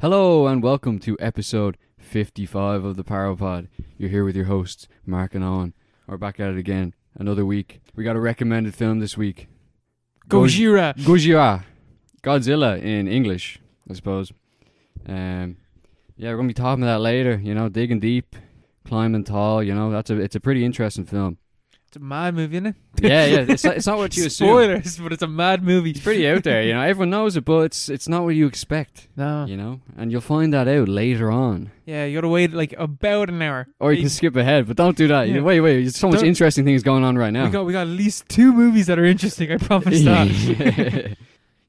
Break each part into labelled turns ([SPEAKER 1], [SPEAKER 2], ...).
[SPEAKER 1] Hello and welcome to episode 55 of the Parapod. You're here with your hosts, Mark and Owen. We're back at it again, another week. We got a recommended film this week. Goj-
[SPEAKER 2] Gojira.
[SPEAKER 1] Gojira. Godzilla in English, I suppose. Um, yeah, we're going to be talking about that later, you know, digging deep, climbing tall, you know, that's a it's a pretty interesting film.
[SPEAKER 2] It's a mad movie, isn't it?
[SPEAKER 1] Yeah, yeah, it's not, it's not what you assume.
[SPEAKER 2] Spoilers, but it's a mad movie.
[SPEAKER 1] It's pretty out there, you know. Everyone knows it, but it's it's not what you expect,
[SPEAKER 2] No.
[SPEAKER 1] you know. And you'll find that out later on.
[SPEAKER 2] Yeah, you gotta wait like about an hour.
[SPEAKER 1] Or you can skip ahead, but don't do that. You-
[SPEAKER 2] Yeah.
[SPEAKER 1] Wait, wait. There's so much
[SPEAKER 2] Don't-
[SPEAKER 1] interesting things going on right
[SPEAKER 2] We
[SPEAKER 1] now.
[SPEAKER 2] got we got at least two movies that are interesting. I promise that.
[SPEAKER 1] Yeah.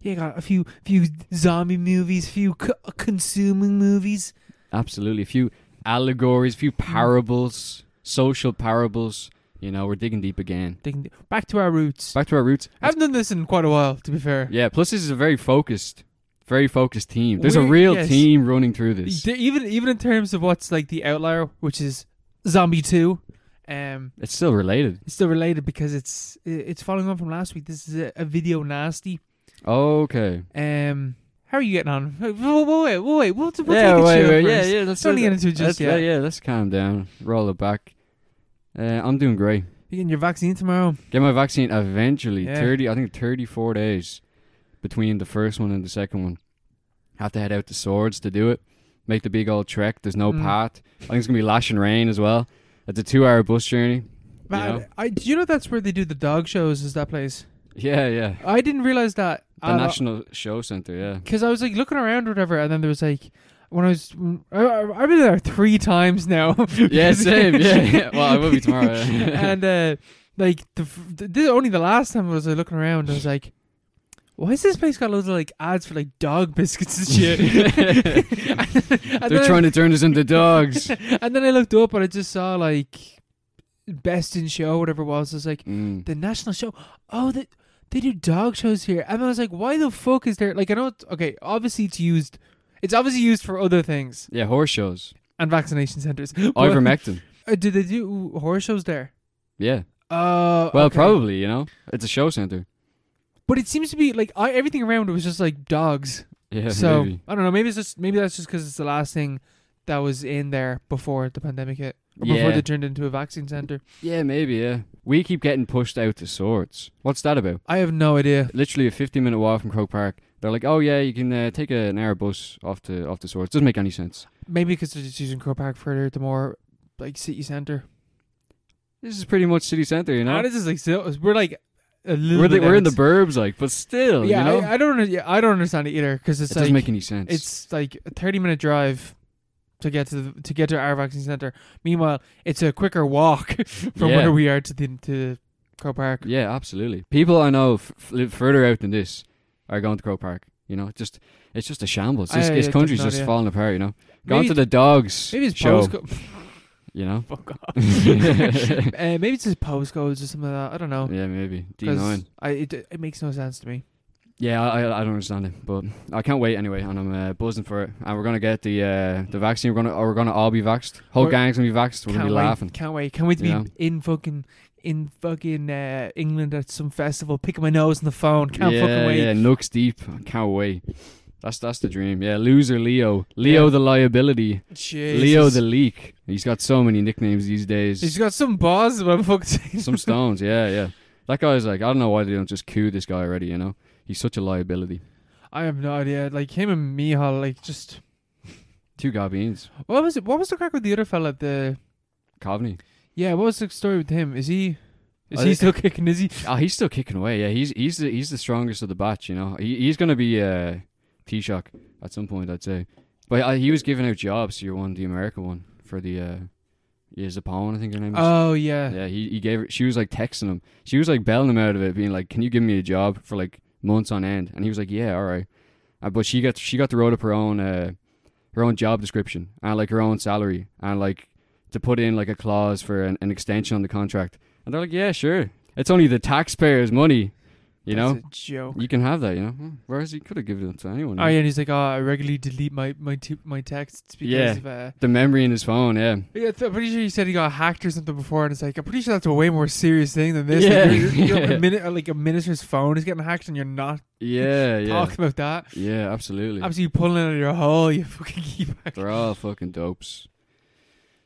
[SPEAKER 2] yeah, got a few few zombie movies, few c- consuming movies.
[SPEAKER 1] Absolutely. A few allegories, a few parables, social parables. You know, we're digging deep again.
[SPEAKER 2] They can, back to our roots.
[SPEAKER 1] Back to our roots.
[SPEAKER 2] I haven't done this in quite a while, to be fair.
[SPEAKER 1] Yeah, plus this is a very focused, very focused team. There's a
[SPEAKER 2] We're-
[SPEAKER 1] real
[SPEAKER 2] yes.
[SPEAKER 1] team running through this.
[SPEAKER 2] The- Even even in terms of what's like the outlier, which is Zombie Two, um,
[SPEAKER 1] It's still related.
[SPEAKER 2] it's still related because it's it's following on from last week. This is a, a video nasty.
[SPEAKER 1] Okay.
[SPEAKER 2] Um, how are you getting on? Wait, wait, wait, wait, wait. We'll, we'll
[SPEAKER 1] yeah,
[SPEAKER 2] take it
[SPEAKER 1] wait,
[SPEAKER 2] chill
[SPEAKER 1] wait, yeah,
[SPEAKER 2] first.
[SPEAKER 1] yeah. Let's
[SPEAKER 2] Don't get into it
[SPEAKER 1] let's-
[SPEAKER 2] just yet.
[SPEAKER 1] Yeah, let's calm down. Roll it back. Uh, I'm doing great.
[SPEAKER 2] You getting your vaccine tomorrow?
[SPEAKER 1] Get my vaccine eventually.
[SPEAKER 2] Yeah.
[SPEAKER 1] Thirty, I think thirty-four days between the first one and the second one. Have to head out to Swords to do it. Make the big old trek. There's no
[SPEAKER 2] Mm.
[SPEAKER 1] path. I think it's gonna be lashing rain as well. It's a two-hour bus journey.
[SPEAKER 2] Man,
[SPEAKER 1] know?
[SPEAKER 2] I, do you know that's where they do the dog shows? Is that place?
[SPEAKER 1] Yeah, yeah.
[SPEAKER 2] I didn't realize that.
[SPEAKER 1] The National Show Center. Yeah.
[SPEAKER 2] Because I was like looking around or whatever, and then there was like when I was I, I- I've been there three times now.
[SPEAKER 1] Yeah, same. Yeah, yeah. Well, I will be tomorrow. yeah.
[SPEAKER 2] and uh, like the, f- the, this- only the last time I was like, looking around, I was like, why is this place got loads of like ads for like dog biscuits and shit? And
[SPEAKER 1] They're
[SPEAKER 2] then-
[SPEAKER 1] trying to turn us into dogs.
[SPEAKER 2] and then I looked up and I just saw like best in show, whatever it was. I was like,
[SPEAKER 1] Mm.
[SPEAKER 2] the national show. Oh, that they do dog shows here. And I was like, why the fuck is there? Like, I know. It's, okay, obviously it's used. It's obviously used for other things
[SPEAKER 1] Yeah, horse shows.
[SPEAKER 2] and vaccination centers.
[SPEAKER 1] Oh,
[SPEAKER 2] But-
[SPEAKER 1] Ivermectin.
[SPEAKER 2] Uh, do they do horror shows there?
[SPEAKER 1] Yeah.
[SPEAKER 2] Uh,
[SPEAKER 1] Well,
[SPEAKER 2] okay.
[SPEAKER 1] probably. You know, it's a show center.
[SPEAKER 2] But it seems to be like I, everything around it was just like dogs.
[SPEAKER 1] Yeah.
[SPEAKER 2] so
[SPEAKER 1] maybe.
[SPEAKER 2] I don't know. Maybe it's just maybe that's just because it's the last thing that was in there before the pandemic hit, or before
[SPEAKER 1] Yeah.
[SPEAKER 2] they turned into a vaccine center.
[SPEAKER 1] Yeah, maybe, yeah. We keep getting pushed out to Swords. What's that about?
[SPEAKER 2] I have no idea.
[SPEAKER 1] Literally a 15 minute walk from Croke Park. They're like, oh, yeah, you can uh, take a, an hour bus off to, off to Swords. Doesn't make any sense.
[SPEAKER 2] Maybe because they're just using Crow Park for the more like city center.
[SPEAKER 1] This is pretty much city centre, you know?
[SPEAKER 2] How does this like still? We're like a little.
[SPEAKER 1] We're, the,
[SPEAKER 2] bit
[SPEAKER 1] we're in the
[SPEAKER 2] out.
[SPEAKER 1] burbs, like, but still,
[SPEAKER 2] Yeah,
[SPEAKER 1] you know?
[SPEAKER 2] I, I don't. under- Yeah, I don't understand it either because
[SPEAKER 1] it
[SPEAKER 2] it's
[SPEAKER 1] doesn't
[SPEAKER 2] like
[SPEAKER 1] make any sense.
[SPEAKER 2] it's like a thirty-minute drive to get to the, to get to our vaccine center. Meanwhile, it's a quicker walk from
[SPEAKER 1] Yeah.
[SPEAKER 2] where we are to the to Crow Park.
[SPEAKER 1] Yeah, absolutely. People I know f- f- live further out than this are going to Croke Park. You know, just it's just a shambles. This,
[SPEAKER 2] I-
[SPEAKER 1] this
[SPEAKER 2] I
[SPEAKER 1] country's
[SPEAKER 2] don't know,
[SPEAKER 1] just
[SPEAKER 2] yeah.
[SPEAKER 1] falling apart. You know, going
[SPEAKER 2] Maybe
[SPEAKER 1] to the dogs
[SPEAKER 2] Maybe it's
[SPEAKER 1] show.
[SPEAKER 2] postcode.
[SPEAKER 1] You know,
[SPEAKER 2] Fuck off. uh, maybe it's just postcodes or something like that. I don't know.
[SPEAKER 1] yeah, maybe D
[SPEAKER 2] 'Cause
[SPEAKER 1] nine.
[SPEAKER 2] I it, it makes no sense to me.
[SPEAKER 1] Yeah, I, I I don't understand it, but I can't wait anyway, and I'm uh, buzzing for it. And we're gonna get the uh, the vaccine. We're gonna or we're gonna all be vaxxed. Whole
[SPEAKER 2] We're-
[SPEAKER 1] gang's gonna be vaxxed. We're
[SPEAKER 2] can't
[SPEAKER 1] gonna be
[SPEAKER 2] wait,
[SPEAKER 1] laughing.
[SPEAKER 2] Can't wait. Can't wait to be
[SPEAKER 1] Yeah.
[SPEAKER 2] in fucking in fucking uh, England at some festival, picking my nose on the phone. Can't
[SPEAKER 1] yeah,
[SPEAKER 2] fucking wait.
[SPEAKER 1] yeah, nooks deep. I can't wait. That's that's the dream. Yeah, loser Leo, Leo
[SPEAKER 2] Yeah.
[SPEAKER 1] the liability,
[SPEAKER 2] Jesus.
[SPEAKER 1] Leo the leak. He's got so many nicknames these days.
[SPEAKER 2] He's got some bars, but I'm fucking saying.
[SPEAKER 1] Some stones. Yeah, yeah. That guy's like, I don't know why they don't just coup this guy already. You know, he's such a liability.
[SPEAKER 2] I have no idea. Like him and Mihal, like just
[SPEAKER 1] Two Garbines,
[SPEAKER 2] what was it? What was the crack with the other fella? The
[SPEAKER 1] Coveney.
[SPEAKER 2] yeah, what was the story with him? Is he is
[SPEAKER 1] I
[SPEAKER 2] he
[SPEAKER 1] think-
[SPEAKER 2] still kicking? Is he?
[SPEAKER 1] Oh, he's still kicking away. Yeah, he's he's the, he's the strongest of the batch. You know, he, he's gonna be uh, T shock at some point, I'd say. But uh, he was giving out jobs. to Your one, the American one, for the uh, yeah, Zapone, I think her name is.
[SPEAKER 2] Oh yeah.
[SPEAKER 1] yeah, he, he gave her. She was like texting him. She was like bailing him out of it, being like, "Can you give me a job for like months on end?" And he was like, "Yeah, all right." Uh, but she got she got to wrote up her own uh, her own job description and like her own salary and like to put in like a clause for an, an extension on the contract. And they're like, "Yeah, sure. It's only the taxpayers' money." You
[SPEAKER 2] That's
[SPEAKER 1] know,
[SPEAKER 2] a joke.
[SPEAKER 1] you can have that. You know, Hmm, whereas you could have given it to anyone.
[SPEAKER 2] Oh yeah, and he's like, oh, I regularly delete my my t- my texts because
[SPEAKER 1] Yeah.
[SPEAKER 2] of. Uh,
[SPEAKER 1] The memory in his phone, yeah.
[SPEAKER 2] yeah, th- I'm pretty sure he said he got hacked or something before, and it's like I'm pretty sure that's a way more serious thing than this.
[SPEAKER 1] Yeah.
[SPEAKER 2] Like, you're- you're
[SPEAKER 1] Yeah.
[SPEAKER 2] a mini- uh, like a minister's phone is getting hacked, and you're not
[SPEAKER 1] Yeah, yeah.
[SPEAKER 2] talking about that.
[SPEAKER 1] Yeah, absolutely.
[SPEAKER 2] Absolutely pulling out of your hole, you fucking key back.
[SPEAKER 1] They're all fucking dopes.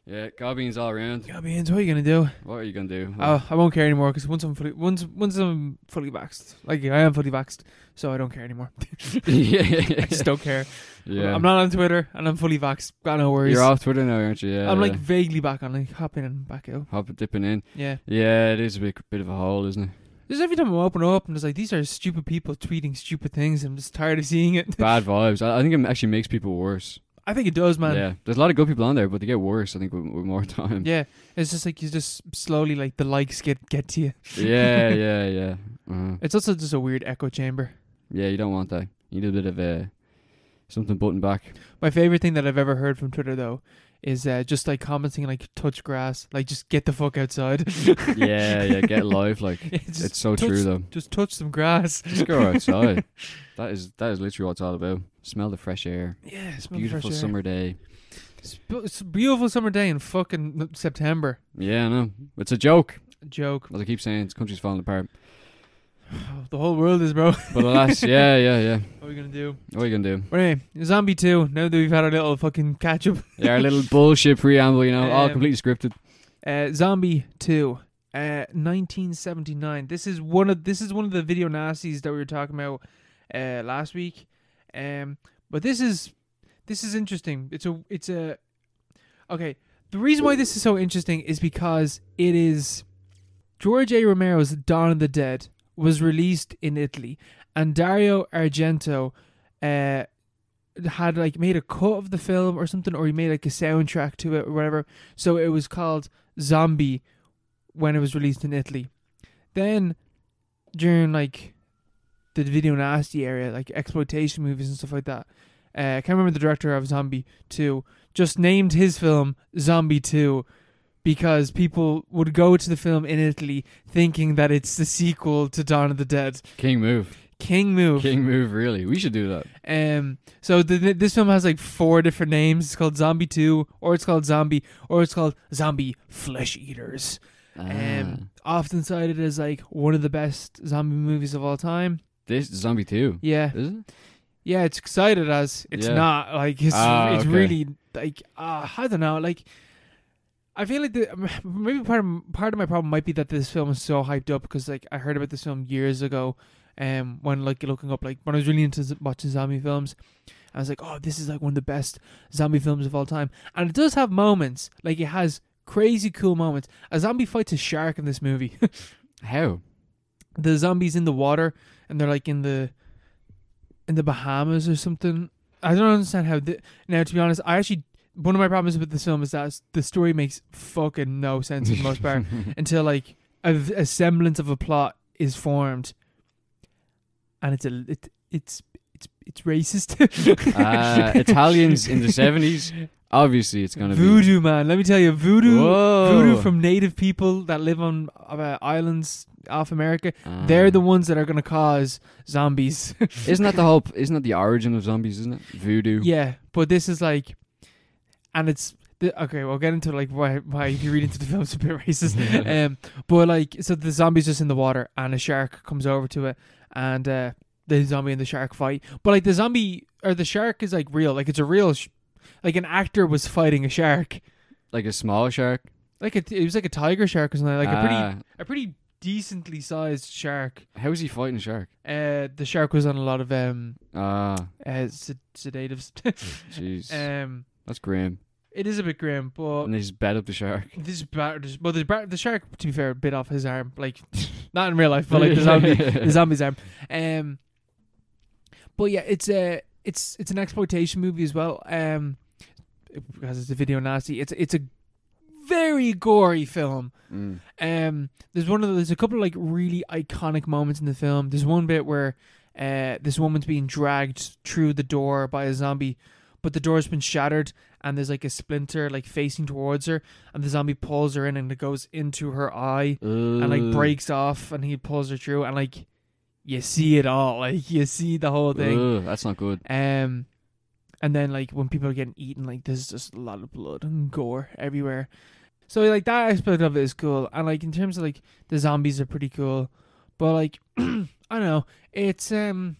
[SPEAKER 1] Yeah, carbines all around.
[SPEAKER 2] Yeah, man, so what are you gonna do?
[SPEAKER 1] What are you gonna do?
[SPEAKER 2] Oh, I won't care anymore because once I'm fully once once I'm fully vaxxed, like I am fully vaxxed, so I don't care anymore. I
[SPEAKER 1] yeah,
[SPEAKER 2] just don't care.
[SPEAKER 1] yeah.
[SPEAKER 2] I'm not on Twitter and I'm fully vaxxed. Got no worries.
[SPEAKER 1] You're off Twitter now, aren't you? Yeah,
[SPEAKER 2] I'm
[SPEAKER 1] yeah.
[SPEAKER 2] like vaguely back on, like hop in and back out.
[SPEAKER 1] hop dipping in.
[SPEAKER 2] Yeah.
[SPEAKER 1] Yeah, it is a bit, bit of a hole, isn't it?
[SPEAKER 2] Just every time I open up, and it's like these are stupid people tweeting stupid things. I'm just tired of seeing it.
[SPEAKER 1] Bad vibes. I, I think it actually makes people worse.
[SPEAKER 2] I think it does, man.
[SPEAKER 1] Yeah, there's a lot of good people on there, but they get worse. I think with, with more time.
[SPEAKER 2] Yeah. It's just like you just slowly like the likes get get to you.
[SPEAKER 1] yeah, yeah, yeah. Uh-huh.
[SPEAKER 2] It's also just a weird echo chamber.
[SPEAKER 1] Yeah, you don't want that. You need a bit of uh, something button back.
[SPEAKER 2] My favorite thing that I've ever heard from Twitter though is uh, just like commenting like touch grass, like just get the fuck outside.
[SPEAKER 1] yeah, yeah. Get live, like
[SPEAKER 2] Yeah, just
[SPEAKER 1] it's so
[SPEAKER 2] touch-
[SPEAKER 1] true though.
[SPEAKER 2] Just touch some grass.
[SPEAKER 1] Just go outside. that is that is literally what it's all about. Smell the fresh air.
[SPEAKER 2] Yeah,
[SPEAKER 1] It's
[SPEAKER 2] smell the
[SPEAKER 1] beautiful
[SPEAKER 2] fresh air.
[SPEAKER 1] summer day.
[SPEAKER 2] It's bu- It's a beautiful summer day in fucking September.
[SPEAKER 1] Yeah, I know. It's a joke.
[SPEAKER 2] Joke.
[SPEAKER 1] As I keep saying, this country's falling apart.
[SPEAKER 2] Oh, the whole world is, bro. what
[SPEAKER 1] But alas, yeah, yeah, yeah.
[SPEAKER 2] are we gonna do?
[SPEAKER 1] What are you gonna do?
[SPEAKER 2] But anyway, Zombie Two. Now that we've had our little fucking catch up,
[SPEAKER 1] Yeah, our little bullshit preamble, you know, all
[SPEAKER 2] Um,
[SPEAKER 1] completely scripted.
[SPEAKER 2] uh, Zombie Two, uh, 1979. This is one of this is one of the video nasties that we were talking about uh, last week. Um, but this is this is interesting. It's a it's a okay. The reason why this is so interesting is because it is George A. Romero's Dawn of the Dead was released in Italy, and Dario Argento uh, had like made a cut of the film or something, or he made like a soundtrack to it or whatever. So it was called Zombie when it was released in Italy. Then during like the video nasty area, like exploitation movies and stuff like that. Uh, I can't remember the director of Zombie 2 just named his film Zombie 2 because people would go to the film in Italy thinking that it's the sequel to Dawn of the Dead.
[SPEAKER 1] King move.
[SPEAKER 2] King move.
[SPEAKER 1] King move, really. We should do that.
[SPEAKER 2] Um. So th th- this film has like four different names. It's called Zombie Two, or it's called Zombie, or it's called Zombie Flesh Eaters.
[SPEAKER 1] Ah, Mm.
[SPEAKER 2] Um. Often cited as like one of the best zombie movies of all time.
[SPEAKER 1] this is Zombie 2.
[SPEAKER 2] Yeah.
[SPEAKER 1] Is it?
[SPEAKER 2] Yeah. It's cited as. It's
[SPEAKER 1] Yeah.
[SPEAKER 2] not like it's.
[SPEAKER 1] Ah,
[SPEAKER 2] it's
[SPEAKER 1] okay.
[SPEAKER 2] really like uh, I don't know. Like I feel like the maybe part of part of my problem might be that this film is so hyped up because like I heard about this film years ago, um, when like looking up like when I was really into z- watching zombie films, I was like, oh, this is like one of the best zombie films of all time, and it does have moments like it has crazy cool moments. A zombie fights a shark in this movie.
[SPEAKER 1] How?
[SPEAKER 2] the zombies in the water and they're like in the in the Bahamas or something. I don't understand how. The, now, to be honest, I actually one of my problems with this film is that the story makes fucking no sense for the most part until like a, a semblance of a plot is formed, and it's a it, it's it's it's racist.
[SPEAKER 1] uh, Italians in the 70s. Obviously, it's going to be.
[SPEAKER 2] voodoo man. Let me tell you, voodoo
[SPEAKER 1] Whoa.
[SPEAKER 2] voodoo from native people that live on uh, islands off America. They're the
[SPEAKER 1] Ah.
[SPEAKER 2] ones that are gonna cause zombies.
[SPEAKER 1] Isn't that the whole. Isn't that the origin of zombies, isn't it? Voodoo.
[SPEAKER 2] yeah, but this is like, and it's the, okay. We'll get into like why why if you read into the film it's a bit racist. um, but like so the zombie's just in the water and a shark comes over to it and uh the zombie and the shark fight. But like the zombie or the shark is like real. Like it's a real, sh- like an actor was fighting a shark.
[SPEAKER 1] Like a small shark.
[SPEAKER 2] Like a, it was like a tiger shark or something. Like a pretty
[SPEAKER 1] Ah,
[SPEAKER 2] a pretty decently sized shark.
[SPEAKER 1] How is he fighting a shark?
[SPEAKER 2] Uh, the shark was on a lot of um
[SPEAKER 1] Ah,
[SPEAKER 2] uh, sed- sedatives.
[SPEAKER 1] jeez.
[SPEAKER 2] um,
[SPEAKER 1] That's grim.
[SPEAKER 2] it is a bit grim, but
[SPEAKER 1] And they just bed up the shark.
[SPEAKER 2] this bar, this, well, the, bar, the shark, to be fair, bit off his arm, like not in real life, but like the zombie, the zombie's arm. Um, but yeah, it's a it's it's an exploitation movie as well. Um, because it's a video nasty. It's it's a very gory film.
[SPEAKER 1] Mm.
[SPEAKER 2] Um, there's one of the, there's a couple of like really iconic moments in the film. There's one bit where uh, this woman's being dragged through the door by a zombie, but the door's been shattered and there's like a splinter like facing towards her, and the zombie pulls her in and it goes into her eye and like breaks off, and he pulls her through, and like you see it all. Like you see the whole thing.
[SPEAKER 1] Ugh, that's not good.
[SPEAKER 2] Um, and then like when people are getting eaten, like there's just a lot of blood and gore everywhere. So like that aspect of it is cool, and like in terms of like the zombies are pretty cool, but like I don't know, it's um,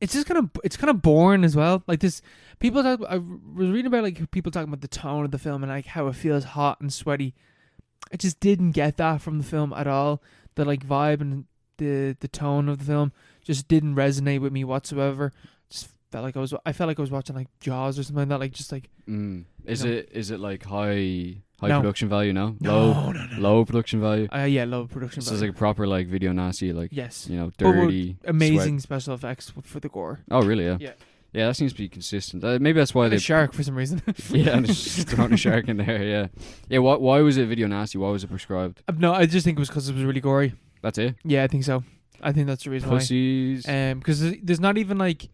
[SPEAKER 2] it's just kind of it's kind of boring as well. Like this, people talk. I was reading about like people talking about the tone of the film and like how it feels hot and sweaty. I just didn't get that from the film at all. The like vibe and the the tone of the film just didn't resonate with me whatsoever. Just felt like I was I felt like I was watching like Jaws or something like that. Like just like
[SPEAKER 1] Mm. Is
[SPEAKER 2] No.
[SPEAKER 1] it is it like high high
[SPEAKER 2] No.
[SPEAKER 1] production value? No, low
[SPEAKER 2] no, no.
[SPEAKER 1] low production value.
[SPEAKER 2] Uh, yeah, low production.
[SPEAKER 1] So it's
[SPEAKER 2] value.
[SPEAKER 1] like a proper like video nasty, like
[SPEAKER 2] yes,
[SPEAKER 1] you know,
[SPEAKER 2] But we're
[SPEAKER 1] dirty,
[SPEAKER 2] amazing special effects w- for the gore.
[SPEAKER 1] sweat. Oh really? Yeah.
[SPEAKER 2] Yeah.
[SPEAKER 1] Yeah, that seems to be consistent. Uh, maybe that's why
[SPEAKER 2] And
[SPEAKER 1] they
[SPEAKER 2] a shark for some reason.
[SPEAKER 1] yeah, and it's just throwing a shark in there. Yeah, yeah. Why, why was it video nasty? Why was it prescribed?
[SPEAKER 2] Uh, no, I just think it was because it was really gory.
[SPEAKER 1] That's it.
[SPEAKER 2] Yeah, I think so. I think that's the reason
[SPEAKER 1] Pussies.
[SPEAKER 2] why. Um, because there's not even like.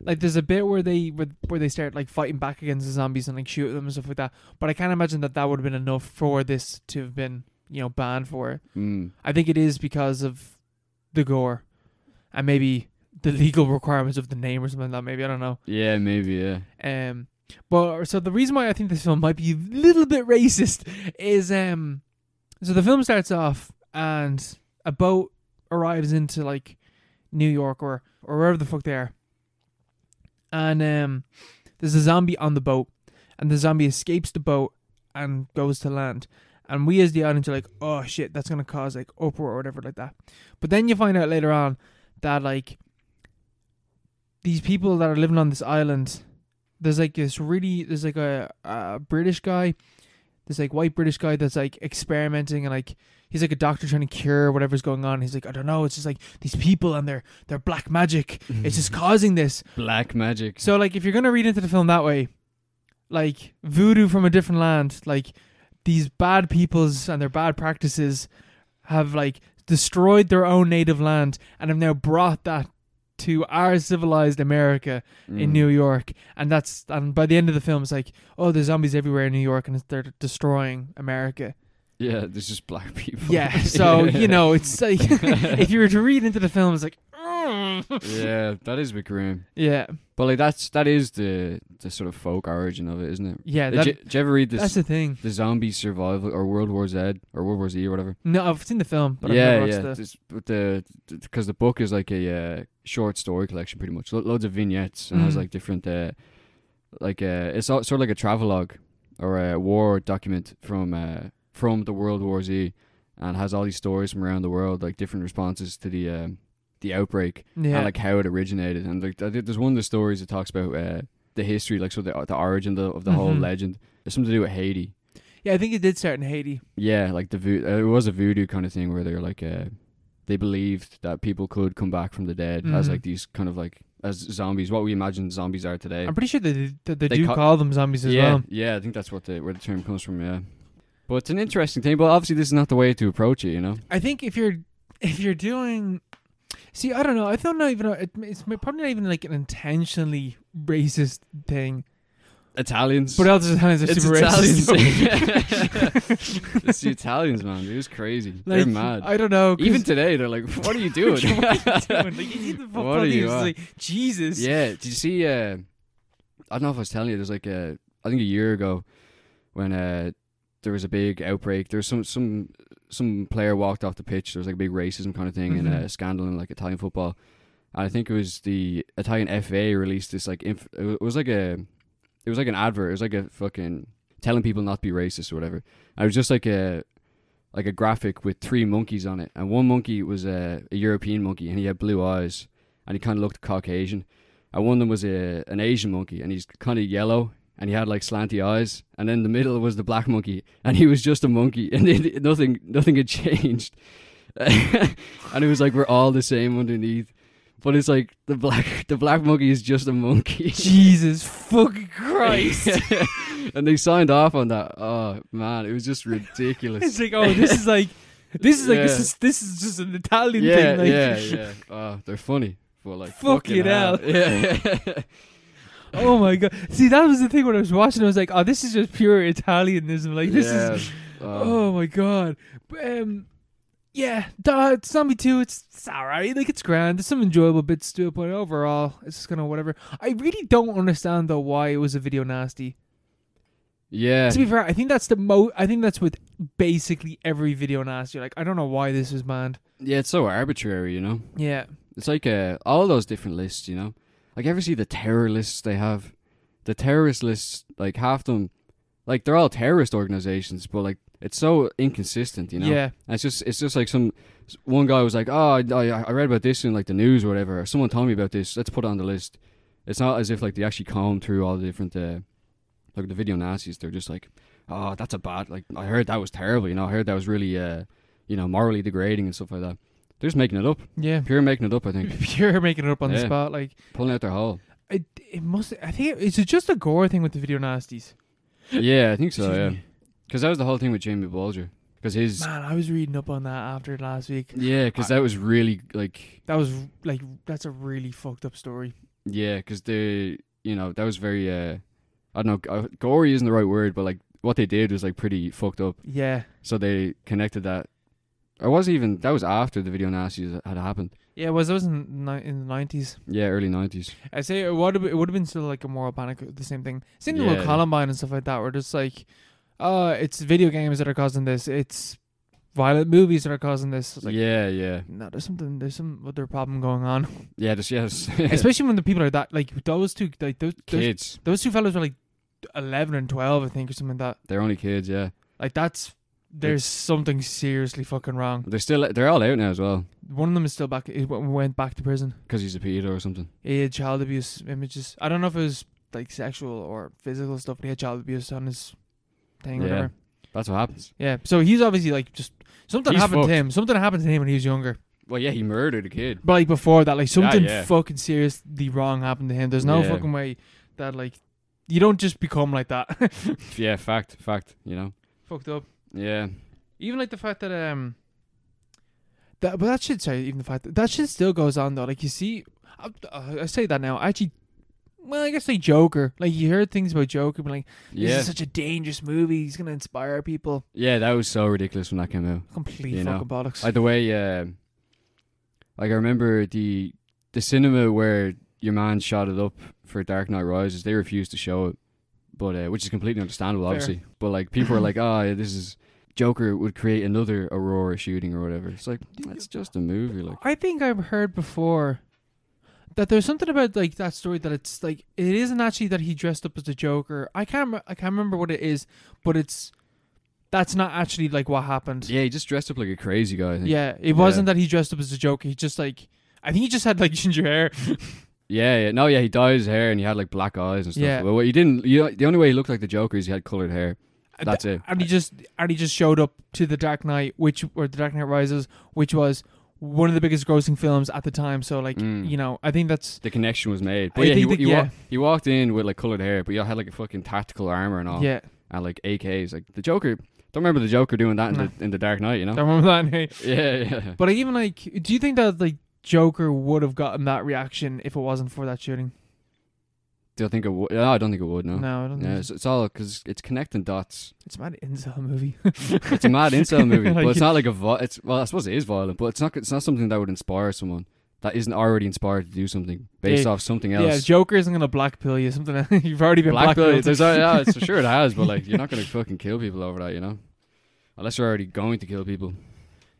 [SPEAKER 2] Like there's a bit where they where, where they start like fighting back against the zombies and like shoot them and stuff like that. But I can't imagine that that would have been enough for this to have been you know banned for it.
[SPEAKER 1] Mm.
[SPEAKER 2] I think it is because of the gore and maybe the legal requirements of the name or something like that. Maybe I don't know.
[SPEAKER 1] Yeah, maybe. Yeah.
[SPEAKER 2] Um, but so the reason why I think this film might be a little bit racist is um, so the film starts off and a boat arrives into like New York or or wherever the fuck they are, and um, there's a zombie on the boat, and the zombie escapes the boat and goes to land. And we as the audience are like, oh shit, that's gonna cause like uproar or whatever like that. But then you find out later on that like these people that are living on this island, there's like this really there's like a, a British guy, this like white British guy that's like experimenting and like he's like a doctor trying to cure whatever's going on. He's like, I don't know, it's just like these people and their their black magic. It's just causing this.
[SPEAKER 1] black magic.
[SPEAKER 2] So like if you're gonna read into the film that way, like voodoo from a different land, like these bad peoples and their bad practices have like destroyed their own native land and have now brought that to our civilized America in
[SPEAKER 1] Mm.
[SPEAKER 2] New York. And that's and by the end of the film it's like, oh there's zombies everywhere in New York and it's- they're destroying America.
[SPEAKER 1] Yeah, there's just black people.
[SPEAKER 2] Yeah. So, you know, it's like if you were to read into the film it's like
[SPEAKER 1] yeah, that is a bit grim.
[SPEAKER 2] Yeah.
[SPEAKER 1] But like that's that is the the sort of folk origin of it, isn't it?
[SPEAKER 2] Yeah,
[SPEAKER 1] Did,
[SPEAKER 2] that,
[SPEAKER 1] you, did you ever read
[SPEAKER 2] that's
[SPEAKER 1] this?
[SPEAKER 2] the thing.
[SPEAKER 1] The zombie survival or World War Z or World War Z or whatever.
[SPEAKER 2] No, I've seen the film, but
[SPEAKER 1] yeah,
[SPEAKER 2] I've never watched
[SPEAKER 1] yeah.
[SPEAKER 2] the
[SPEAKER 1] This- but the because the book is like a uh, short story collection, pretty much. Lo- loads of vignettes and has
[SPEAKER 2] Mhm.
[SPEAKER 1] like different, uh, like uh, it's all, sort of like a travelogue or a war document from uh, from the World War Z, and has all these stories from around the world, like different responses to the um, the outbreak
[SPEAKER 2] yeah.
[SPEAKER 1] and like how it originated. And like I think there's one of the stories that talks about uh, the history, like so the the origin of the, of the whole
[SPEAKER 2] Mhm.
[SPEAKER 1] legend. It's something to do with Haiti.
[SPEAKER 2] yeah, I think it did start in Haiti.
[SPEAKER 1] Yeah, like the vo- uh, it was a voodoo kind of thing where they were like uh, they believed that people could come back from the dead as
[SPEAKER 2] Mhm.
[SPEAKER 1] like these kind of like as zombies, what we imagine zombies are today.
[SPEAKER 2] I'm pretty sure they they, they,
[SPEAKER 1] They
[SPEAKER 2] do
[SPEAKER 1] ca-
[SPEAKER 2] call them zombies as
[SPEAKER 1] yeah,
[SPEAKER 2] well.
[SPEAKER 1] yeah, I think that's what the where the term comes from. Yeah, but it's an interesting thing. But obviously, this is not the way to approach it. You know,
[SPEAKER 2] I think if you're if you're doing, see, I don't know. I don't know even. It, it's probably not even like an intentionally racist thing.
[SPEAKER 1] Italians.
[SPEAKER 2] But also, Italians are
[SPEAKER 1] it's
[SPEAKER 2] super
[SPEAKER 1] Italians.
[SPEAKER 2] racist.
[SPEAKER 1] it's the Italians, man. It was crazy.
[SPEAKER 2] Like,
[SPEAKER 1] They're mad.
[SPEAKER 2] I don't know. 'cause-
[SPEAKER 1] Even today, they're like, "What are you doing?"
[SPEAKER 2] what are you doing? Like, you see the fuck
[SPEAKER 1] What are you
[SPEAKER 2] it's
[SPEAKER 1] on?
[SPEAKER 2] like, Jesus.
[SPEAKER 1] Yeah, did you see? Uh, I don't know if I was telling you. There's like a, I think a year ago, when uh, there was a big outbreak. There was some some some player walked off the pitch. There was like a big racism kind of thing and
[SPEAKER 2] Mhm.
[SPEAKER 1] a scandal in like Italian football. And I think it was the Italian FA released this like inf- it wa- it was like a, it was like an advert. It was like a fucking telling people not to be racist or whatever. And it was just like a. Like a graphic with three monkeys on it, and one monkey was a, a European monkey, and he had blue eyes, and he kind of looked Caucasian. And one of them was a, an Asian monkey, and he's kind of yellow, and he had like slanty eyes. And then the middle was the black monkey, and he was just a monkey, and it, nothing nothing had changed. and it was like we're all the same underneath, but it's like the black the black monkey is just a monkey.
[SPEAKER 2] Jesus fucking Christ.
[SPEAKER 1] and they signed off on that. Oh man, it was just ridiculous.
[SPEAKER 2] it's like, oh, this is like, this is like, this
[SPEAKER 1] Yeah.
[SPEAKER 2] is this is just an Italian
[SPEAKER 1] yeah,
[SPEAKER 2] thing. Like,
[SPEAKER 1] yeah, yeah. Oh, they're funny, but like
[SPEAKER 2] Fucking hell.
[SPEAKER 1] Yeah.
[SPEAKER 2] Oh my god! See, that was the thing when I was watching. I was like, "Oh, this is just pure Italianism." Like this is.
[SPEAKER 1] Yeah. Oh.
[SPEAKER 2] Oh my god! But, Um, yeah, duh, it's zombie two. It's, it's all right. Like it's grand. There's some enjoyable bits to it, but overall, it's just kind of whatever. I really don't understand though why it was a video nasty.
[SPEAKER 1] Yeah.
[SPEAKER 2] To be fair, I think that's the mo. I think that's with basically every video nasty. Like I don't know why this was banned.
[SPEAKER 1] Yeah, it's so arbitrary, you know?
[SPEAKER 2] Yeah,
[SPEAKER 1] It's like uh, all those different lists, you know? Like, ever see the terror lists they have? The terrorist lists, like, half them, like, they're all terrorist organizations, but, like, it's so inconsistent, you know?
[SPEAKER 2] yeah,
[SPEAKER 1] And it's just it's just like some one guy was like, oh, I, I, I read about this in like the news or whatever. Or someone told me about this. Let's put it on the list. It's not as if like they actually combed through all the different uh, like the video Nazis. They're just like, oh, that's a bad. Like I heard that was terrible. You know, I heard that was really uh, you know morally degrading and stuff like that. They're just making it up.
[SPEAKER 2] yeah.
[SPEAKER 1] Pure making it up. I think
[SPEAKER 2] You're making it up on the
[SPEAKER 1] Yeah.
[SPEAKER 2] spot. Like
[SPEAKER 1] pulling out their hole.
[SPEAKER 2] it, it must. I think it, is it just a gore thing with the video nasties?
[SPEAKER 1] Yeah, I think so.
[SPEAKER 2] Excuse
[SPEAKER 1] Yeah,
[SPEAKER 2] me.
[SPEAKER 1] because that was the whole thing with Jamie Bulger. Because his
[SPEAKER 2] Man, I was reading up on that after last week.
[SPEAKER 1] yeah, because that was really like
[SPEAKER 2] That was like that's a really fucked up story.
[SPEAKER 1] Yeah, because the you know that was very uh, I don't know, g- gory isn't the right word, but like what they did was like pretty fucked up.
[SPEAKER 2] Yeah,
[SPEAKER 1] So they connected that. I was even that was after the video Nazis had happened.
[SPEAKER 2] yeah. It was that was in, ni- in the nineties.
[SPEAKER 1] Yeah, early nineties.
[SPEAKER 2] I say it would have it would have been still like a moral panic, the same thing. Same thing with
[SPEAKER 1] Yeah.
[SPEAKER 2] Columbine and stuff like that, where just like, uh, it's video games that are causing this. It's violent movies that are causing this. It's like,
[SPEAKER 1] yeah, yeah,
[SPEAKER 2] no, there's something, there's some other problem going on.
[SPEAKER 1] yeah. Just yes,
[SPEAKER 2] Especially when the people are that like those two, like those those,
[SPEAKER 1] kids.
[SPEAKER 2] those two fellows were like eleven and twelve, I think, or something like that.
[SPEAKER 1] They're only kids. Yeah,
[SPEAKER 2] Like that's there's something seriously fucking wrong.
[SPEAKER 1] they're still they're all out now as well
[SPEAKER 2] One of them is still back. Is, went back to prison.
[SPEAKER 1] because he's a pedo or something.
[SPEAKER 2] He had child abuse images. I don't know if it was like sexual or physical stuff, but he had child abuse on his thing, or
[SPEAKER 1] Yeah.
[SPEAKER 2] whatever.
[SPEAKER 1] That's what happens.
[SPEAKER 2] Yeah. So he's obviously like just something
[SPEAKER 1] He's
[SPEAKER 2] happened
[SPEAKER 1] fucked.
[SPEAKER 2] to him. Something happened to him when he was younger.
[SPEAKER 1] Well, yeah, he murdered a kid.
[SPEAKER 2] But like before that, like something
[SPEAKER 1] yeah.
[SPEAKER 2] fucking seriously wrong happened to him. There's no
[SPEAKER 1] Yeah.
[SPEAKER 2] fucking way that like you don't just become like that.
[SPEAKER 1] Yeah, fact, fact. You know.
[SPEAKER 2] Fucked up.
[SPEAKER 1] Yeah,
[SPEAKER 2] Even like the fact that um that but that shit sorry, even the fact that that shit still goes on though. Like you see, I, I say that now. I actually, well, I guess like Joker. Like you heard things about Joker, but like this
[SPEAKER 1] yeah,
[SPEAKER 2] is such a dangerous movie. He's gonna inspire people.
[SPEAKER 1] yeah. That was so ridiculous when that came out.
[SPEAKER 2] Complete
[SPEAKER 1] You know,
[SPEAKER 2] fucking bollocks.
[SPEAKER 1] By the way, um like I remember the the cinema where your man shot it up for Dark Knight Rises, they refused to show it, but uh, which is completely understandable,
[SPEAKER 2] Fair.
[SPEAKER 1] obviously. But like people are like, "Ah, yeah, this is Joker would create another Aurora shooting or whatever." It's like that's just a movie, like
[SPEAKER 2] I think I've heard before that there's something about like that story that it's like it isn't actually that he dressed up as the Joker. I can't rem- I can't remember what it is, but it's that's not actually like what happened.
[SPEAKER 1] yeah, he just dressed up like a crazy guy. I think.
[SPEAKER 2] Yeah, it wasn't that he dressed up as a Joker. He just like I think he just had like ginger hair.
[SPEAKER 1] yeah, yeah. No, yeah, he dyed his hair and he had like black eyes and stuff.
[SPEAKER 2] Yeah.
[SPEAKER 1] But what he didn't, you, the only way he looked like the Joker is he had colored hair.
[SPEAKER 2] Uh,
[SPEAKER 1] That's it.
[SPEAKER 2] And he just and he just showed up to the Dark Knight, which or the Dark Knight Rises, which was one of the biggest grossing films at the time. So like
[SPEAKER 1] Mm.
[SPEAKER 2] you know, I think that's
[SPEAKER 1] The connection was made.
[SPEAKER 2] I
[SPEAKER 1] But yeah, he,
[SPEAKER 2] think that-
[SPEAKER 1] he, wa-
[SPEAKER 2] yeah.
[SPEAKER 1] he walked in with like colored hair, but he had like a fucking tactical armor and all.
[SPEAKER 2] yeah.
[SPEAKER 1] and like AKs. Like the Joker, don't remember the Joker doing that in,
[SPEAKER 2] No.
[SPEAKER 1] the, in the Dark Knight, you know?
[SPEAKER 2] I remember that.
[SPEAKER 1] Yeah, yeah.
[SPEAKER 2] But I even like, do you think that like Joker would have gotten that reaction if it wasn't for that shooting?
[SPEAKER 1] Do I think it would? No, I don't think it would. No.
[SPEAKER 2] No, I don't
[SPEAKER 1] Yeah,
[SPEAKER 2] think
[SPEAKER 1] it's, it's all because it's connecting dots.
[SPEAKER 2] it's, it's a mad incel movie.
[SPEAKER 1] It's a mad incel movie,
[SPEAKER 2] Like-
[SPEAKER 1] but it's not like a. Vi- it's well, I suppose it is violent, but it's not. It's not something that would inspire someone that isn't already inspired to do something based
[SPEAKER 2] Yeah.
[SPEAKER 1] off something
[SPEAKER 2] yeah,
[SPEAKER 1] else.
[SPEAKER 2] Joker isn't gonna blackpill you. Something you've already been
[SPEAKER 1] Black Bill,
[SPEAKER 2] blackpilled.
[SPEAKER 1] there's al- yeah, it's for sure it has, but like you're not gonna fucking kill people over that, you know, unless you're already going to kill people.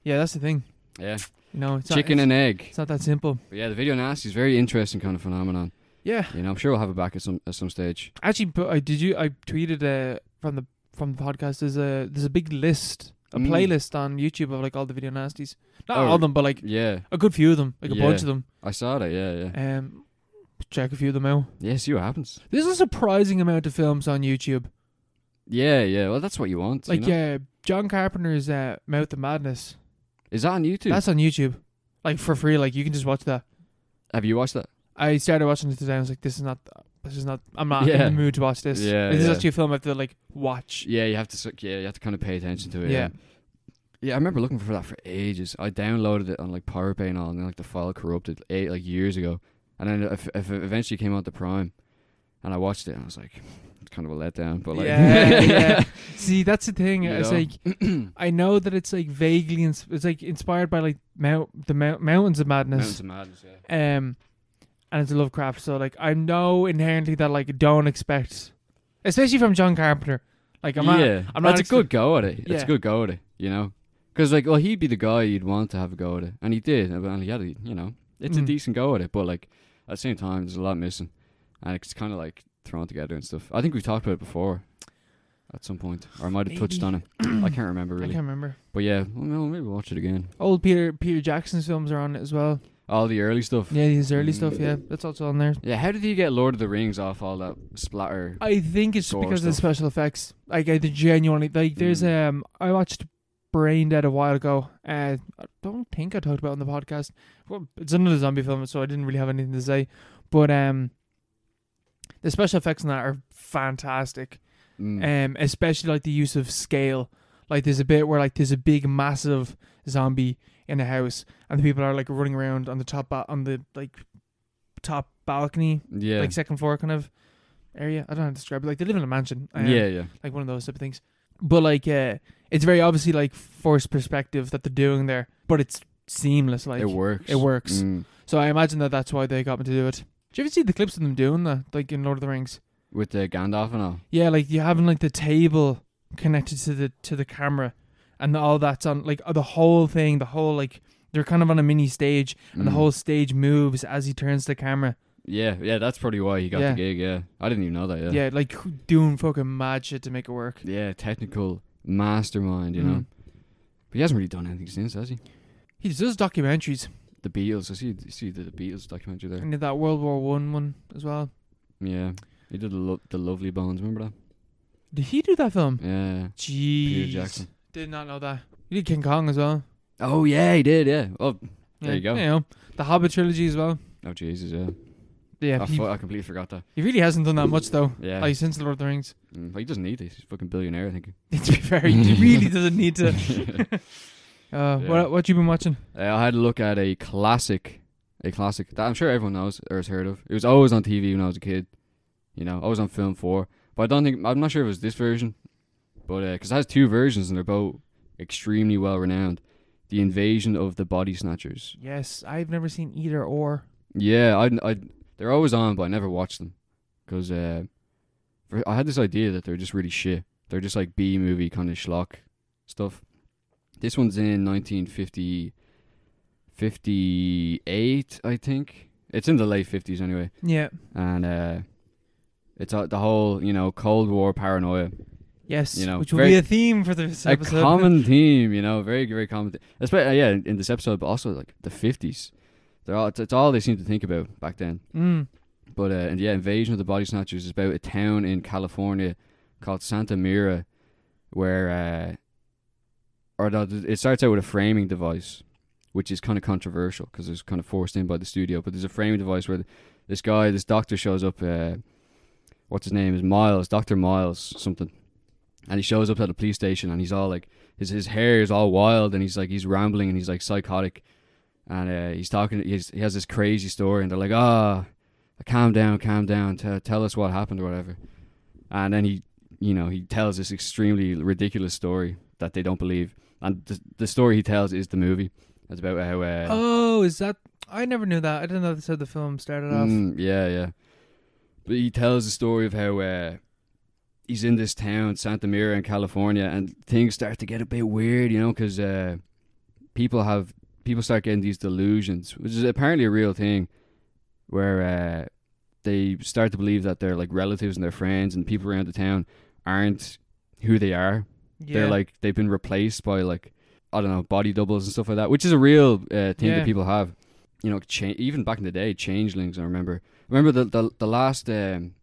[SPEAKER 2] yeah, that's the thing.
[SPEAKER 1] Yeah,
[SPEAKER 2] You know, it's
[SPEAKER 1] chicken
[SPEAKER 2] not,
[SPEAKER 1] and egg.
[SPEAKER 2] It's not that simple.
[SPEAKER 1] But yeah, the video nasty is very interesting kind of phenomenon.
[SPEAKER 2] Yeah.
[SPEAKER 1] You know, I'm sure we'll have it back at some at some stage.
[SPEAKER 2] Actually, but I did you I tweeted uh, from the from the podcast there's a there's a big list, a
[SPEAKER 1] Mm.
[SPEAKER 2] playlist on YouTube of like all the video nasties. Not
[SPEAKER 1] Oh.
[SPEAKER 2] all of them, but like
[SPEAKER 1] Yeah.
[SPEAKER 2] a good few of them, like a
[SPEAKER 1] Yeah.
[SPEAKER 2] bunch of them.
[SPEAKER 1] I saw that, yeah, yeah.
[SPEAKER 2] Um check a few of them out.
[SPEAKER 1] Yeah, see what happens.
[SPEAKER 2] There's a surprising amount of films on YouTube.
[SPEAKER 1] Yeah, yeah. Well, that's what you want.
[SPEAKER 2] Like
[SPEAKER 1] you know?
[SPEAKER 2] uh, John Carpenter's uh, Mouth of Madness.
[SPEAKER 1] Is that on YouTube?
[SPEAKER 2] That's on YouTube. Like for free, like you can just watch that.
[SPEAKER 1] Have you watched that?
[SPEAKER 2] I started watching it today. I was like, this is not, this is not. I'm not in
[SPEAKER 1] Yeah.
[SPEAKER 2] the mood to watch this.
[SPEAKER 1] Yeah,
[SPEAKER 2] this is
[SPEAKER 1] yeah.
[SPEAKER 2] actually a film I have to like watch.
[SPEAKER 1] Yeah, you have to. suck- Yeah, you have to kind of pay attention to it.
[SPEAKER 2] Yeah.
[SPEAKER 1] Yeah. Yeah, I remember looking for that for ages. I downloaded it on like Pirate Bay and all, and then like the file corrupted eight like years ago, and then if, if it eventually came out to Prime, and I watched it, and I was like, it's kind of a letdown. But like,
[SPEAKER 2] yeah, yeah. See, that's the thing.
[SPEAKER 1] You
[SPEAKER 2] it's
[SPEAKER 1] know?
[SPEAKER 2] like I know that it's like vaguely, ins- it's like inspired by like mount the mount- mountains of
[SPEAKER 1] Mountains
[SPEAKER 2] madness,
[SPEAKER 1] of Madness, yeah.
[SPEAKER 2] um, and it's Lovecraft. So like I know inherently that like don't expect, especially from John Carpenter. Like I'm not,
[SPEAKER 1] yeah,
[SPEAKER 2] I'm not
[SPEAKER 1] that's
[SPEAKER 2] expe-
[SPEAKER 1] a good go at it. It's
[SPEAKER 2] Yeah.
[SPEAKER 1] a good go at it, you know, because like, well, he'd be the guy you'd want to have a go at it, and he did, and and he had, a, you know, it's a
[SPEAKER 2] Mm.
[SPEAKER 1] decent go at it, but like at the same time, there's a lot missing, and it's kind of like thrown together and stuff. I think we talked about it before, at some point, or I might have touched on
[SPEAKER 2] Maybe.
[SPEAKER 1] it. I can't remember
[SPEAKER 2] I
[SPEAKER 1] really,
[SPEAKER 2] can't remember.
[SPEAKER 1] but yeah, well, no, maybe we'll watch it again.
[SPEAKER 2] Old Peter Peter Jackson's films are on it as well.
[SPEAKER 1] All the early stuff.
[SPEAKER 2] Yeah, his early stuff.
[SPEAKER 1] Mm.
[SPEAKER 2] Yeah, that's also on there.
[SPEAKER 1] Yeah, how did he get Lord of the Rings off all that splatter?
[SPEAKER 2] I think it's just
[SPEAKER 1] Gore
[SPEAKER 2] because of the
[SPEAKER 1] stuff.
[SPEAKER 2] special effects. Like I genuinely like there's
[SPEAKER 1] Mm.
[SPEAKER 2] um I watched Brain Dead a while ago. Uh, I don't think I talked about it on the podcast. Well, it's another zombie film, so I didn't really have anything to say. But um the special effects in that are fantastic.
[SPEAKER 1] Mm.
[SPEAKER 2] Um especially like the use of scale. Like there's a bit where like there's a big massive zombie in a house and the people are like running around on the top ba- on the like top balcony
[SPEAKER 1] yeah,
[SPEAKER 2] like second floor kind of area. I don't know how to describe it. Like they live in a mansion. um,
[SPEAKER 1] yeah, yeah.
[SPEAKER 2] Like one of those type of things. But like uh it's very obviously like forced perspective that they're doing there. But it's seamless, like
[SPEAKER 1] it works.
[SPEAKER 2] it works.
[SPEAKER 1] Mm.
[SPEAKER 2] So I imagine that that's why they got me to do it. Do you ever see the clips of them doing that? Like in Lord of the Rings?
[SPEAKER 1] with the Gandalf and all.
[SPEAKER 2] Yeah, like you having like the table connected to the to the camera and all that's on like the whole thing, the whole like they're kind of on a mini stage and the
[SPEAKER 1] Mm.
[SPEAKER 2] whole stage moves as he turns the camera.
[SPEAKER 1] Yeah, yeah, that's probably why he got
[SPEAKER 2] Yeah.
[SPEAKER 1] the gig. Yeah, I didn't even know that. Yeah,
[SPEAKER 2] Yeah, like doing fucking mad shit to make it work.
[SPEAKER 1] Yeah, technical mastermind, you know.
[SPEAKER 2] Mm.
[SPEAKER 1] But he hasn't really done anything since, has he?
[SPEAKER 2] He does documentaries.
[SPEAKER 1] The Beatles, I see, I see the Beatles documentary there.
[SPEAKER 2] And did that World War One one as well.
[SPEAKER 1] Yeah, he did the, lo- the Lovely Bones. Remember that?
[SPEAKER 2] Did he do that film?
[SPEAKER 1] Yeah,
[SPEAKER 2] Mm. Jeez.
[SPEAKER 1] Peter Jackson.
[SPEAKER 2] Did not know that. He did King Kong as well.
[SPEAKER 1] Oh yeah, he did. Yeah. Oh, There
[SPEAKER 2] Yeah,
[SPEAKER 1] you go.
[SPEAKER 2] know, the Hobbit trilogy as well.
[SPEAKER 1] oh Jesus, yeah.
[SPEAKER 2] Yeah,
[SPEAKER 1] I,
[SPEAKER 2] he,
[SPEAKER 1] fu- I completely forgot that.
[SPEAKER 2] he really hasn't done that much though.
[SPEAKER 1] Ah, Yeah.
[SPEAKER 2] Like since Lord of the Rings.
[SPEAKER 1] Mm, but he doesn't need this. He's a fucking billionaire, I think.
[SPEAKER 2] to be fair, he really doesn't need to. Uh,
[SPEAKER 1] Yeah.
[SPEAKER 2] What what you been watching?
[SPEAKER 1] Uh, I had a look at a classic, a classic that I'm sure everyone knows or has heard of. It was always on TV when I was a kid, you know, always on film four. But I don't think I'm not sure if it was this version, but because it has two versions and they're both extremely well renowned. The Invasion of the Body Snatchers.
[SPEAKER 2] Yes, I've never seen either or.
[SPEAKER 1] Yeah, I, I they're always on, but I never watched them because uh, for- I had this idea that they're just really shit. They're just like B movie kind of schlock stuff. This one's in 1950, 58, I think. It's in the late 50s anyway,
[SPEAKER 2] Yeah.
[SPEAKER 1] and uh, it's uh, the whole you know Cold War paranoia.
[SPEAKER 2] Yes.
[SPEAKER 1] You know,
[SPEAKER 2] which will
[SPEAKER 1] very-
[SPEAKER 2] be a theme for this
[SPEAKER 1] a
[SPEAKER 2] episode.
[SPEAKER 1] common theme, you know, very very common. Th- Especially yeah, in in this episode, but also like the 50s. They're all it's, it's all they seem to think about back then.
[SPEAKER 2] mm.
[SPEAKER 1] But uh, and yeah, Invasion of the Body Snatchers is about a town in California called Santa Mira, where uh, or no, th- it starts out with a framing device, which is kind of controversial because it was kind of forced in by the studio. But there's a framing device where this guy, this doctor, shows up. Uh, what's his name? Is Miles, Doctor Miles, something. And he shows up at a police station, and he's all like, his his hair is all wild, and he's like, he's rambling, and he's like psychotic, and uh, he's talking. He's, he has this crazy story, and they're like, ah, calm down, calm down, t- tell us what happened or whatever. And then he, you know, he tells this extremely ridiculous story that they don't believe, and the, the story he tells is the movie. That's about how. Uh,
[SPEAKER 2] Oh, is that? I never knew that. I didn't know that's how the film started off.
[SPEAKER 1] Mm, yeah, yeah. But he tells the story of how uh, he's in this town, Santa Mira in California, and things start to get a bit weird, you know, because uh, people have people start getting these delusions, which is apparently a real thing, where uh, they start to believe that their like relatives and their friends and people around the town aren't who they are.
[SPEAKER 2] Yeah.
[SPEAKER 1] They're like they've been replaced by like I don't know body doubles and stuff like that, which is a real uh, thing
[SPEAKER 2] Yeah.
[SPEAKER 1] that people have. You know, cha- even back in the day, changelings. I remember. Remember the the, the last um,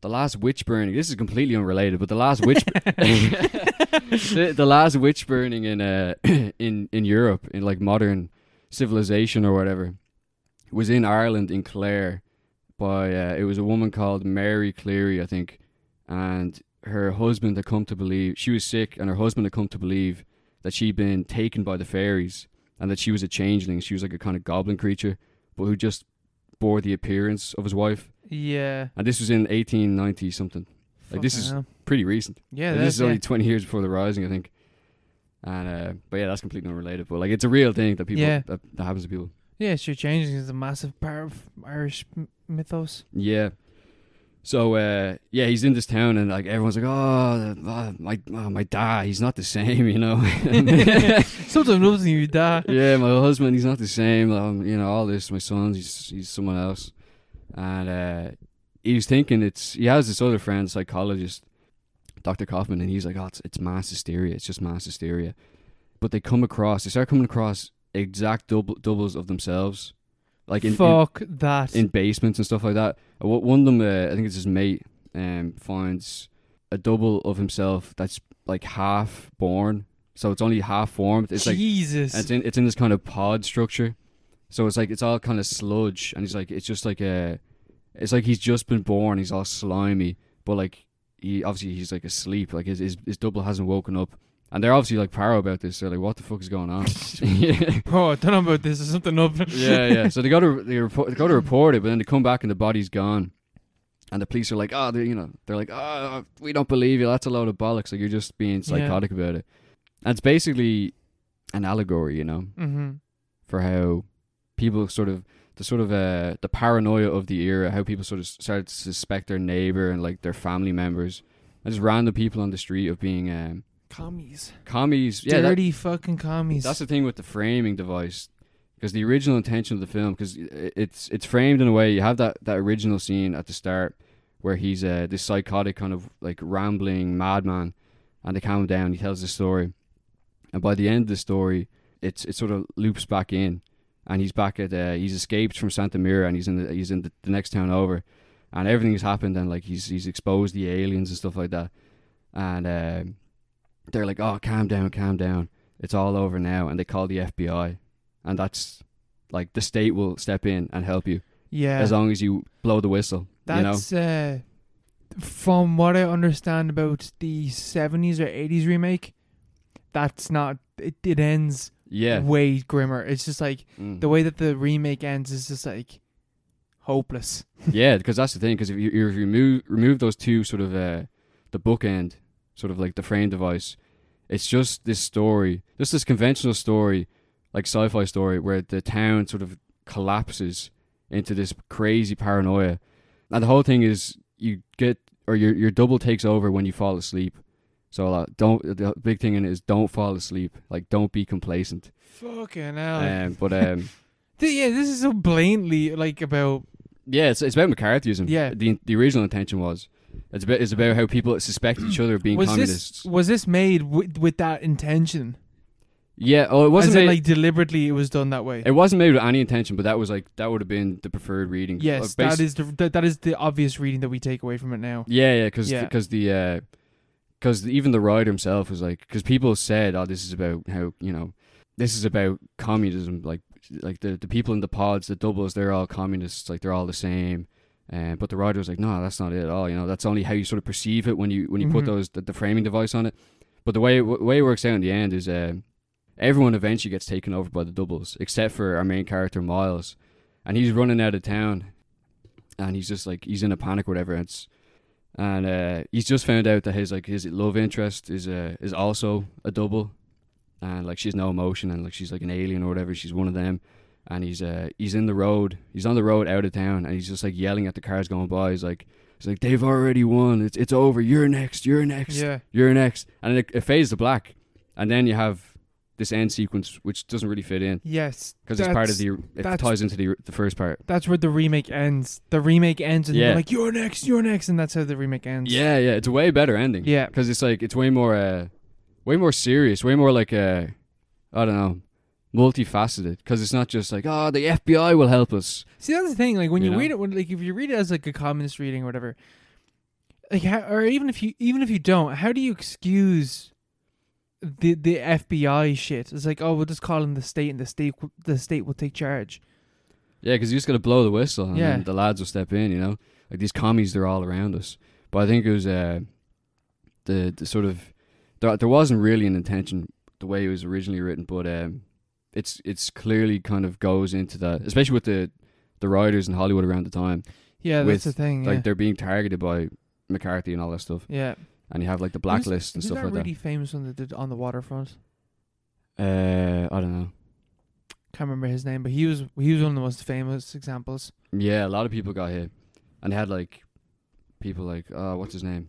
[SPEAKER 1] the last witch burning. This is completely unrelated, but the last witch the, the last witch burning in uh in in Europe in like modern civilization or whatever was in Ireland in Clare by uh, it was a woman called Mary Cleary I think and her husband had come to believe she was sick and her husband had come to believe that she'd been taken by the fairies and that she was a changeling she was like a kind of goblin creature but who just bore the appearance of his wife
[SPEAKER 2] yeah.
[SPEAKER 1] and this was in 1890 something Like, this
[SPEAKER 2] Fucking
[SPEAKER 1] is-
[SPEAKER 2] hell.
[SPEAKER 1] Pretty recent.
[SPEAKER 2] yeah.
[SPEAKER 1] Like,
[SPEAKER 2] That's,
[SPEAKER 1] this is only
[SPEAKER 2] yeah.
[SPEAKER 1] 20 years before the rising, I think. And uh, but yeah, that's completely unrelated. But like, it's a real thing that people
[SPEAKER 2] Yeah.
[SPEAKER 1] that, that happens to people.
[SPEAKER 2] yeah, sure. Changing is a massive part of Irish m- mythos.
[SPEAKER 1] Yeah. So uh, yeah, he's in this town, and like everyone's like, "Oh, uh, my oh, my dad, he's not the same," you know.
[SPEAKER 2] Sometimes nothing you die.
[SPEAKER 1] yeah, my husband, he's not the same. Um, you know, all this, my sons, he's he's someone else. And uh, he was thinking it's he has this other friend, psychologist, Dr. Kaufman, and he's like, oh, it's, it's mass hysteria. It's just mass hysteria. But they come across, they start coming across exact double, doubles of themselves, like in, in
[SPEAKER 2] Fuck that.
[SPEAKER 1] in basements and stuff like that. Uh, wh- One of them, uh, I think it's his mate, um, finds a double of himself that's like half born, so it's only half formed. It's like
[SPEAKER 2] Jesus.
[SPEAKER 1] and it's in it's in this kind of pod structure, so it's like it's all kind of sludge, and he's like it's just like a, it's like he's just been born. He's all slimy, but like he obviously he's like asleep. Like his his, his double hasn't woken up, and they're obviously like paro about this. They're like, what the fuck is going on? yeah,
[SPEAKER 2] Bro, Oh, I don't know about this. There's something up.
[SPEAKER 1] yeah. So they got to they, report, they got to report it, but then they come back and the body's gone. And the police are like, oh, they you know, they're like, oh, we don't believe you. That's a load of bollocks. Like you're just being
[SPEAKER 2] Yeah.
[SPEAKER 1] psychotic about it. And it's basically an allegory, you know
[SPEAKER 2] Mm-hmm.
[SPEAKER 1] for how people sort of the sort of uh, the paranoia of the era, how people sort of started to suspect their neighbor and like their family members, and just random people on the street of being um,
[SPEAKER 2] Commies.
[SPEAKER 1] commies. Yeah, that-
[SPEAKER 2] Dirty fucking commies.
[SPEAKER 1] that's the thing with the framing device, because the original intention of the film, because it's it's framed in a way you have that that original scene at the start where he's uh, this psychotic kind of like rambling madman, and they calm him down. He tells the story, and by the end of the story, it's it sort of loops back in, and he's back at uh, he's escaped from Santa Mira and he's in the, he's in the, the next town over, and everything's happened and like he's he's exposed the aliens and stuff like that, and um, they're like, oh, calm down, calm down, it's all over now, and they call the FBI, and that's like the state will step in and help you
[SPEAKER 2] yeah.
[SPEAKER 1] as long as you blow the whistle, you know.
[SPEAKER 2] That's uh, from what I understand about the seventies or eighties remake. That's not. It, it ends
[SPEAKER 1] Yeah.
[SPEAKER 2] way grimmer. It's just like
[SPEAKER 1] Mm.
[SPEAKER 2] the way that the remake ends is just like hopeless.
[SPEAKER 1] yeah, because that's the thing. Because if you, you remove remove those two sort of uh, the bookend, sort of like the frame device, it's just this story, just this conventional story, like sci-fi story, where the town sort of collapses into this crazy paranoia, and the whole thing is you get or your your double takes over when you fall asleep. So uh, don't the big thing in it is don't fall asleep. Like don't be complacent.
[SPEAKER 2] Fucking hell.
[SPEAKER 1] Um, but um,
[SPEAKER 2] Th- yeah, this is so blatantly like about
[SPEAKER 1] Yeah, it's, it's about McCarthyism.
[SPEAKER 2] Yeah.
[SPEAKER 1] the the original intention was it's about it's about how people suspect each other of being
[SPEAKER 2] was
[SPEAKER 1] communists.
[SPEAKER 2] this was this made with, with that intention?
[SPEAKER 1] yeah, oh, it wasn't
[SPEAKER 2] As in,
[SPEAKER 1] made,
[SPEAKER 2] like deliberately it was done that way?
[SPEAKER 1] it wasn't made with any intention, but that was like that would have been the preferred reading.
[SPEAKER 2] yes,
[SPEAKER 1] Uh, basi-
[SPEAKER 2] that is the that, that is the obvious reading that we take away from it now.
[SPEAKER 1] Yeah, yeah, because
[SPEAKER 2] Yeah.
[SPEAKER 1] because the because even the writer himself was like because people said, oh, this is about how you know this is about communism, like like the the people in the pods, the doubles, they're all communists, like they're all the same. Um, but the writer was like, no, that's not it at all. You know, that's only how you sort of perceive it when you when you put
[SPEAKER 2] Mhm.
[SPEAKER 1] those the, the framing device on it. But the way it, w- way it works out in the end is um, everyone eventually gets taken over by the doubles, except for our main character Miles, and he's running out of town, and he's just like he's in a panic, or whatever. And it's and uh, he's just found out that his like his love interest is uh, is also a double, and like she's no emotion, and like she's like an alien or whatever. She's one of them, and he's uh, he's in the road. He's on the road out of town, and he's just like yelling at the cars going by. He's like he's like they've already won. It's it's over. You're next. You're next.
[SPEAKER 2] Yeah.
[SPEAKER 1] You're next. And it, it fades to black, and then you have this end sequence which doesn't really fit in
[SPEAKER 2] Yes.
[SPEAKER 1] because it's part
[SPEAKER 2] that's-
[SPEAKER 1] of the it
[SPEAKER 2] that's-
[SPEAKER 1] ties into the the first part.
[SPEAKER 2] That's where the remake ends. The remake ends, and
[SPEAKER 1] Yeah.
[SPEAKER 2] they're like, "You're next, you're next," and that's how the remake ends.
[SPEAKER 1] Yeah, yeah, it's a way better ending.
[SPEAKER 2] Yeah.
[SPEAKER 1] because it's like it's way more, uh, way more serious, way more like uh, I don't know, multifaceted. Because it's not just like oh the FBI will help us.
[SPEAKER 2] See, that's the thing. Like when
[SPEAKER 1] You
[SPEAKER 2] you,
[SPEAKER 1] know?
[SPEAKER 2] read it, when like if you read it as like a communist reading or whatever, like how, or even if you even if you don't, how do you excuse the the FBI shit? It's like, oh, we'll just call in the state, and the state w- the state will take charge.
[SPEAKER 1] Yeah, because you just gotta blow the whistle, and
[SPEAKER 2] Yeah.
[SPEAKER 1] then the lads will step in. You know, like these commies, they're all around us. But I think it was uh, the the sort of there, there wasn't really an intention the way it was originally written, but um, it's it's clearly kind of goes into that, especially with the the writers in Hollywood around the time.
[SPEAKER 2] Yeah,
[SPEAKER 1] With,
[SPEAKER 2] that's the thing.
[SPEAKER 1] like
[SPEAKER 2] yeah.
[SPEAKER 1] they're being targeted by McCarthy and all that stuff.
[SPEAKER 2] Yeah.
[SPEAKER 1] And you have like the blacklist and
[SPEAKER 2] Who's
[SPEAKER 1] stuff
[SPEAKER 2] that
[SPEAKER 1] like
[SPEAKER 2] really famous one that did on the waterfront?
[SPEAKER 1] that. Uh, I don't know.
[SPEAKER 2] Can't remember his name, but he was he was one of the most famous examples.
[SPEAKER 1] Yeah, a lot of people got hit, and they had like people like uh, what's his name,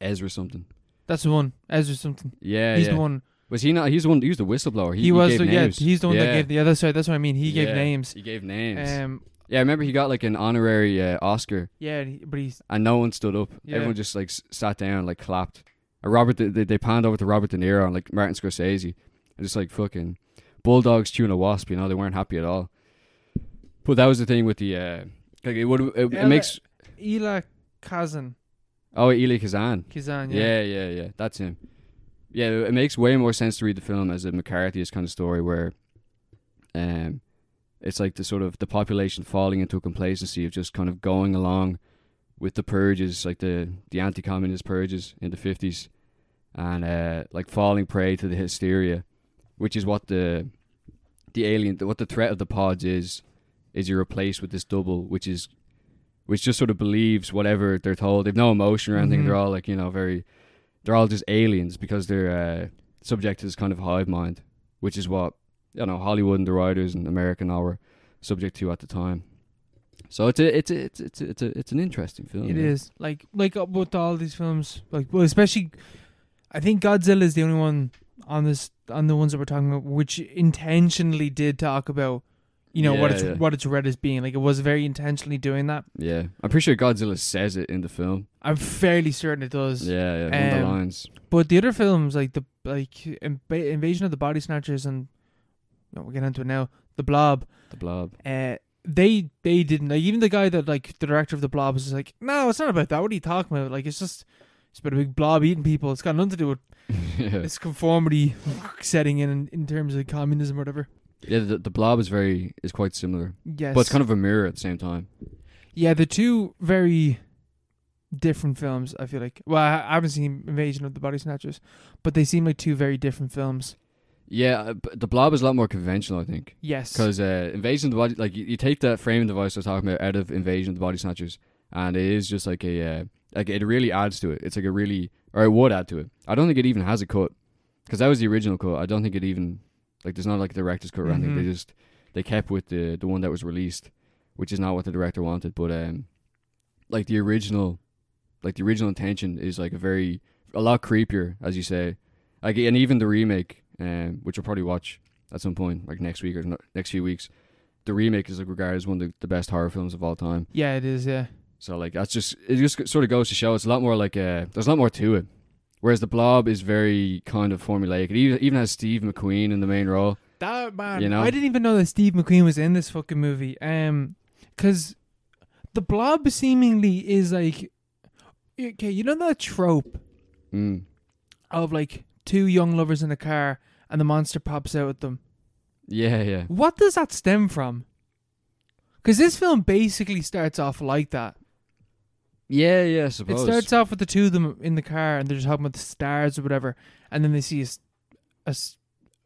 [SPEAKER 1] Ezra something.
[SPEAKER 2] That's the one, Ezra something.
[SPEAKER 1] Yeah,
[SPEAKER 2] he's
[SPEAKER 1] yeah.
[SPEAKER 2] the one.
[SPEAKER 1] Was he not? He's the one. He was the whistleblower. He,
[SPEAKER 2] He, was.
[SPEAKER 1] Gave
[SPEAKER 2] the- yeah,
[SPEAKER 1] names.
[SPEAKER 2] he's the one that
[SPEAKER 1] Yeah.
[SPEAKER 2] gave the other side. That's what I mean. He
[SPEAKER 1] Yeah,
[SPEAKER 2] gave names.
[SPEAKER 1] He gave names.
[SPEAKER 2] Um.
[SPEAKER 1] yeah, I remember he got like an honorary uh, Oscar,
[SPEAKER 2] Yeah, and he- but he's
[SPEAKER 1] and no one stood up.
[SPEAKER 2] Yeah.
[SPEAKER 1] Everyone just like s- sat down, and, like clapped. And Robert, they, they panned over to Robert De Niro and like Martin Scorsese, and just like fucking bulldogs chewing a wasp. You know, they weren't happy at all. But that was the thing with the uh, like it would it, it
[SPEAKER 2] Yeah,
[SPEAKER 1] makes
[SPEAKER 2] Ela Kazan.
[SPEAKER 1] oh Eli Kazan.
[SPEAKER 2] Kazan.
[SPEAKER 1] Yeah,
[SPEAKER 2] Yeah.
[SPEAKER 1] yeah, yeah. That's him. Yeah, it makes way more sense to read the film as a McCarthyist kind of story where um it's like the sort of the population falling into a complacency of just kind of going along with the purges, like the the anti communist purges in the fifties and uh like falling prey to the hysteria, which is what the the alien what the threat of the pods is, is you're replaced with this double which is which just sort of believes whatever they're told. They've no emotion or anything.
[SPEAKER 2] Mhm.
[SPEAKER 1] They're all like, you know, very they're all just aliens because they're uh, subject to this kind of hive mind, which is what you know Hollywood and the writers and America and all were subject to at the time. So it's a, it's a, it's a, it's a, it's, a, it's an interesting film.
[SPEAKER 2] It
[SPEAKER 1] yeah.
[SPEAKER 2] is like like uh, with all these films, like well, especially, I think Godzilla is the only one on this on the ones that we're talking about which intentionally did talk about, you know, what
[SPEAKER 1] Yeah,
[SPEAKER 2] it's
[SPEAKER 1] yeah.
[SPEAKER 2] what it's read as being. Like it was very intentionally doing that.
[SPEAKER 1] Yeah, I'm pretty sure Godzilla says it in the film.
[SPEAKER 2] I'm fairly certain it does.
[SPEAKER 1] Yeah, yeah, one of the
[SPEAKER 2] Um,
[SPEAKER 1] lines.
[SPEAKER 2] But the other films, like the like Inva- Invasion of the Body Snatchers and no, we'll get into it now. The Blob,
[SPEAKER 1] The blob.
[SPEAKER 2] uh, they they didn't like even the guy that like the director of the blob was just like, no, it's not about that. What are you talking about? Like it's just it's about a big blob eating people. It's got nothing to do with
[SPEAKER 1] yeah,
[SPEAKER 2] this conformity setting in in terms of communism or whatever.
[SPEAKER 1] yeah. The, the blob is very is quite similar,
[SPEAKER 2] Yes,
[SPEAKER 1] but it's kind of a mirror at the same time.
[SPEAKER 2] yeah, the two very different films. I feel like well, I I haven't seen Invasion of the Body Snatchers, but they seem like two very different films.
[SPEAKER 1] Yeah, uh, but the blob is a lot more conventional, I think.
[SPEAKER 2] Yes,
[SPEAKER 1] Because uh, Invasion of the Body, like you, you take that framing device I was talking about out of Invasion of the Body Snatchers, and it is just like a, uh, like it really adds to it. It's like a really, or it would add to it. I don't think it even has a cut, because that was the original cut. I don't think it even, like there's not like a director's cut or anything.
[SPEAKER 2] Mhm.
[SPEAKER 1] They just, they kept with the, the one that was released, which is not what the director wanted, but um, like the original, like the original intention is like a very, a lot creepier, as you say. Like, and even the remake, um, which I'll probably watch at some point, like next week or no, next few weeks. The remake is like regarded as one of the, the best horror films of all time.
[SPEAKER 2] yeah, it is. Yeah,
[SPEAKER 1] So like that's just it just sort of goes to show it's a lot more like uh there's a lot more to it. Whereas the Blob is very kind of formulaic. It even, even has Steve McQueen in the main role.
[SPEAKER 2] that man.
[SPEAKER 1] You know?
[SPEAKER 2] I didn't even know that Steve McQueen was in this fucking movie. Um, because the Blob seemingly is like, okay, you know that trope
[SPEAKER 1] Mm.
[SPEAKER 2] of like two young lovers in a car and the monster pops out at them.
[SPEAKER 1] Yeah, yeah,
[SPEAKER 2] What does that stem from? Because this film basically starts off like that.
[SPEAKER 1] yeah, yeah. I
[SPEAKER 2] It
[SPEAKER 1] suppose.
[SPEAKER 2] starts off with the two of them in the car and they're just talking about the stars or whatever, and then they see a, s- a s-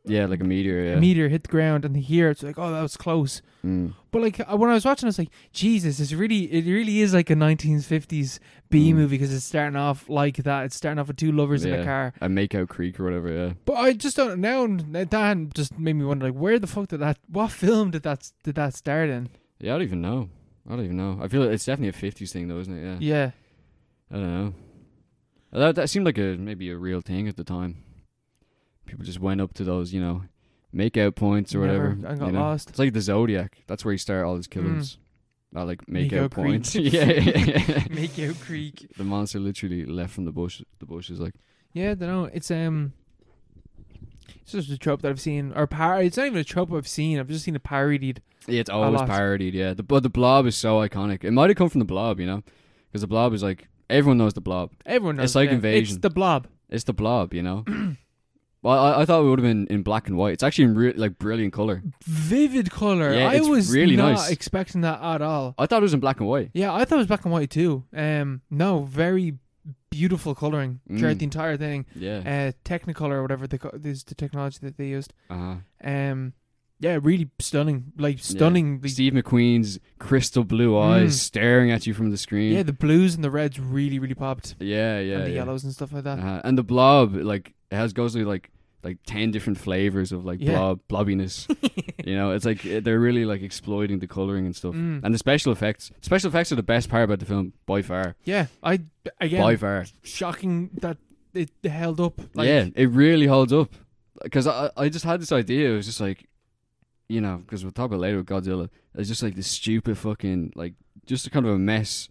[SPEAKER 1] yeah, like a meteor. Yeah.
[SPEAKER 2] meteor hit the ground and they hear it. It's like, oh, that was close.
[SPEAKER 1] Mm.
[SPEAKER 2] But like uh, when I was watching, I was like, Jesus, it's really, it really is like a 1950s B
[SPEAKER 1] Mm.
[SPEAKER 2] movie because it's starting off like that. It's starting off with two lovers in
[SPEAKER 1] Yeah.
[SPEAKER 2] a car.
[SPEAKER 1] A Makeout Creek or whatever. Yeah.
[SPEAKER 2] But I just don't know. That just made me wonder, like, where the fuck did that? What film did that did that start in?
[SPEAKER 1] Yeah, I don't even know. I don't even know. I feel like it's definitely a fifties thing though, isn't it? Yeah.
[SPEAKER 2] Yeah,
[SPEAKER 1] I don't know. Uh, That that seemed like a maybe a real thing at the time. People just went up to those, you know, make out points or
[SPEAKER 2] Never.
[SPEAKER 1] whatever.
[SPEAKER 2] I got
[SPEAKER 1] you know.
[SPEAKER 2] lost.
[SPEAKER 1] It's like the Zodiac. That's where you start all these killings.
[SPEAKER 2] Hmm.
[SPEAKER 1] Not like make,
[SPEAKER 2] Make
[SPEAKER 1] out,
[SPEAKER 2] out creep.
[SPEAKER 1] points. yeah.
[SPEAKER 2] Make Out Creek.
[SPEAKER 1] the monster literally left from the bush the bushes like
[SPEAKER 2] Yeah, I don't know. It's um, it's just a trope that I've seen, or par. It's not even a trope I've seen. I've just seen it parodied.
[SPEAKER 1] Yeah, it's always
[SPEAKER 2] lot.
[SPEAKER 1] parodied. Yeah, the, but the Blob is so iconic. It might have come from the Blob, you know, because the Blob is like everyone knows the Blob.
[SPEAKER 2] Everyone knows.
[SPEAKER 1] It's like
[SPEAKER 2] yeah.
[SPEAKER 1] Invasion.
[SPEAKER 2] It's the Blob.
[SPEAKER 1] It's the Blob, you know. well, I, I thought it would have been in black and white. It's actually in re- like brilliant color.
[SPEAKER 2] Vivid color.
[SPEAKER 1] Yeah,
[SPEAKER 2] I
[SPEAKER 1] it's
[SPEAKER 2] was
[SPEAKER 1] really
[SPEAKER 2] not
[SPEAKER 1] nice.
[SPEAKER 2] expecting that at all.
[SPEAKER 1] I thought it was in black and white.
[SPEAKER 2] Yeah, I thought it was black and white too. Um, no, very beautiful coloring throughout
[SPEAKER 1] Mm.
[SPEAKER 2] the entire thing.
[SPEAKER 1] Yeah.
[SPEAKER 2] Uh, Technicolor or whatever they co- is the technology that they used.
[SPEAKER 1] Uh-huh.
[SPEAKER 2] Um, Yeah, really stunning. Like stunningly. Yeah.
[SPEAKER 1] Steve McQueen's crystal blue eyes
[SPEAKER 2] Mm.
[SPEAKER 1] staring at you from the screen.
[SPEAKER 2] the blues and the reds really, really popped.
[SPEAKER 1] yeah, yeah.
[SPEAKER 2] and the
[SPEAKER 1] yeah.
[SPEAKER 2] yellows and stuff like that.
[SPEAKER 1] Uh, and the blob, like, it has goes through like like ten different flavors of like
[SPEAKER 2] Yeah.
[SPEAKER 1] blob blobbiness. you know, it's like uh, they're really like exploiting the coloring and stuff.
[SPEAKER 2] Mm.
[SPEAKER 1] And the special effects. Special effects are the best part about the film by far.
[SPEAKER 2] Yeah, I again
[SPEAKER 1] By far.
[SPEAKER 2] shocking that it held up. Like,
[SPEAKER 1] yeah, it really holds up. Because I, I just had this idea. It was just like, you know, because we'll talk about it later with Godzilla. It's just like this stupid fucking, like, just a kind of a mess.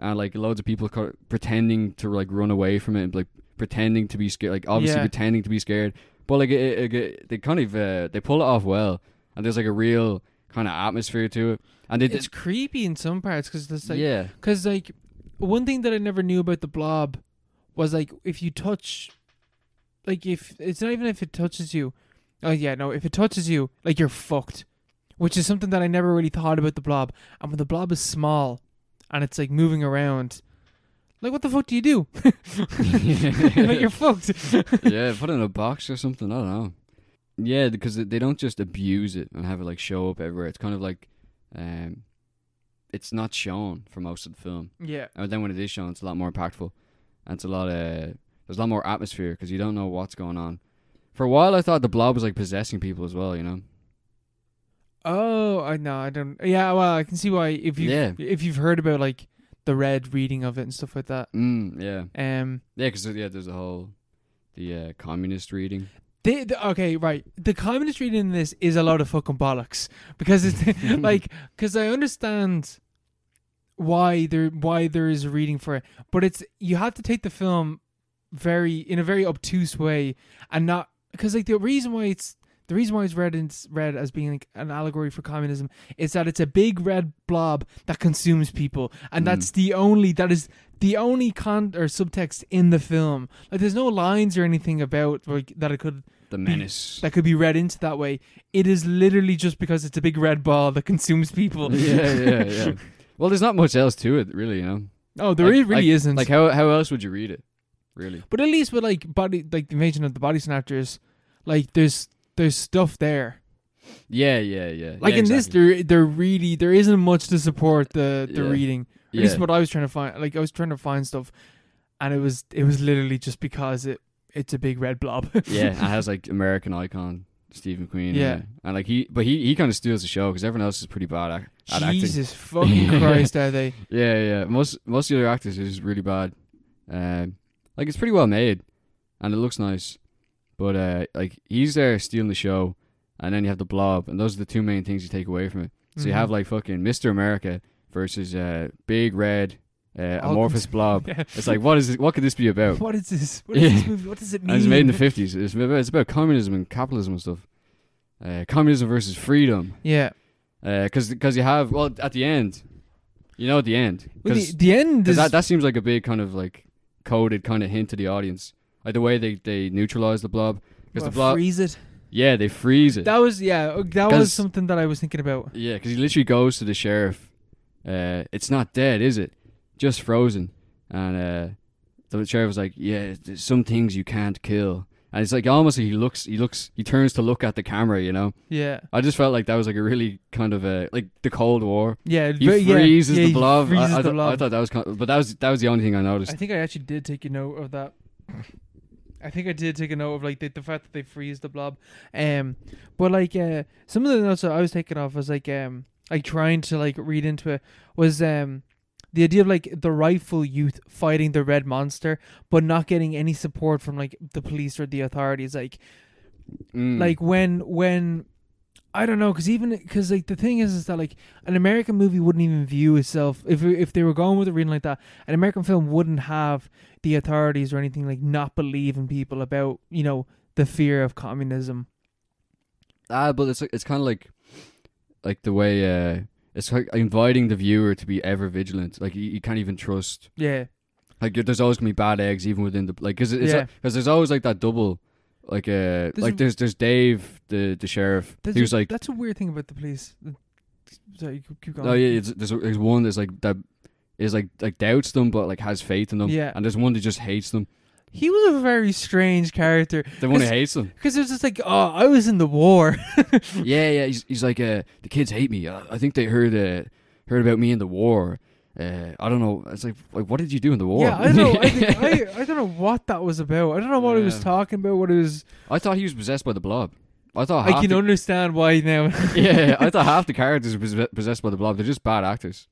[SPEAKER 1] And like loads of people co- pretending to like run away from it and like pretending to be scared. Like, obviously
[SPEAKER 2] Yeah.
[SPEAKER 1] pretending to be scared. But like, it, it, it- they kind of, uh, they pull it off well. And there's like a real kind of atmosphere to it. And they did-
[SPEAKER 2] it's creepy in some parts because it's like
[SPEAKER 1] yeah.
[SPEAKER 2] because like one thing that I never knew about the blob was like if you touch, like if it's not even if it touches you. Oh yeah, no, if it touches you, like you're fucked, which is something that I never really thought about the blob. And when the blob is small, and it's like moving around, like what the fuck do you do? like you're fucked.
[SPEAKER 1] yeah, put it in a box or something. I don't know. Yeah, because they- they don't just abuse it and have it like show up everywhere. It's kind of like, um, it's not shown for most of the film.
[SPEAKER 2] yeah.
[SPEAKER 1] And then when it is shown, it's a lot more impactful, and it's a lot uh there's a lot more atmosphere because you don't know what's going on. For a while, I thought the blob was like possessing people as well. You know?
[SPEAKER 2] Oh, I no, I don't. Yeah, well, I can see why if you
[SPEAKER 1] Yeah.
[SPEAKER 2] have if you've heard about like the red reading of it and stuff like that.
[SPEAKER 1] Mm, yeah,
[SPEAKER 2] Um,
[SPEAKER 1] yeah, because yeah, there's a whole the uh, communist reading.
[SPEAKER 2] they, the, okay, right. The communist reading in this is a lot of fucking bollocks because it's like because I understand why there why there is a reading for it, but it's you have to take the film very in a very obtuse way and not because like the reason why it's the reason why it's read in, read as being like an allegory for communism is that it's a big red blob that consumes people and that's the only that is the only con or subtext in the film like there's no lines or anything about like that it could
[SPEAKER 1] The menace.
[SPEAKER 2] that could be read into that way it is literally just because it's a big red ball that consumes people
[SPEAKER 1] yeah, yeah, yeah. Well, there's not much else to it, really. You know?
[SPEAKER 2] oh there
[SPEAKER 1] Like-
[SPEAKER 2] really isn't
[SPEAKER 1] Like how how else would you read it? Really?
[SPEAKER 2] But at least with like body, like the invasion of the body snatchers, like there's there's stuff there.
[SPEAKER 1] Yeah, yeah, yeah.
[SPEAKER 2] Like
[SPEAKER 1] yeah,
[SPEAKER 2] in this,
[SPEAKER 1] exactly.
[SPEAKER 2] there there really there isn't much to support the the
[SPEAKER 1] Yeah.
[SPEAKER 2] reading. At
[SPEAKER 1] yeah.
[SPEAKER 2] least what I was trying to find, like I was trying to find stuff, and it was it was literally just because it it's a big red blob.
[SPEAKER 1] yeah, it has like American icon Stephen Queen.
[SPEAKER 2] Yeah.
[SPEAKER 1] and, and like he, but he he kind of steals the show because everyone else is pretty bad at, at acting.
[SPEAKER 2] Jesus fucking Christ, are they?
[SPEAKER 1] Yeah, yeah. Most most of the other actors are just really bad. Um, like it's pretty well made, and it looks nice, but uh, like he's there stealing the show, and then you have the Blob, and those are the two main things you take away from it. So you
[SPEAKER 2] Mhm.
[SPEAKER 1] have like fucking Mister America versus uh, big red uh,
[SPEAKER 2] All
[SPEAKER 1] amorphous Blob.
[SPEAKER 2] Yeah.
[SPEAKER 1] It's like what is it, what could this be about?
[SPEAKER 2] Mm-hmm. What is this? What is this
[SPEAKER 1] Yeah.
[SPEAKER 2] movie? What does it mean?
[SPEAKER 1] And it's made in the fifties. It's about, it's about communism and capitalism and stuff. Uh, communism versus freedom.
[SPEAKER 2] yeah.
[SPEAKER 1] Because because you have well at the end, you know at the end
[SPEAKER 2] Well,
[SPEAKER 1] because
[SPEAKER 2] the, the end is
[SPEAKER 1] that that seems like a big kind of like coded kind of hint to the audience, like the way they they neutralize the blob because
[SPEAKER 2] well,
[SPEAKER 1] the blob
[SPEAKER 2] freeze it.
[SPEAKER 1] yeah they freeze it Yeah,
[SPEAKER 2] That
[SPEAKER 1] 'cause
[SPEAKER 2] was yeah. uh, That was
[SPEAKER 1] 'Cause-
[SPEAKER 2] something that I was thinking about.
[SPEAKER 1] yeah because he literally goes to the sheriff. Uh, it's not dead, is it? Just frozen. And uh, the sheriff was like, "Yeah, there's some things you can't kill." And it's like almost like he looks, he looks, he turns to look at the camera, you know.
[SPEAKER 2] Yeah.
[SPEAKER 1] I just felt like that was like a really kind of a like the Cold War.
[SPEAKER 2] Yeah,
[SPEAKER 1] He
[SPEAKER 2] ve- yeah,
[SPEAKER 1] freezes
[SPEAKER 2] yeah,
[SPEAKER 1] the
[SPEAKER 2] he
[SPEAKER 1] blob. I-
[SPEAKER 2] freezes
[SPEAKER 1] I,
[SPEAKER 2] the
[SPEAKER 1] thought-
[SPEAKER 2] blob.
[SPEAKER 1] I thought that was, kind of, but that was that was the only thing I noticed.
[SPEAKER 2] I think I actually did take a note of that. I think I did take a note of like the, the fact that they freeze the blob. Um, but like uh, some of the notes that I was taking off was like um, like trying to like read into it was um, the idea of like the rightful youth fighting the red monster, but not getting any support from like the police or the authorities. Like
[SPEAKER 1] Mm.
[SPEAKER 2] like when when I don't know because even because like the thing is is that like an American movie wouldn't even view itself if if they were going with a reading like that an American film wouldn't have the authorities or anything like not believe in people about you know the fear of communism
[SPEAKER 1] ah, but it's it's kind of like like the way uh, it's like inviting the viewer to be ever vigilant. Like you, you can't even trust.
[SPEAKER 2] yeah
[SPEAKER 1] Like there's always gonna be bad eggs even within the like because it's
[SPEAKER 2] Yeah.
[SPEAKER 1] because there's always like that double. Like uh,
[SPEAKER 2] There's
[SPEAKER 1] like
[SPEAKER 2] a-
[SPEAKER 1] there's there's Dave the the sheriff.
[SPEAKER 2] That's
[SPEAKER 1] he was
[SPEAKER 2] a,
[SPEAKER 1] like
[SPEAKER 2] that's a weird thing about the police sorry keep- keep going
[SPEAKER 1] No, oh, yeah, it's, there's, there's one that's like that is like like doubts them, but like has faith in them.
[SPEAKER 2] Yeah.
[SPEAKER 1] and there's one that just hates them.
[SPEAKER 2] He was a very strange character
[SPEAKER 1] The one who
[SPEAKER 2] Cause-
[SPEAKER 1] hates them.
[SPEAKER 2] because it was just like, oh, I was in the war.
[SPEAKER 1] Yeah, yeah. He's, he's like, uh, the kids hate me. I, I think they heard uh, heard about me in the war. Uh, I don't know. It's like, like, what did you do in the war?
[SPEAKER 2] Yeah, I don't know. I, think, I, I don't know what that was about. I don't know what he was
[SPEAKER 1] Yeah.
[SPEAKER 2] talking about. What it was.
[SPEAKER 1] I thought he was possessed by the blob. I thought
[SPEAKER 2] I
[SPEAKER 1] half
[SPEAKER 2] can
[SPEAKER 1] the,
[SPEAKER 2] understand why now.
[SPEAKER 1] yeah, I thought half the characters were possess- possessed by the blob. They're just bad actors.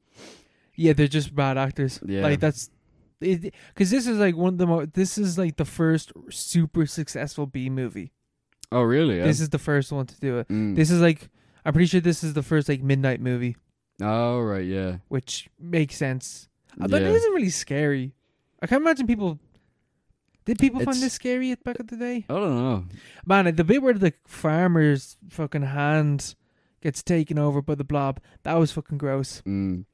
[SPEAKER 2] yeah, they're just bad actors.
[SPEAKER 1] Yeah.
[SPEAKER 2] Like that's because this is like one of the mo- this is like the first super successful B movie.
[SPEAKER 1] Oh, really? Yeah.
[SPEAKER 2] This is the first one to do it.
[SPEAKER 1] Mm.
[SPEAKER 2] This is like I'm pretty sure this is the first like midnight movie,
[SPEAKER 1] oh, right. Yeah.
[SPEAKER 2] which makes sense.
[SPEAKER 1] yeah.
[SPEAKER 2] Although it isn't really scary. I can't imagine people. Did people find
[SPEAKER 1] It's-
[SPEAKER 2] this scary at back of the day?
[SPEAKER 1] I don't know.
[SPEAKER 2] Man, the bit where the farmer's fucking hand gets taken over by the blob, that was fucking gross.
[SPEAKER 1] Mm.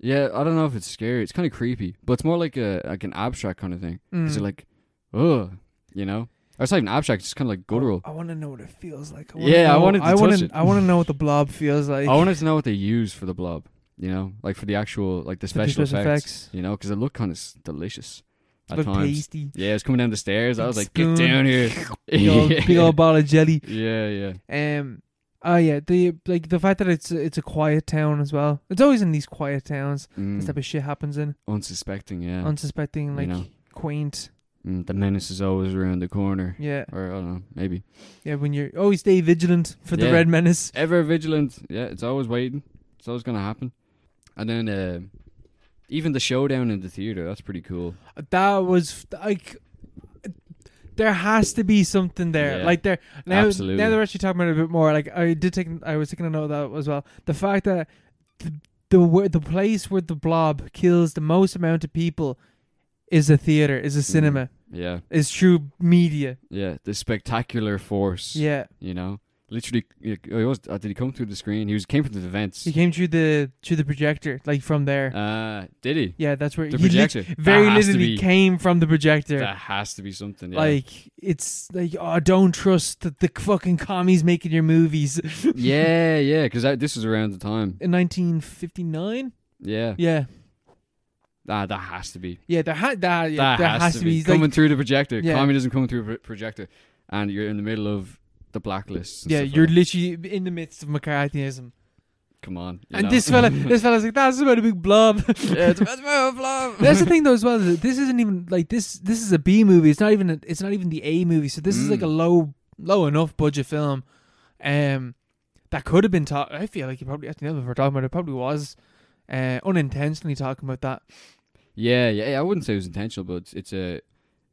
[SPEAKER 1] Yeah, I don't know if it's scary. It's kind of creepy, but it's more like a like an abstract kind of thing.
[SPEAKER 2] Mm.
[SPEAKER 1] Is it like, ugh, you know? Or it's not even abstract. It's kind of like
[SPEAKER 2] Oh,
[SPEAKER 1] guttural.
[SPEAKER 2] I want to know what it feels like.
[SPEAKER 1] Yeah, I
[SPEAKER 2] know-
[SPEAKER 1] wanted to
[SPEAKER 2] I
[SPEAKER 1] touch
[SPEAKER 2] wanna,
[SPEAKER 1] it.
[SPEAKER 2] I want to know what the blob feels like.
[SPEAKER 1] I wanted to know what they use for the blob. You know, like for the actual like the
[SPEAKER 2] For the
[SPEAKER 1] special,
[SPEAKER 2] special
[SPEAKER 1] effects,
[SPEAKER 2] effects.
[SPEAKER 1] You know, because it looked kind of delicious at
[SPEAKER 2] Look
[SPEAKER 1] times.
[SPEAKER 2] tasty.
[SPEAKER 1] Yeah, it's coming down the stairs. I was like,
[SPEAKER 2] Spoon.
[SPEAKER 1] get down here.
[SPEAKER 2] Big old,
[SPEAKER 1] yeah.
[SPEAKER 2] big old ball of jelly.
[SPEAKER 1] yeah, yeah.
[SPEAKER 2] Um. Oh yeah, the like the fact that it's a- it's a quiet town as well. It's always in these quiet towns
[SPEAKER 1] Mm.
[SPEAKER 2] this type of shit happens in
[SPEAKER 1] Unsuspecting, yeah.
[SPEAKER 2] unsuspecting, like
[SPEAKER 1] know.
[SPEAKER 2] quaint.
[SPEAKER 1] mm, the menace is always around the corner.
[SPEAKER 2] Yeah,
[SPEAKER 1] Or, I don't know, maybe.
[SPEAKER 2] yeah. When you're always stay vigilant for the
[SPEAKER 1] Yeah.
[SPEAKER 2] red menace.
[SPEAKER 1] Ever vigilant. Yeah, it's always waiting. It's always going to happen. And then uh, even the showdown in the theater, that's pretty cool.
[SPEAKER 2] That was f- like there has to be something there.
[SPEAKER 1] Yeah.
[SPEAKER 2] Like there now
[SPEAKER 1] Absolutely.
[SPEAKER 2] now they're actually talking about it a bit more. Like I did take I was taking a note of that as well. The fact that the the, where, the place where the blob kills the most amount of people is a theater, is
[SPEAKER 1] Mm.
[SPEAKER 2] a cinema,
[SPEAKER 1] Yeah,
[SPEAKER 2] is true media.
[SPEAKER 1] yeah. The spectacular force.
[SPEAKER 2] Yeah.
[SPEAKER 1] You know? Literally, yeah, he was, uh, did he come through the screen? He was came from the vents.
[SPEAKER 2] He came through the through the projector, like from there.
[SPEAKER 1] Uh, did he?
[SPEAKER 2] yeah, that's where
[SPEAKER 1] The
[SPEAKER 2] he lit-
[SPEAKER 1] projector.
[SPEAKER 2] very
[SPEAKER 1] that has to
[SPEAKER 2] literally
[SPEAKER 1] be-
[SPEAKER 2] came from the projector.
[SPEAKER 1] That has to be something. Yeah.
[SPEAKER 2] Like it's like oh, don't trust the, the fucking commies making your movies.
[SPEAKER 1] yeah, yeah, because this was around the time.
[SPEAKER 2] in 1959.
[SPEAKER 1] Yeah.
[SPEAKER 2] Yeah,
[SPEAKER 1] Ah, that has to be.
[SPEAKER 2] yeah, there had that. Yeah,
[SPEAKER 1] that
[SPEAKER 2] there has, to be.
[SPEAKER 1] coming
[SPEAKER 2] Like,
[SPEAKER 1] through the projector.
[SPEAKER 2] Yeah.
[SPEAKER 1] Communism coming through a pro- projector, and you're in the middle of the blacklists. and
[SPEAKER 2] yeah,
[SPEAKER 1] stuff like
[SPEAKER 2] you're
[SPEAKER 1] that.
[SPEAKER 2] literally in the midst of McCarthyism,
[SPEAKER 1] come on. you
[SPEAKER 2] and
[SPEAKER 1] know?
[SPEAKER 2] this fella, this fella's like, that's about a big blob.
[SPEAKER 1] yeah, it's about to move, love.
[SPEAKER 2] That's the thing though, as well. Is that this isn't even like this. This is a B movie. It's not even. A, it's not even the A movie. So this is like
[SPEAKER 1] Mm.
[SPEAKER 2] a low, low enough budget film. Um, that could have been taught. I feel like you probably. I think we're talking about it. Probably was. Uh, unintentionally talking about that.
[SPEAKER 1] yeah, yeah, yeah. I wouldn't say it was intentional, but it's it's a.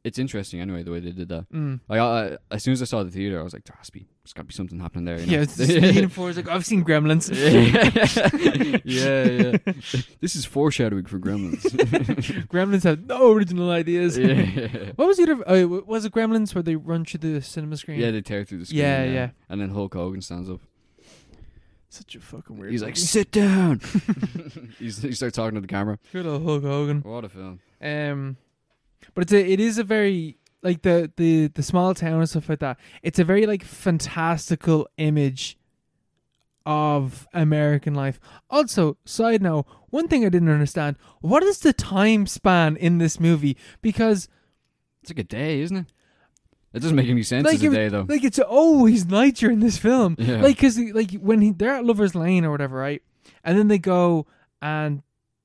[SPEAKER 1] It's interesting anyway the way they did that.
[SPEAKER 2] Mm.
[SPEAKER 1] Like I, I, as soon as I saw the theater, I was like, "There has to be, there's got to be something happening there." You know?
[SPEAKER 2] Yeah, it's just leaning forward. Like I've seen Gremlins.
[SPEAKER 1] yeah, yeah. This is foreshadowing for Gremlins.
[SPEAKER 2] Gremlins have no original ideas.
[SPEAKER 1] yeah.
[SPEAKER 2] What was the other? Oh, w- was it Gremlins where they run through the cinema screen?
[SPEAKER 1] yeah, they tear through the screen.
[SPEAKER 2] Yeah, yeah.
[SPEAKER 1] And then Hulk Hogan stands up.
[SPEAKER 2] such a fucking weird.
[SPEAKER 1] He's like,
[SPEAKER 2] movie.
[SPEAKER 1] "Sit down." he's, he starts talking to the camera.
[SPEAKER 2] good old Hulk Hogan.
[SPEAKER 1] What a film.
[SPEAKER 2] Um, but it's a, it is a very like the the the small town and stuff like that. It's a very like fantastical image of American life. Also, side note, one thing I didn't understand: what is the time span in this movie? Because
[SPEAKER 1] It's like a day, isn't it? It doesn't make any sense
[SPEAKER 2] Like
[SPEAKER 1] as a
[SPEAKER 2] it-
[SPEAKER 1] day, though.
[SPEAKER 2] like it's always night during this film.
[SPEAKER 1] yeah.
[SPEAKER 2] Like 'cause like, like when he, they're at Lover's Lane or whatever, right? And then they go and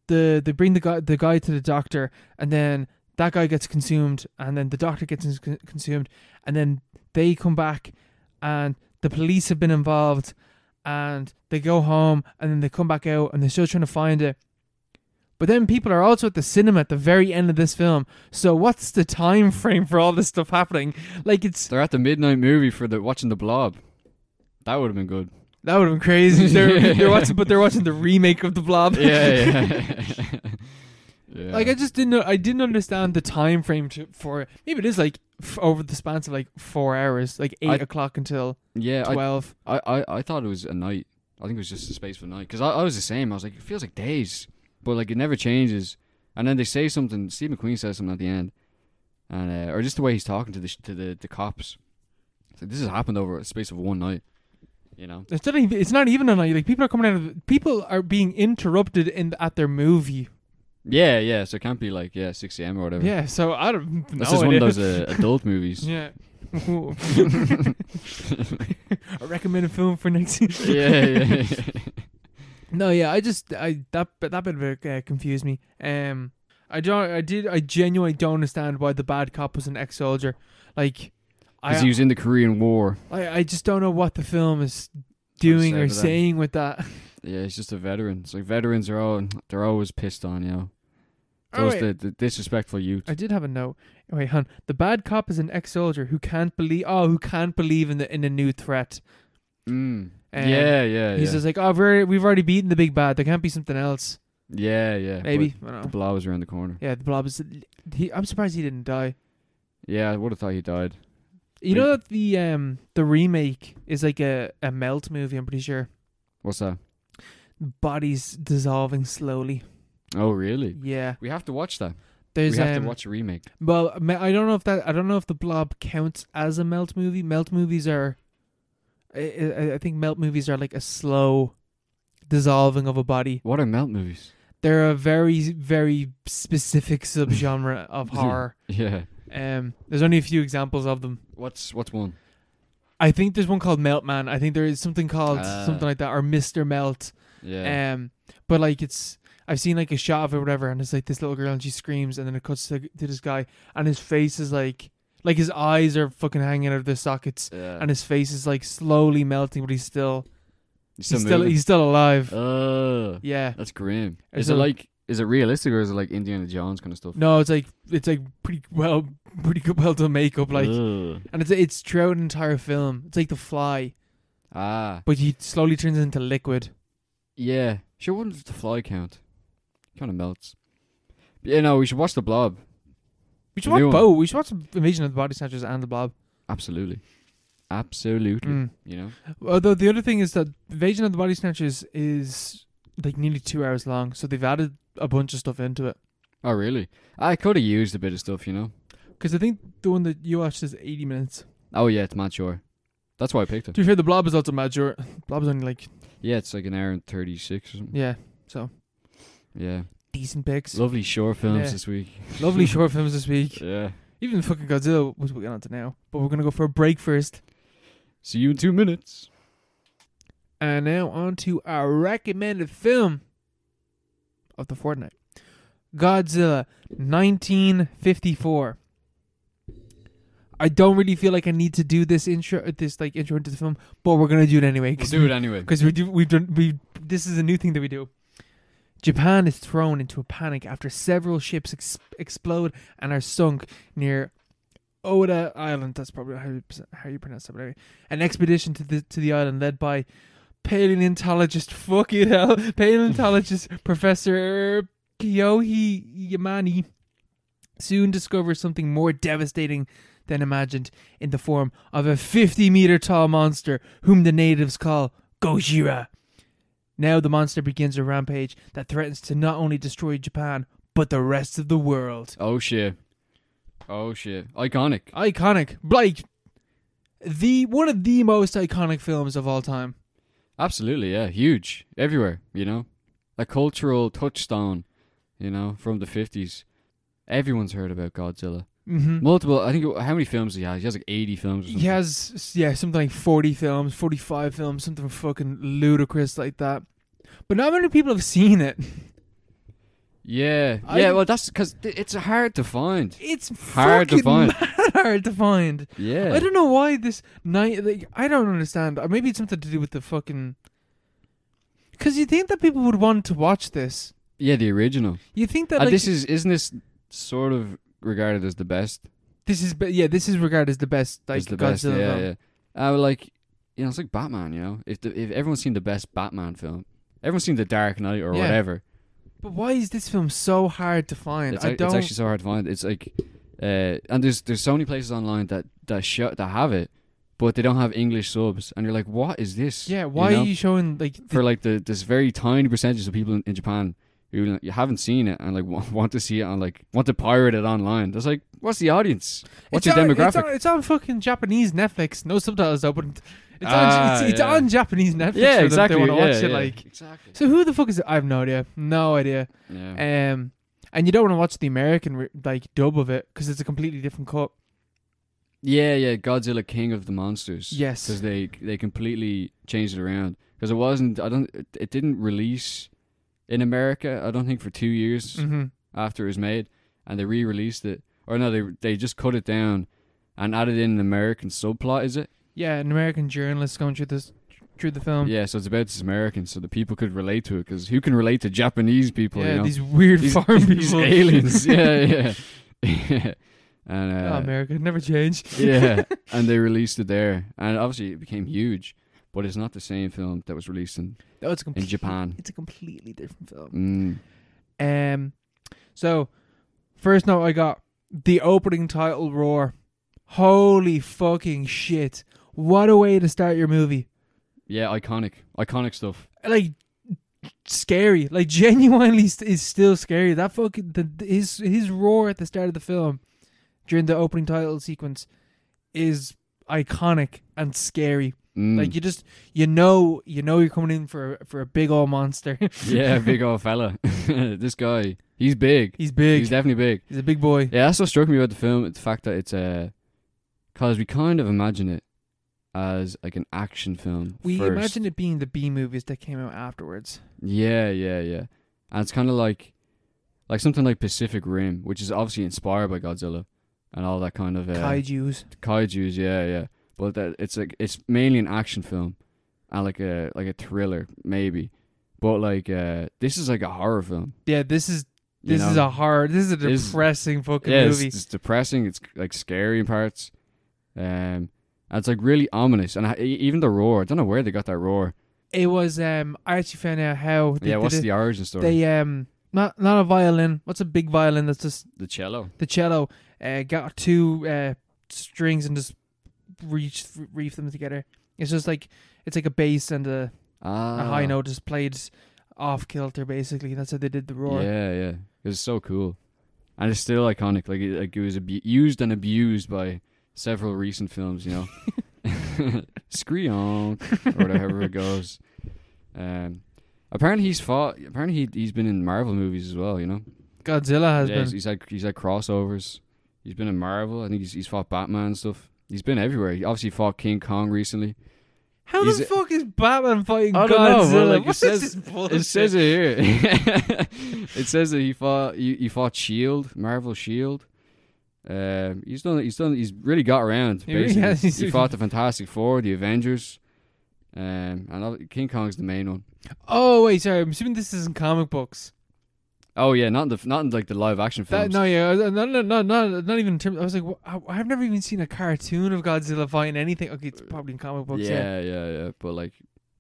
[SPEAKER 2] the they bring the guy the guy to the doctor, and then that guy gets consumed, and then the doctor gets ins- con- consumed, and then they come back, and the police have been involved, and they go home, and then they come back out, and they're still trying to find it. But then people are also at the cinema at the very end of this film. So what's the time frame for all this stuff happening? Like it's
[SPEAKER 1] They're at the midnight movie for the watching the Blob. That would have been good.
[SPEAKER 2] That would have been crazy. They're, they're watching, but they're watching the remake of the Blob.
[SPEAKER 1] yeah, yeah. yeah.
[SPEAKER 2] like I just didn't. know- I didn't understand the time frame to, for it. Maybe it is like f- over the span of like four hours, like eight
[SPEAKER 1] I-
[SPEAKER 2] o'clock until
[SPEAKER 1] yeah, I,
[SPEAKER 2] twelve.
[SPEAKER 1] I, I, I thought it was a night. I think it was just a space for night because I, I was the same. I was like, it feels like days, but like it never changes. And then they say something. Steve McQueen says something at the end, and uh, or just the way he's talking to the sh- to the, the cops. It's like, this has happened over a space of one night, you know.
[SPEAKER 2] it's not even. It's not even a night. Like people are coming out of. People are being interrupted in at their movie.
[SPEAKER 1] Yeah, yeah. So it can't be like yeah, six a.m. or whatever.
[SPEAKER 2] Yeah, so I don't.
[SPEAKER 1] This
[SPEAKER 2] no
[SPEAKER 1] is one of
[SPEAKER 2] idea.
[SPEAKER 1] those uh, adult movies.
[SPEAKER 2] Yeah. I recommend a film for next.
[SPEAKER 1] yeah, yeah,
[SPEAKER 2] no, yeah, I just I that bit- that bit of it uh, confused me. Um, I don't. I did. I genuinely don't understand why the bad cop was an ex-soldier. Like, I uh,
[SPEAKER 1] Because he was in the Korean War.
[SPEAKER 2] I, I just don't know what the film is doing
[SPEAKER 1] say
[SPEAKER 2] or
[SPEAKER 1] with that.
[SPEAKER 2] saying with that.
[SPEAKER 1] Yeah, he's just a veteran. It's like veterans are all they're always pissed on, you know.
[SPEAKER 2] Oh,
[SPEAKER 1] Those
[SPEAKER 2] wait.
[SPEAKER 1] the, the disrespectful youth.
[SPEAKER 2] I did have a note. Wait, hon. The bad cop is an ex-soldier who can't believe. Oh, who can't believe in the in the new threat.
[SPEAKER 1] Mm.
[SPEAKER 2] Um,
[SPEAKER 1] yeah, yeah,
[SPEAKER 2] He's
[SPEAKER 1] yeah.
[SPEAKER 2] just like, oh, we're, we've already beaten the big bad. There can't be something else.
[SPEAKER 1] yeah, yeah. but
[SPEAKER 2] Maybe. I don't
[SPEAKER 1] the
[SPEAKER 2] know.
[SPEAKER 1] blob is around the corner.
[SPEAKER 2] Yeah, the blob is. He, I'm surprised he didn't die.
[SPEAKER 1] Yeah, I would have thought he died.
[SPEAKER 2] You know that the um the remake is like a, a melt movie. I'm pretty sure
[SPEAKER 1] What's that?
[SPEAKER 2] bodies dissolving slowly.
[SPEAKER 1] Oh, really?
[SPEAKER 2] Yeah,
[SPEAKER 1] We have to watch that.
[SPEAKER 2] there's
[SPEAKER 1] we have
[SPEAKER 2] um,
[SPEAKER 1] to watch a remake.
[SPEAKER 2] Well, me- I don't know if that I don't know if the Blob counts as a melt movie. Melt movies are, I- I, I think melt movies are like a slow dissolving of a body.
[SPEAKER 1] What are melt movies?
[SPEAKER 2] They're a very very specific subgenre of horror.
[SPEAKER 1] Yeah.
[SPEAKER 2] Um, there's only a few examples of them.
[SPEAKER 1] What's what's one?
[SPEAKER 2] I think there's one called Melt Man. I think there is something called
[SPEAKER 1] Ah.
[SPEAKER 2] something like that or Mister Melt.
[SPEAKER 1] Yeah.
[SPEAKER 2] Um, but like it's I've seen like a shot of it or whatever, and it's like this little girl and she screams, and then it cuts to, to this guy, and his face is like like his eyes are fucking hanging out of their sockets,
[SPEAKER 1] yeah.
[SPEAKER 2] and his face is like slowly melting, but he's still
[SPEAKER 1] It's
[SPEAKER 2] he's
[SPEAKER 1] a
[SPEAKER 2] still
[SPEAKER 1] movie.
[SPEAKER 2] he's still alive.
[SPEAKER 1] Ugh,
[SPEAKER 2] yeah.
[SPEAKER 1] that's grim.
[SPEAKER 2] It's
[SPEAKER 1] Is it
[SPEAKER 2] a-
[SPEAKER 1] like is it realistic or is it like Indiana Jones kind of stuff?
[SPEAKER 2] No, it's like it's like pretty well pretty good well done makeup, like,
[SPEAKER 1] Ugh.
[SPEAKER 2] and it's it's throughout an entire film. It's like The Fly,
[SPEAKER 1] ah
[SPEAKER 2] but he slowly turns into liquid.
[SPEAKER 1] yeah. Sure, what does the fly count? Kind of melts. But yeah, no, we should watch the Blob.
[SPEAKER 2] We should
[SPEAKER 1] The new
[SPEAKER 2] watch
[SPEAKER 1] one.
[SPEAKER 2] both. We should watch Invasion of the Body Snatchers and the Blob.
[SPEAKER 1] Absolutely, absolutely.
[SPEAKER 2] Mm.
[SPEAKER 1] You know.
[SPEAKER 2] Although the other thing is that Invasion of the Body Snatchers is like nearly two hours long, so they've added a bunch of stuff into it.
[SPEAKER 1] Oh really? I could have used a bit of stuff. You know.
[SPEAKER 2] Because I think the one that you watched is eighty minutes.
[SPEAKER 1] Oh yeah, it's Matt Shore. That's why I picked it.
[SPEAKER 2] To be fair, the Blob is also mad short. Blob's only like
[SPEAKER 1] Yeah, it's like an hour and thirty six or something.
[SPEAKER 2] yeah, so
[SPEAKER 1] Yeah.
[SPEAKER 2] decent picks.
[SPEAKER 1] Lovely shore films
[SPEAKER 2] Yeah.
[SPEAKER 1] this week.
[SPEAKER 2] Lovely short films this week.
[SPEAKER 1] Yeah.
[SPEAKER 2] Even fucking Godzilla, which we'll get onto now. But we're gonna go for a break first,
[SPEAKER 1] See you in two minutes.
[SPEAKER 2] and now on to our recommended film of the fortnight: Godzilla, nineteen fifty four. I don't really feel like I need to do this intro, this like intro into the film, but we're gonna do it anyway.
[SPEAKER 1] We'll
[SPEAKER 2] Cause
[SPEAKER 1] do it anyway.
[SPEAKER 2] Because we do, we've done, we. This is a new thing that we do. Japan is thrown into a panic after several ships ex- explode and are sunk near Oda Island. That's probably how you, how you pronounce that. But anyway, an expedition to the to the island led by paleontologist. Fuck it hell, paleontologist Professor Kyohi Yamani soon discovers something more devastating than imagined in the form of a 50 meter tall monster whom the natives call Gojira. Now the monster begins a rampage that threatens to not only destroy Japan, but the rest of the world.
[SPEAKER 1] Oh shit. Oh shit. Iconic.
[SPEAKER 2] Iconic. Like the one of the most iconic films of all time.
[SPEAKER 1] Absolutely, yeah. Huge. Everywhere, you know? A cultural touchstone, you know, from the 50s. Everyone's heard about Godzilla.
[SPEAKER 2] Mm-hmm.
[SPEAKER 1] Multiple, I think, how many films he has? He has like 80 films or something.
[SPEAKER 2] He has yeah, something like 40 films, 45 films, something fucking ludicrous like that. But not many people have seen it.
[SPEAKER 1] Yeah.
[SPEAKER 2] I-
[SPEAKER 1] yeah, well, that's because it's hard to find.
[SPEAKER 2] It's
[SPEAKER 1] Hard to
[SPEAKER 2] fucking
[SPEAKER 1] find.
[SPEAKER 2] mad hard to find.
[SPEAKER 1] Yeah.
[SPEAKER 2] I don't know why this night. Like, I don't understand. Uh, Maybe it's something to do with the fucking. Because you think that people would want to watch this.
[SPEAKER 1] Yeah, the original.
[SPEAKER 2] You think that
[SPEAKER 1] And Uh,
[SPEAKER 2] like,
[SPEAKER 1] this is, isn't this sort of regarded as the best?
[SPEAKER 2] this is be- yeah this is regarded as the best like
[SPEAKER 1] as the
[SPEAKER 2] Godzilla
[SPEAKER 1] best, yeah,
[SPEAKER 2] film.
[SPEAKER 1] yeah. Uh, like, you know, it's like Batman, you know? If, the, if everyone's seen the best Batman film, everyone's seen The Dark Knight or
[SPEAKER 2] Yeah.
[SPEAKER 1] whatever.
[SPEAKER 2] But why is this film so hard to find?
[SPEAKER 1] It's,
[SPEAKER 2] I
[SPEAKER 1] ac-
[SPEAKER 2] don't.
[SPEAKER 1] it's actually so hard to find. It's like, uh, and there's there's so many places online that that show that have it, but they don't have English subs, and you're like, what is this?
[SPEAKER 2] yeah,
[SPEAKER 1] You
[SPEAKER 2] why
[SPEAKER 1] know?
[SPEAKER 2] are you showing like the-
[SPEAKER 1] for like the this very tiny percentage of people in, in Japan who you haven't seen it and like wa- want to see it on like want to pirate it online? That's like, what's the audience? What's
[SPEAKER 2] it's
[SPEAKER 1] your
[SPEAKER 2] on-
[SPEAKER 1] demographic?
[SPEAKER 2] It's on, it's on fucking Japanese Netflix. No subtitles open. It's on
[SPEAKER 1] Ah,
[SPEAKER 2] it's, it's
[SPEAKER 1] yeah.
[SPEAKER 2] on Japanese Netflix.
[SPEAKER 1] yeah,
[SPEAKER 2] for them if
[SPEAKER 1] exactly.
[SPEAKER 2] They want to
[SPEAKER 1] yeah,
[SPEAKER 2] watch it
[SPEAKER 1] yeah.
[SPEAKER 2] like.
[SPEAKER 1] exactly.
[SPEAKER 2] So who the fuck is it? I have no idea. No idea.
[SPEAKER 1] Yeah.
[SPEAKER 2] Um, and you don't want to watch the American re- like dub of it because it's a completely different cut.
[SPEAKER 1] Yeah, yeah, Godzilla King of the Monsters.
[SPEAKER 2] Yes.
[SPEAKER 1] because they they completely changed it around because it wasn't. I don't. It, it didn't release in America. I don't think for two years
[SPEAKER 2] Mm-hmm.
[SPEAKER 1] after it was made, and they re-released it. Or no, they they just cut it down and added in an American subplot. Is it?
[SPEAKER 2] Yeah, an American journalist going through this through the film.
[SPEAKER 1] yeah. So it's about this American, so the people could relate to it because who can relate to Japanese people?
[SPEAKER 2] Yeah,
[SPEAKER 1] you know?
[SPEAKER 2] these weird
[SPEAKER 1] These-
[SPEAKER 2] farm people,
[SPEAKER 1] these aliens. yeah, yeah. and
[SPEAKER 2] oh,
[SPEAKER 1] uh,
[SPEAKER 2] America never changed.
[SPEAKER 1] yeah, and they released it there, and obviously it became huge. But it's not the same film that was released in
[SPEAKER 2] No, Oh, it's a
[SPEAKER 1] in
[SPEAKER 2] complete-
[SPEAKER 1] Japan.
[SPEAKER 2] It's a completely different film.
[SPEAKER 1] Mm.
[SPEAKER 2] Um, so first note I got the opening title roar. Holy fucking shit! What a way to start your movie.
[SPEAKER 1] Yeah, iconic, iconic stuff.
[SPEAKER 2] Like scary. Like genuinely st- is still scary. That fucking the, the- his his roar at the start of the film during the opening title sequence is iconic and scary.
[SPEAKER 1] Mm.
[SPEAKER 2] Like you just you know you know you're coming in for a- for a big old monster.
[SPEAKER 1] yeah, big old fella. this guy, he's big.
[SPEAKER 2] He's big.
[SPEAKER 1] He's definitely big.
[SPEAKER 2] He's a big boy.
[SPEAKER 1] Yeah, that's what struck me about the film. The fact that it's a, because we kind of imagine it as like an action film.
[SPEAKER 2] We
[SPEAKER 1] first.
[SPEAKER 2] imagine it being the B movies that came out afterwards.
[SPEAKER 1] Yeah, yeah, yeah. And it's kind of like, like something like Pacific Rim, which is obviously inspired by Godzilla and all that kind of uh,
[SPEAKER 2] Kaiju's.
[SPEAKER 1] kaiju's yeah yeah but that it's like it's mainly an action film and like a like a thriller maybe but like uh this is like a horror film
[SPEAKER 2] Yeah, this is
[SPEAKER 1] you
[SPEAKER 2] this is
[SPEAKER 1] know?
[SPEAKER 2] a hard. This is a
[SPEAKER 1] This-
[SPEAKER 2] depressing fucking
[SPEAKER 1] yeah, it's,
[SPEAKER 2] movie.
[SPEAKER 1] it's depressing it's like scary in parts um and it's like really ominous and I, e- even the roar i don't know where they got that roar
[SPEAKER 2] It was. Um, I actually found out how. They,
[SPEAKER 1] yeah
[SPEAKER 2] did
[SPEAKER 1] what's
[SPEAKER 2] it.
[SPEAKER 1] the origin story
[SPEAKER 2] They um, not not a violin. What's a big violin? That's just
[SPEAKER 1] the cello
[SPEAKER 2] the cello. Uh, got two uh strings and just reach reef them together. It's just like it's like a bass and a,
[SPEAKER 1] ah
[SPEAKER 2] a high note just played off kilter. Basically, that's how they did the roar.
[SPEAKER 1] yeah yeah it was so cool and it's still iconic like it, like it was abu- used and abused by several recent films you know Screon or whatever it goes. Um, apparently he's fought. Apparently he he's been in Marvel movies as well. You know,
[SPEAKER 2] Godzilla has
[SPEAKER 1] yeah,
[SPEAKER 2] been.
[SPEAKER 1] He's, he's had he's had crossovers. He's been in Marvel. I think he's he's fought Batman and stuff. He's been everywhere. He obviously fought King Kong recently.
[SPEAKER 2] How
[SPEAKER 1] He's
[SPEAKER 2] the
[SPEAKER 1] a-
[SPEAKER 2] fuck is Batman fighting
[SPEAKER 1] I
[SPEAKER 2] Godzilla?
[SPEAKER 1] don't know, bro, like, it
[SPEAKER 2] What's
[SPEAKER 1] says-
[SPEAKER 2] this bullshit?
[SPEAKER 1] It says it here. it says that he fought he, he fought Shield, E Marvel Shield. Um, he's done he's done he's really got around.
[SPEAKER 2] He really
[SPEAKER 1] Basically,
[SPEAKER 2] has. He's-
[SPEAKER 1] he fought the Fantastic Four, the Avengers, um, and ob- King Kong's the main one.
[SPEAKER 2] Oh wait, sorry. I'm assuming this isn't comic books.
[SPEAKER 1] Oh yeah, not in the f- not in like the live action
[SPEAKER 2] That,
[SPEAKER 1] films.
[SPEAKER 2] no, yeah, uh, no, no, no, no, not even. In terms, I was like, wha- I, I've never even seen a cartoon of Godzilla fighting anything. Okay, it's probably in comic books.
[SPEAKER 1] yeah,
[SPEAKER 2] Yeah,
[SPEAKER 1] yeah, yeah. But like,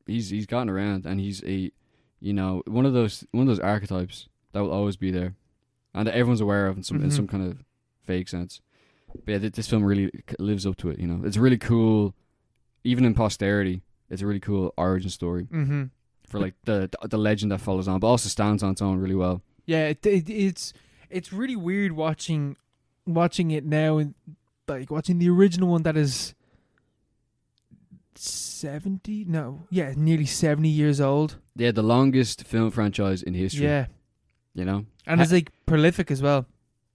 [SPEAKER 1] he's he's gotten around, and he's a, you know, one of those one of those archetypes that will always be there, and that everyone's aware of in some in
[SPEAKER 2] Mhm.
[SPEAKER 1] some kind of vague sense. But yeah, th- this film really c- lives up to it. You know, it's really cool, even in posterity. It's a really cool origin story
[SPEAKER 2] Mm-hmm.
[SPEAKER 1] for like the the- the legend that follows on, but also stands on its own really well.
[SPEAKER 2] Yeah, it, it, it's it's really weird watching watching it now and like watching the original one that is seventy. No, yeah, nearly seventy years old.
[SPEAKER 1] Yeah, the longest film franchise in history.
[SPEAKER 2] Yeah,
[SPEAKER 1] you know.
[SPEAKER 2] and it's like prolific as well.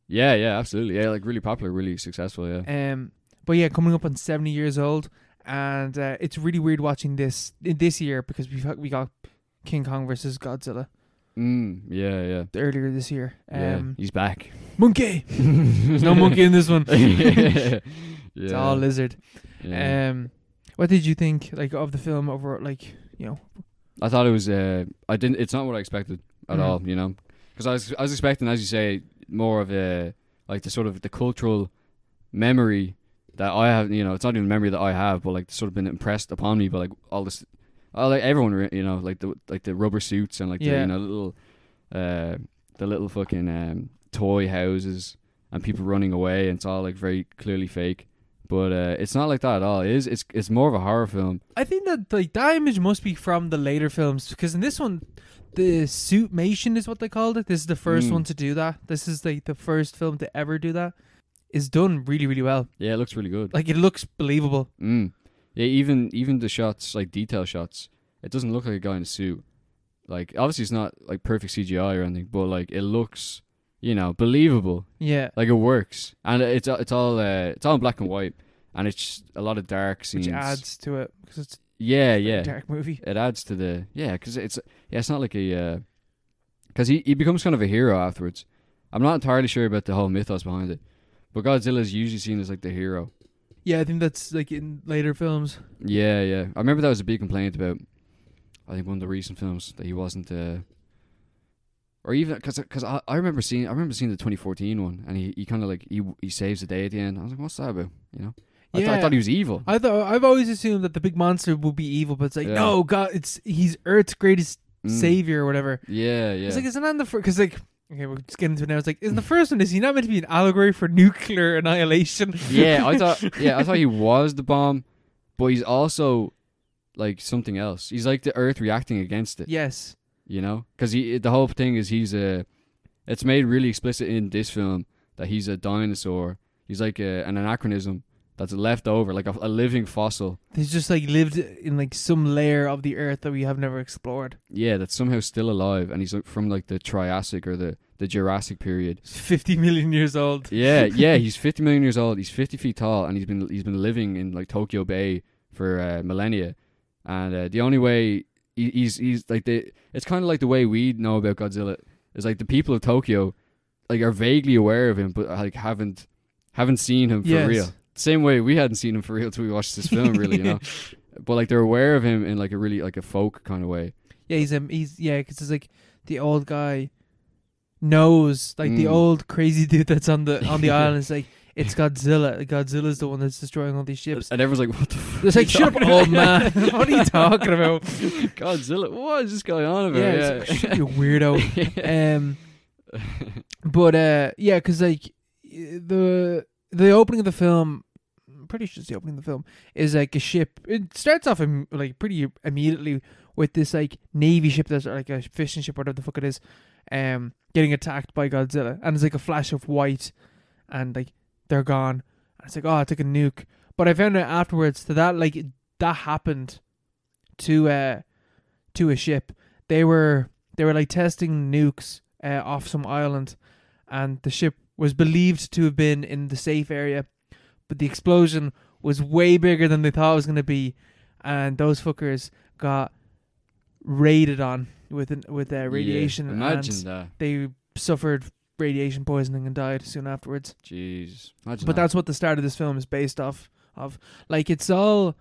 [SPEAKER 1] Yeah, yeah, absolutely. Yeah, like really popular, really successful. Yeah.
[SPEAKER 2] Um, but yeah, coming up on seventy years old, and uh, it's really weird watching this this year because we we got King Kong versus Godzilla
[SPEAKER 1] Mm, yeah, yeah.
[SPEAKER 2] earlier this year.
[SPEAKER 1] yeah,
[SPEAKER 2] Um,
[SPEAKER 1] he's back.
[SPEAKER 2] monkey.
[SPEAKER 1] There's
[SPEAKER 2] There's no monkey in this one.
[SPEAKER 1] yeah.
[SPEAKER 2] It's all lizard.
[SPEAKER 1] yeah.
[SPEAKER 2] Um, what did you think like of the film over like you know?
[SPEAKER 1] I thought it was. Uh, I didn't. It's not what I expected at
[SPEAKER 2] Mhm.
[SPEAKER 1] all. You know, because I was I was expecting, as you say, more of a like the sort of the cultural memory that I have. You know, it's not even memory that I have, but like sort of been impressed upon me by like all this. Oh, like everyone, re- you know, like the like the rubber suits and like the
[SPEAKER 2] Yeah.
[SPEAKER 1] you know little, uh, the little fucking um, toy houses and people running away, and it's all like very clearly fake. But uh, it's not like that at all. It is. It's it's more of a horror film.
[SPEAKER 2] I think that like that image must be from the later films because in this one, the suitmation is what they called it. This is the first
[SPEAKER 1] Mm.
[SPEAKER 2] one to do that. This is like the first film to ever do that. Is done really really well.
[SPEAKER 1] Yeah, it looks really good.
[SPEAKER 2] Like it looks believable.
[SPEAKER 1] Mm. Yeah, even even the shots, like detail shots, it doesn't look like a guy in a suit. Like obviously it's not like perfect CGI or anything, but like it looks you know, believable.
[SPEAKER 2] Yeah.
[SPEAKER 1] Like it works, and it's it's all uh, it's all in black and white, and it's just a lot of dark scenes.
[SPEAKER 2] Which adds to it because it's
[SPEAKER 1] yeah,
[SPEAKER 2] a
[SPEAKER 1] yeah.
[SPEAKER 2] dark movie.
[SPEAKER 1] It adds to the yeah, because it's yeah, it's not like a because he he becomes kind of a hero afterwards. I'm not entirely sure about the whole mythos behind it, but Godzilla is usually seen as like the hero.
[SPEAKER 2] Yeah, I think that's like in later films.
[SPEAKER 1] Yeah, yeah. I remember that was a big complaint about. I think one of the recent films that he wasn't, uh, or even because because I, I remember seeing I remember seeing the 2014 one and he, he kind of like he he saves the day at the end. I was like, what's that about? You know, I, th- I
[SPEAKER 2] Yeah.
[SPEAKER 1] thought he was evil.
[SPEAKER 2] I thought I've always assumed that the big monster would be evil, but it's like
[SPEAKER 1] Yeah.
[SPEAKER 2] no, God, it's he's Earth's greatest
[SPEAKER 1] Mm.
[SPEAKER 2] savior or whatever.
[SPEAKER 1] Yeah, yeah.
[SPEAKER 2] It's like isn't that the first? Because like okay, we're just getting to it now. It's like isn't the first one is he not meant to be an allegory for nuclear annihilation?
[SPEAKER 1] yeah, I thought yeah, I thought he was the bomb, but he's also like something else. He's like the Earth reacting against it,
[SPEAKER 2] yes.
[SPEAKER 1] you know? Because he the whole thing is he's a. It's made really explicit in this film that he's a dinosaur. He's like a, an anachronism that's left over, like a, a living fossil.
[SPEAKER 2] He's just like lived in like some layer of the Earth that we have never explored.
[SPEAKER 1] Yeah, that's somehow still alive, and he's like from like the Triassic or the the Jurassic period.
[SPEAKER 2] He's Fifty million years old.
[SPEAKER 1] Yeah, yeah, he's 50 million years old. He's 50 feet tall, and he's been he's been living in like Tokyo Bay for uh, millennia. And uh, the only way he, he's he's like the it's kind of like the way we know about Godzilla is like the people of Tokyo like are vaguely aware of him, but like haven't haven't seen him for
[SPEAKER 2] Yes.
[SPEAKER 1] real. Same way we hadn't seen him for real till we watched this film, really, you know. But like they're aware of him in like a really like a folk kind of way.
[SPEAKER 2] Yeah, he's um, he's yeah, 'cause it's like the old guy knows, like the
[SPEAKER 1] Mm.
[SPEAKER 2] old crazy dude that's on the on the island. It's like it's Godzilla. Godzilla's the one that's destroying all these ships.
[SPEAKER 1] And everyone's like, "What the fuck?
[SPEAKER 2] It's like shut up, old man. what are you talking about?
[SPEAKER 1] Godzilla? What is this going on about?"
[SPEAKER 2] yeah, it's like, shut up, you weirdo. Um, but uh, yeah, 'cause like y- the the opening of the film. I'm pretty sure it's the opening of the film is like a ship. It starts off im- like pretty immediately with this like navy ship that's like a fishing ship, whatever the fuck it is, um, getting attacked by Godzilla, and it's like a flash of white, and like they're gone. And it's like oh, I took a nuke, but I found out afterwards that that like that happened to uh to a ship. They were they were like testing nukes uh, off some island, and the ship was believed to have been in the safe area, but the explosion was way bigger than they thought it was gonna be, and those fuckers got raided on with an, with uh, radiation.
[SPEAKER 1] Yeah,
[SPEAKER 2] and
[SPEAKER 1] imagine that.
[SPEAKER 2] they suffered radiation poisoning and died soon afterwards.
[SPEAKER 1] Jeez. Imagine
[SPEAKER 2] But
[SPEAKER 1] that.
[SPEAKER 2] that's what the start of this film is based off of. Like it's all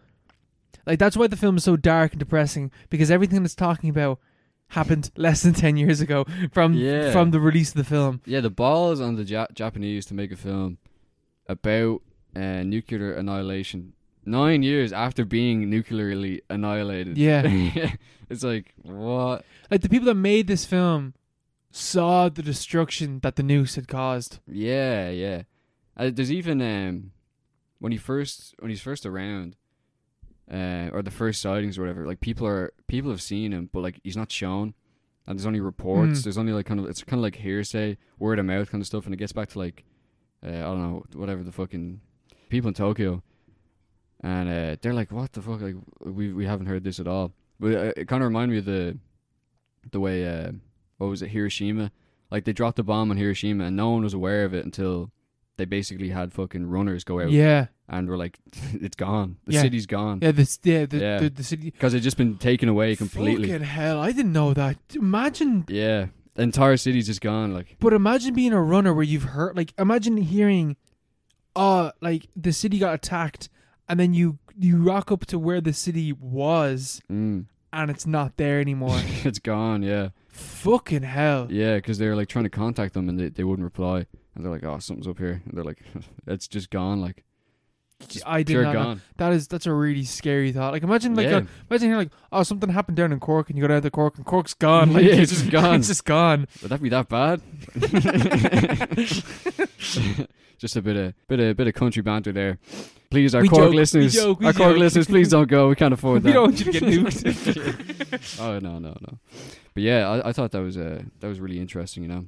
[SPEAKER 2] like that's why the film is so dark and depressing because everything it's talking about happened less than 10 years ago from
[SPEAKER 1] Yeah.
[SPEAKER 2] from the release of the film.
[SPEAKER 1] yeah, the balls on the ja- Japanese to make a film about uh, nuclear annihilation nine years after being nuclearly annihilated.
[SPEAKER 2] Yeah.
[SPEAKER 1] it's like what?
[SPEAKER 2] Like the people that made this film saw the destruction that the nukes had caused.
[SPEAKER 1] Yeah, yeah. Uh, there's even um, when he first when he's first around, uh, or the first sightings or whatever. Like people are people have seen him, but like he's not shown, and there's only reports.
[SPEAKER 2] Mm.
[SPEAKER 1] There's only like kind of it's kind of like hearsay, word of mouth kind of stuff, and it gets back to like uh, I don't know whatever the fucking people in Tokyo, and uh, they're like, what the fuck? Like we we haven't heard this at all. But uh, it kind of reminded me of the the way uh, what was it Hiroshima? Like they dropped a bomb on Hiroshima and no one was aware of it until they basically had fucking runners go out
[SPEAKER 2] Yeah.
[SPEAKER 1] and were like, "It's gone. The
[SPEAKER 2] Yeah.
[SPEAKER 1] city's gone
[SPEAKER 2] Yeah, this yeah, the,
[SPEAKER 1] Yeah.
[SPEAKER 2] The, the city
[SPEAKER 1] because it just been taken away completely."
[SPEAKER 2] Fucking hell, I didn't know that. Imagine
[SPEAKER 1] Yeah, the entire city's just gone. Like,
[SPEAKER 2] But imagine being a runner where you've heard, like, imagine hearing, uh, like the city got attacked, and then you you rock up to where the city was,
[SPEAKER 1] mm,
[SPEAKER 2] and it's not there anymore.
[SPEAKER 1] it's gone. Yeah,
[SPEAKER 2] Fucking hell!
[SPEAKER 1] yeah, because they're like trying to contact them and they, they wouldn't reply. And they're like, "Oh, something's up here." And they're like, "It's just gone. Like, just
[SPEAKER 2] I did
[SPEAKER 1] pure
[SPEAKER 2] not. know-
[SPEAKER 1] gone."
[SPEAKER 2] That is that's a really scary thought. Like, imagine like
[SPEAKER 1] yeah.
[SPEAKER 2] uh, imagine hearing like, oh, something happened down in Cork, and you go down to Cork, and Cork's gone. Like,
[SPEAKER 1] Yeah, it's just gone.
[SPEAKER 2] It's just gone.
[SPEAKER 1] Would that be that bad? Just a bit of bit of bit of country banter there. Please, our
[SPEAKER 2] We
[SPEAKER 1] Cork
[SPEAKER 2] joke, we
[SPEAKER 1] listeners,
[SPEAKER 2] joke, we
[SPEAKER 1] our Cork
[SPEAKER 2] joke.
[SPEAKER 1] listeners, please don't go. We can't afford that.
[SPEAKER 2] We don't want you to get nuked.
[SPEAKER 1] oh no, no, no. But yeah, I, I thought that was uh, that was really interesting, you know,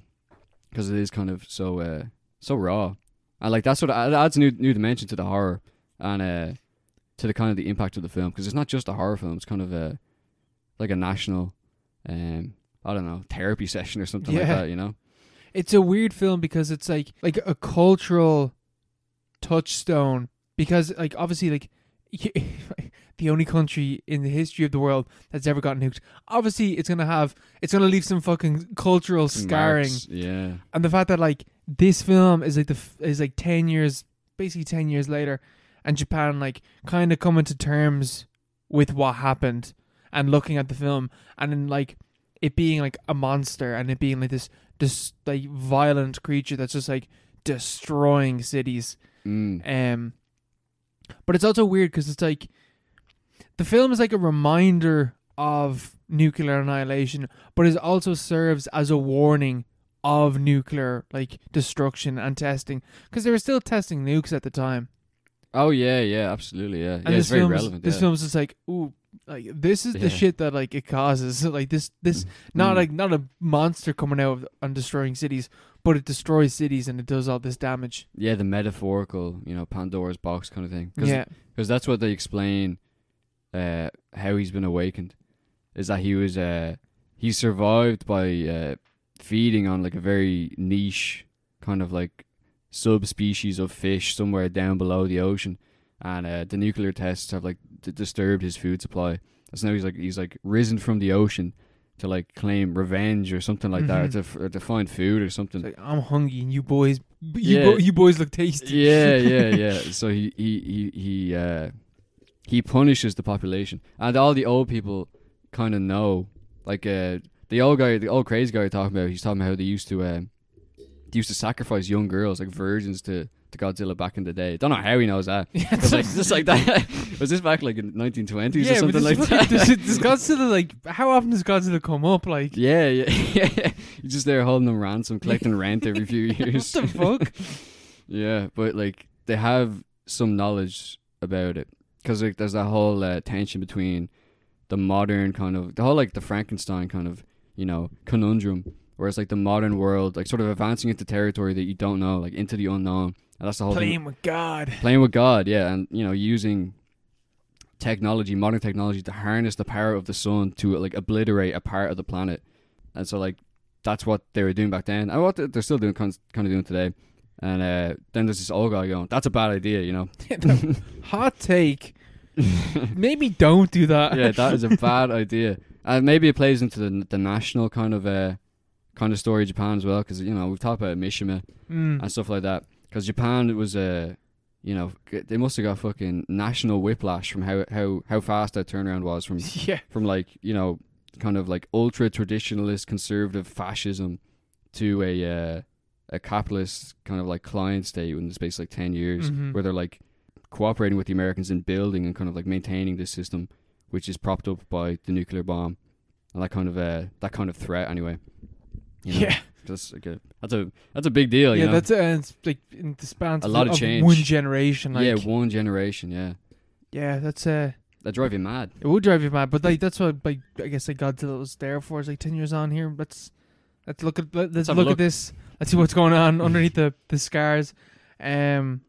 [SPEAKER 1] because it is kind of so uh, so raw, and like that's what it adds a new new dimension to the horror and uh, to the kind of the impact of the film because it's not just a horror film; it's kind of a like a national, um, I don't know, therapy session or something like
[SPEAKER 2] Yeah.
[SPEAKER 1] that, you know.
[SPEAKER 2] It's a weird film because it's like like a cultural touchstone because like obviously like the only country in the history of the world that's ever gotten nuked. Obviously, it's gonna have it's gonna leave some fucking cultural scarring,
[SPEAKER 1] Marks, yeah.
[SPEAKER 2] and the fact that like this film is like the f- is like ten years basically ten years later, and Japan like kind of coming to terms with what happened and looking at the film and then like it being like a monster and it being like this this like violent creature that's just like destroying cities
[SPEAKER 1] Mm.
[SPEAKER 2] um, but it's also weird because it's like the film is like a reminder of nuclear annihilation, but it also serves as a warning of nuclear like destruction and testing because they were still testing nukes at the time.
[SPEAKER 1] Oh yeah, yeah, absolutely, yeah.
[SPEAKER 2] And
[SPEAKER 1] yeah,
[SPEAKER 2] this
[SPEAKER 1] it's very
[SPEAKER 2] film's-
[SPEAKER 1] relevant.
[SPEAKER 2] This
[SPEAKER 1] yeah.
[SPEAKER 2] film's just like ooh. Like this is
[SPEAKER 1] Yeah.
[SPEAKER 2] the shit that like it causes. Like this, this not
[SPEAKER 1] Mm.
[SPEAKER 2] like not a monster coming out of- and destroying cities, but it destroys cities and it does all this damage.
[SPEAKER 1] yeah, the metaphorical, you know, Pandora's box kind of thing. Cause,
[SPEAKER 2] Yeah,
[SPEAKER 1] 'cause that's what they explain uh, how he's been awakened. Is that he was uh, he survived by uh, feeding on like a very niche kind of like subspecies of fish somewhere down below the ocean, and uh, the nuclear tests have like d- disturbed his food supply. So now he's like he's like risen from the ocean to like claim revenge or something like that,
[SPEAKER 2] Mhm.
[SPEAKER 1] or to, f- or to find food or something.
[SPEAKER 2] it's like I'm hungry and you boys, you,
[SPEAKER 1] Yeah.
[SPEAKER 2] bo- you boys look tasty.
[SPEAKER 1] Yeah, yeah, yeah. So he he he he uh, he punishes the population, and all the old people kind of know. Like uh, the old guy, the old crazy guy, you're talking about. He's talking about how they used to um, they used to sacrifice young girls, like virgins, to to Godzilla back in the day. Don't know how he knows that.
[SPEAKER 2] Yeah,
[SPEAKER 1] 'Cause, like just like that. Was this back like in 1920s or
[SPEAKER 2] but
[SPEAKER 1] something like
[SPEAKER 2] this
[SPEAKER 1] that?
[SPEAKER 2] fucking- This, this Godzilla, like, how often does Godzilla come up? Like,
[SPEAKER 1] yeah, yeah, yeah. You're just there holding them ransom, collecting rent every few years.
[SPEAKER 2] what the fuck?
[SPEAKER 1] Yeah, but like they have some knowledge about it because like there's that whole uh, tension between the modern kind of the whole like the Frankenstein kind of you know conundrum, whereas like the modern world like sort of advancing into territory that you don't know, like into the unknown, and that's the whole thing.
[SPEAKER 2] Playing with God.
[SPEAKER 1] Playing with God, yeah, and you know using technology, modern technology, to harness the power of the sun to like obliterate a part of the planet, and so like that's what they were doing back then, and what they- they're still doing, kind of doing today. And uh, then there's this old guy going, "That's a bad idea," you know.
[SPEAKER 2] Hot take. Maybe don't do that.
[SPEAKER 1] yeah, that is a bad idea. And maybe it plays into the the national kind of uh, kind of story of Japan as well, because you know we've talked about Mishima
[SPEAKER 2] Mm.
[SPEAKER 1] and stuff like that. Because Japan was uh, you know, g- they must have got fucking national whiplash from how how how fast that turnaround was from
[SPEAKER 2] Yeah.
[SPEAKER 1] from like you know kind of like ultra traditionalist conservative fascism to a uh, a capitalist kind of like client state in the space of like 10 years
[SPEAKER 2] Mhm.
[SPEAKER 1] where they're like cooperating with the Americans in building and kind of like maintaining this system which is propped up by the nuclear bomb and that kind of uh, that kind of threat anyway you know?
[SPEAKER 2] Yeah.
[SPEAKER 1] that's like a that's a that's a big deal you
[SPEAKER 2] yeah,
[SPEAKER 1] know?
[SPEAKER 2] that's uh, it's like in the span
[SPEAKER 1] A lot of
[SPEAKER 2] of
[SPEAKER 1] change.
[SPEAKER 2] one generation. Like,
[SPEAKER 1] yeah
[SPEAKER 2] yeah,
[SPEAKER 1] one generation yeah
[SPEAKER 2] that's uh,
[SPEAKER 1] that drive you mad
[SPEAKER 2] it would drive you mad. But like, that's what like I guess like Godzilla was there for. It's like ten years on here. Let's let's look at let,
[SPEAKER 1] Let's
[SPEAKER 2] let's
[SPEAKER 1] have a
[SPEAKER 2] look,
[SPEAKER 1] look.
[SPEAKER 2] at this. Let's see what's going on underneath the the scars. Um,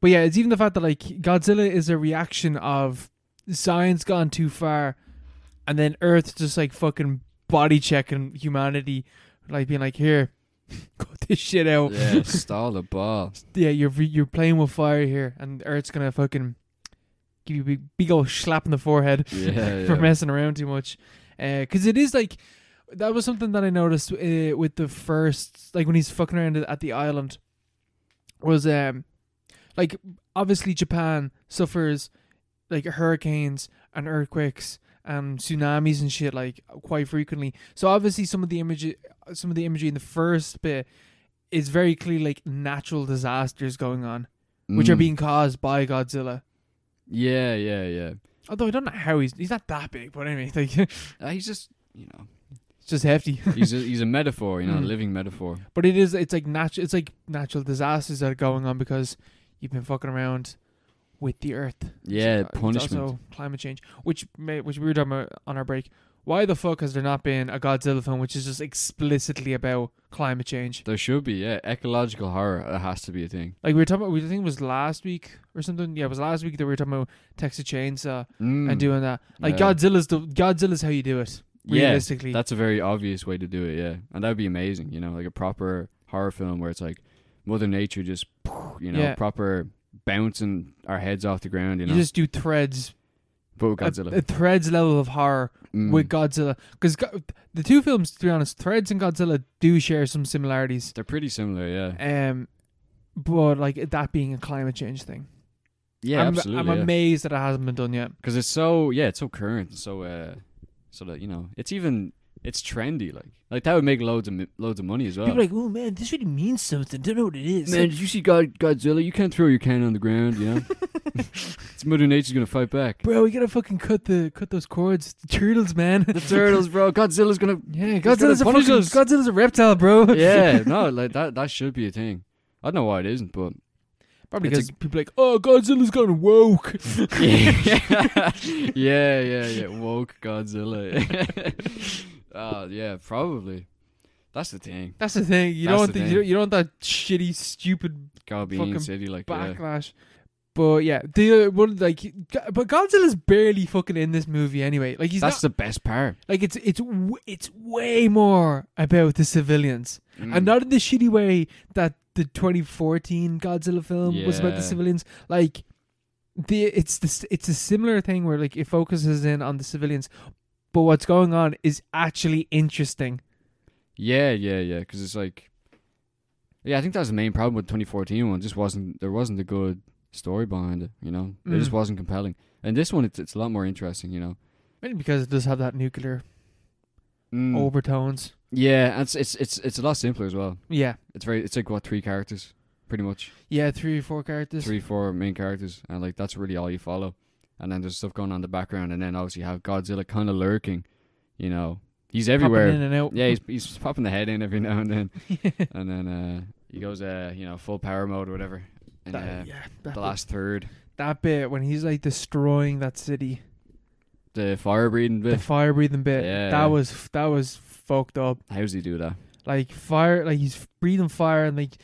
[SPEAKER 2] but yeah, it's even the fact that like Godzilla is a reaction of science gone too far, and then Earth just like fucking body checking humanity, like being like here. Cut this shit out.
[SPEAKER 1] yeah stall the ball
[SPEAKER 2] Yeah, you're re- you're playing with fire here, and Earth's gonna fucking give you a big, big old slap in the forehead
[SPEAKER 1] yeah,
[SPEAKER 2] for
[SPEAKER 1] yeah.
[SPEAKER 2] messing around too much. Because it is like that was something that I noticed uh, with the first, like when he's fucking around at the island, was um, like obviously Japan suffers like hurricanes and earthquakes and tsunamis and shit like quite frequently. So obviously some of the image, some of the imagery in the first bit is very clearly like natural disasters going on, which are
[SPEAKER 1] Mm.
[SPEAKER 2] being caused by Godzilla.
[SPEAKER 1] yeah yeah yeah
[SPEAKER 2] Although I don't know how he's he's not that big, but anyway, like it's
[SPEAKER 1] Uh, he's just, you know,
[SPEAKER 2] just hefty.
[SPEAKER 1] he's a, he's a metaphor, you know, a
[SPEAKER 2] Mm.
[SPEAKER 1] living metaphor.
[SPEAKER 2] But it is it's like natural it's like natural disasters that are going on because you've been fucking around with the earth. uh,
[SPEAKER 1] Yeah,
[SPEAKER 2] It's
[SPEAKER 1] punishment.
[SPEAKER 2] also climate change, which may, which we were talking about on our break. Why the fuck has there not been a Godzilla film which is just explicitly about climate change?
[SPEAKER 1] there should be, yeah, ecological horror. That has to be a thing.
[SPEAKER 2] Like we were talking about, we I think it was last week or something. Yeah, it was last week that we were talking about Texas Chainsaw
[SPEAKER 1] Mm.
[SPEAKER 2] and doing that. Like
[SPEAKER 1] Yeah.
[SPEAKER 2] Godzilla's the Godzilla's how you do it. realistically.
[SPEAKER 1] That's a very obvious way to do it, yeah. And that would be amazing, you know, like a proper horror film where it's like Mother Nature just, you know,
[SPEAKER 2] Yeah.
[SPEAKER 1] proper bouncing our heads off the ground, you
[SPEAKER 2] you,
[SPEAKER 1] know.
[SPEAKER 2] just do threads,
[SPEAKER 1] but with
[SPEAKER 2] a-
[SPEAKER 1] Godzilla.
[SPEAKER 2] A, threads level of horror
[SPEAKER 1] Mm.
[SPEAKER 2] with Godzilla, because the two films, to be honest, Threads and Godzilla do share some similarities.
[SPEAKER 1] They're pretty similar, yeah.
[SPEAKER 2] Um, but like that being a climate change thing,
[SPEAKER 1] Yeah,
[SPEAKER 2] I'm,
[SPEAKER 1] absolutely.
[SPEAKER 2] I'm amazed that it hasn't been done yet.
[SPEAKER 1] Because it's so, yeah, it's so current, and so, uh, so that, you know, it's even, it's trendy, like, like that would make loads of, mi- loads of money as well.
[SPEAKER 2] People are like, oh man, this really means something. Don't know what it is.
[SPEAKER 1] Man, did you see God- Godzilla? You can't throw your can on the ground, you know? it's Mother Nature's gonna fight back.
[SPEAKER 2] bro, we gotta fucking cut the cut those cords. The turtles, man.
[SPEAKER 1] The turtles, bro. Godzilla's gonna.
[SPEAKER 2] yeah,
[SPEAKER 1] gotta
[SPEAKER 2] Godzilla's a fucking,
[SPEAKER 1] punish us.
[SPEAKER 2] Godzilla's a reptile, bro.
[SPEAKER 1] Yeah, no, like that. That should be a thing. I don't know why it isn't, but
[SPEAKER 2] Probably
[SPEAKER 1] It's
[SPEAKER 2] because people are like, oh, Godzilla's gone woke.
[SPEAKER 1] yeah, yeah, yeah, yeah. Woke Godzilla. uh, yeah, probably. That's the thing.
[SPEAKER 2] That's the thing. You
[SPEAKER 1] That's
[SPEAKER 2] don't
[SPEAKER 1] the
[SPEAKER 2] think
[SPEAKER 1] thing.
[SPEAKER 2] you, don't, you don't want that shitty, stupid
[SPEAKER 1] God being
[SPEAKER 2] Fucking
[SPEAKER 1] city like uh, that.
[SPEAKER 2] backlash. But yeah, the one like, Go- but Godzilla's barely fucking in this movie anyway. Like he's
[SPEAKER 1] That's
[SPEAKER 2] not
[SPEAKER 1] the best part.
[SPEAKER 2] like it's it's w- it's way more about the civilians.
[SPEAKER 1] Mm.
[SPEAKER 2] and not in the shitty way that the 2014 Godzilla film was about
[SPEAKER 1] Yeah.
[SPEAKER 2] the civilians. Like the it's this it's a similar thing where like it focuses in on the civilians, but what's going on is actually interesting.
[SPEAKER 1] Yeah, yeah, yeah. Because it's like, yeah, I think that was the main problem with 2014 one. Just wasn't there wasn't a good story behind it. You know, it just
[SPEAKER 2] Mm.
[SPEAKER 1] wasn't compelling. And this one, it's it's a lot more interesting. You know.
[SPEAKER 2] Maybe because it does have that nuclear
[SPEAKER 1] Mm.
[SPEAKER 2] overtones.
[SPEAKER 1] Yeah, and it's it's it's it's a lot simpler as well.
[SPEAKER 2] Yeah,
[SPEAKER 1] It's very it's like what three characters, pretty much
[SPEAKER 2] yeah, three or four characters.
[SPEAKER 1] three four main characters, and like that's really all you follow. And then there's stuff going on in the background, and then obviously you have Godzilla kind of lurking. You know, he's
[SPEAKER 2] popping
[SPEAKER 1] everywhere.
[SPEAKER 2] in and out.
[SPEAKER 1] Yeah, he's he's popping the head in every now and then, and then uh, he goes uh you know full power mode or whatever. And,
[SPEAKER 2] that,
[SPEAKER 1] uh,
[SPEAKER 2] yeah, that
[SPEAKER 1] the
[SPEAKER 2] bit-
[SPEAKER 1] last third,
[SPEAKER 2] that bit when he's like destroying that city,
[SPEAKER 1] the fire breathing
[SPEAKER 2] the
[SPEAKER 1] bit.
[SPEAKER 2] fire breathing bit.
[SPEAKER 1] Yeah.
[SPEAKER 2] That was f- that was fucked up.
[SPEAKER 1] How does he do that?
[SPEAKER 2] like fire like he's breathing fire and like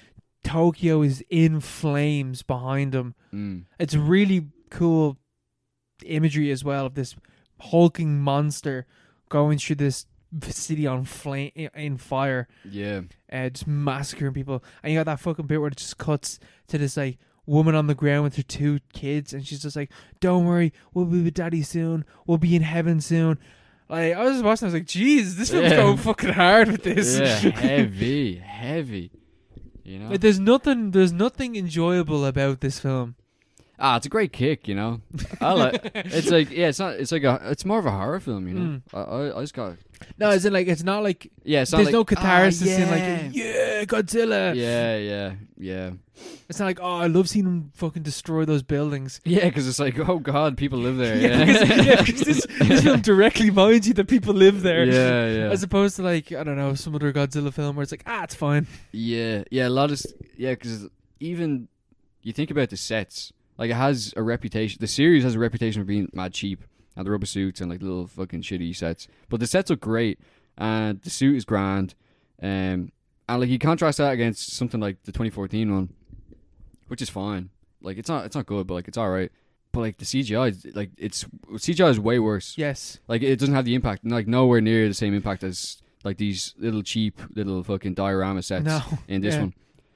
[SPEAKER 2] tokyo is in flames behind him
[SPEAKER 1] Mm.
[SPEAKER 2] it's really cool imagery as well of this hulking monster going through this city on flame in fire
[SPEAKER 1] Yeah,
[SPEAKER 2] uh, just massacring people and you got that fucking bit where it just cuts to this like woman on the ground with her two kids and she's just like don't worry we'll be with daddy soon we'll be in heaven soon like i was just watching i was like jeez this film's
[SPEAKER 1] Yeah.
[SPEAKER 2] going fucking hard with this
[SPEAKER 1] yeah, heavy, heavy. You know,
[SPEAKER 2] Like, there's nothing. There's nothing enjoyable about this film.
[SPEAKER 1] Ah, it's a great kick, you know. I like. It's like yeah, it's not. It's like a. It's more of a horror film, you know.
[SPEAKER 2] Mm.
[SPEAKER 1] I, I I just got
[SPEAKER 2] No, it's in like it's not like
[SPEAKER 1] yeah. It's not
[SPEAKER 2] there's
[SPEAKER 1] like,
[SPEAKER 2] no
[SPEAKER 1] "Ah,
[SPEAKER 2] catharsis
[SPEAKER 1] yeah.
[SPEAKER 2] in like yeah Godzilla.
[SPEAKER 1] yeah, yeah, yeah,
[SPEAKER 2] It's not like oh I love seeing him fucking destroy those buildings.
[SPEAKER 1] yeah. Because it's like oh god, people live there.
[SPEAKER 2] Yeah,
[SPEAKER 1] Yeah,
[SPEAKER 2] because, yeah, because this, this film directly reminds you that people live there.
[SPEAKER 1] Yeah, yeah,
[SPEAKER 2] As opposed to like I don't know some other Godzilla film where it's like ah it's fine.
[SPEAKER 1] yeah, yeah. A lot of s- yeah, because even you think about the sets. Like it has a reputation. The series has a reputation for being mad cheap and the rubber suits and like little fucking shitty sets. But the sets look great and the suit is grand. Um, and like you contrast that against something like the 2014 one, which is fine. Like it's not it's not good, but like it's all right. But like the CGI, is, like it's CGI is way worse.
[SPEAKER 2] Yes.
[SPEAKER 1] Like it doesn't have the impact, like nowhere near the same impact as like these little cheap little fucking diorama sets
[SPEAKER 2] No.
[SPEAKER 1] in this
[SPEAKER 2] Yeah.
[SPEAKER 1] one.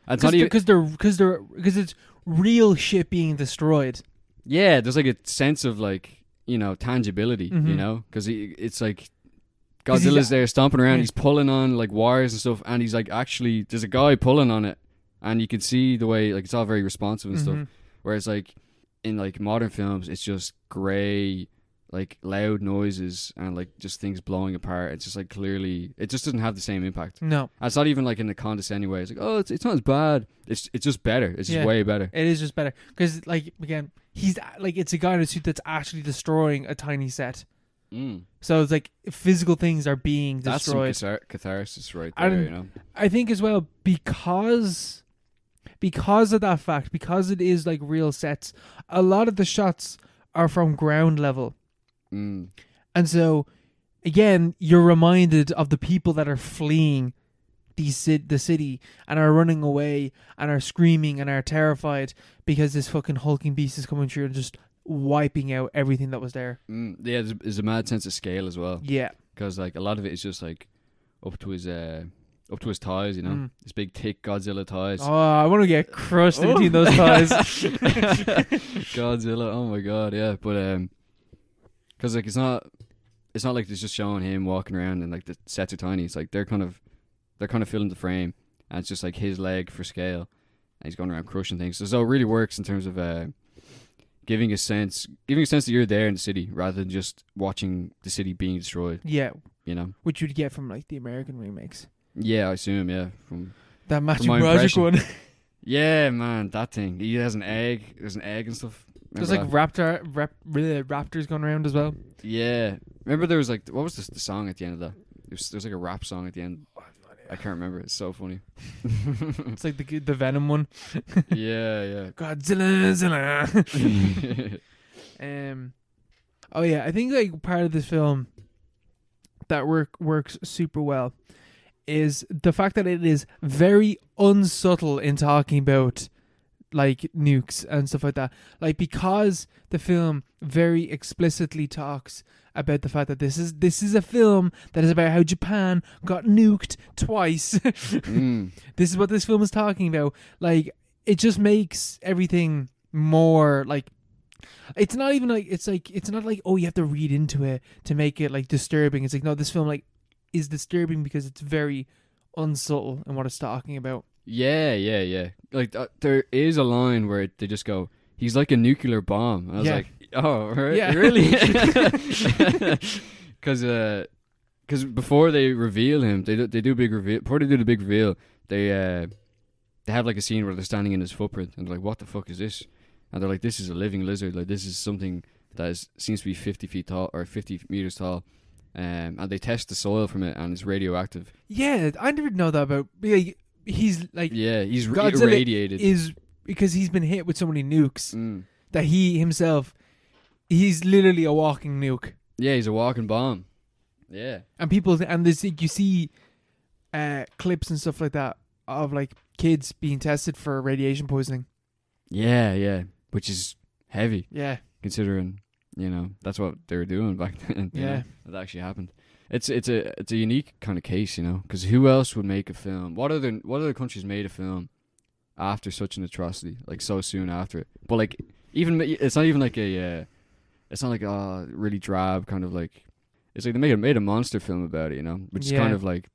[SPEAKER 1] And it's
[SPEAKER 2] Because
[SPEAKER 1] not even,
[SPEAKER 2] they're because they're because it's real shit being destroyed.
[SPEAKER 1] yeah, there's like a sense of like you know tangibility, you
[SPEAKER 2] Mhm.
[SPEAKER 1] know, because it's like
[SPEAKER 2] 'Cause he's-
[SPEAKER 1] Godzilla's there stomping around,
[SPEAKER 2] Yeah.
[SPEAKER 1] he's pulling on like wires and stuff, and he's like actually there's a guy pulling on it, and you can see the way like it's all very responsive and stuff.
[SPEAKER 2] Mhm.
[SPEAKER 1] Whereas like in like modern films, it's just grey, like loud noises and like just things blowing apart. It's just like clearly, it just doesn't have the same impact.
[SPEAKER 2] No,
[SPEAKER 1] And it's not even like in the condescending way. It's like oh, it's, it's not as bad. It's it's just better. It's just
[SPEAKER 2] Yeah.
[SPEAKER 1] way better.
[SPEAKER 2] it is just better because like again he's a- like it's a guy in a suit that's actually destroying a tiny set.
[SPEAKER 1] Mm.
[SPEAKER 2] So it's like physical things are being
[SPEAKER 1] That's some
[SPEAKER 2] destroyed.
[SPEAKER 1] cathar- catharsis right
[SPEAKER 2] I
[SPEAKER 1] there.
[SPEAKER 2] don't-
[SPEAKER 1] you know.
[SPEAKER 2] I think as well because because of that fact, because it is like real sets, a lot of the shots are from ground level.
[SPEAKER 1] Mm.
[SPEAKER 2] And so again, you're reminded of the people that are fleeing the, ci- the city and are running away and are screaming and are terrified because this fucking hulking beast is coming through and just wiping out everything that was there.
[SPEAKER 1] Mm. Yeah, there's, there's a mad sense of scale as well.
[SPEAKER 2] Yeah.
[SPEAKER 1] because like a lot of it is just like up to his uh up to his thighs, you know,
[SPEAKER 2] Mm.
[SPEAKER 1] his big thick Godzilla thighs.
[SPEAKER 2] Oh, I want to get crushed in
[SPEAKER 1] Oh.
[SPEAKER 2] between those thighs.
[SPEAKER 1] Godzilla. Oh my god, yeah. But um, because like it's not, it's not like it's just showing him walking around and like the sets are tiny. It's like they're kind of, they're kind of filling the frame, and it's just like his leg for scale, and he's going around crushing things. So, so it really works in terms of uh, giving a sense, giving a sense that you're there in the city rather than just watching the city being destroyed.
[SPEAKER 2] yeah,
[SPEAKER 1] You know?
[SPEAKER 2] which you'd get from like the American remakes.
[SPEAKER 1] Yeah, I assume. Yeah, from
[SPEAKER 2] That Matthew
[SPEAKER 1] my
[SPEAKER 2] Broderick
[SPEAKER 1] impression,
[SPEAKER 2] one.
[SPEAKER 1] yeah, man, that thing. He has an egg. There's an egg and stuff.
[SPEAKER 2] There's
[SPEAKER 1] Remember
[SPEAKER 2] like
[SPEAKER 1] that?
[SPEAKER 2] raptor, rap, really, raptors going around as well.
[SPEAKER 1] Yeah. Remember there was like what was this, the song at the end of that? It was, there was like a rap song at the end. I can't remember. It's so funny.
[SPEAKER 2] It's like the the Venom one.
[SPEAKER 1] yeah,
[SPEAKER 2] Godzilla, Zilla.
[SPEAKER 1] yeah.
[SPEAKER 2] Um, oh yeah, I think like part of this film that work works super well is the fact that it is very unsubtle in talking about like nukes and stuff like that. Like because the film very explicitly talks about the fact that this is this is a film that is about how Japan got nuked twice.
[SPEAKER 1] mm.
[SPEAKER 2] this is what this film is talking about. Like, it just makes everything more like. It's not even like it's like it's not like oh you have to read into it to make it like disturbing. It's like no, this film like is disturbing because it's very unsubtle in what it's talking about.
[SPEAKER 1] Yeah, yeah, yeah. Like th- there is a line where they just go, "He's like a nuclear bomb." And I was
[SPEAKER 2] Yeah.
[SPEAKER 1] like, "Oh, right,
[SPEAKER 2] Yeah.
[SPEAKER 1] really?" Because before they reveal him, they do, they do a big reveal. Before they do the big reveal, they uh, they have like a scene where they're standing in his footprint, and they're like, "What the fuck is this?" And they're like, "This is a living lizard. Like this is something that is, seems to be fifty feet tall or fifty meters tall." Um, and they test the soil from it, and it's radioactive.
[SPEAKER 2] Yeah, I never know that about. Like, he's like
[SPEAKER 1] Yeah, he's ra-
[SPEAKER 2] Godzilla
[SPEAKER 1] irradiated.
[SPEAKER 2] is because he's been hit with so many nukes
[SPEAKER 1] Mm.
[SPEAKER 2] that he himself, he's literally a walking nuke.
[SPEAKER 1] Yeah, he's a walking bomb. Yeah.
[SPEAKER 2] and people and there's like, you see uh clips and stuff like that of like kids being tested for radiation poisoning
[SPEAKER 1] Yeah, yeah. Which is heavy
[SPEAKER 2] yeah
[SPEAKER 1] considering, you know, that's what they were doing back then. you know,
[SPEAKER 2] Yeah.
[SPEAKER 1] that actually happened. It's it's a it's a unique kind of case, you know, because who else would make a film? What other what other countries made a film after such an atrocity, like so soon after it? But like even ma- it's not even like a uh, it's not like a really drab kind of like it's like they made a, made a monster film about it, you know, which is
[SPEAKER 2] Yeah.
[SPEAKER 1] kind of like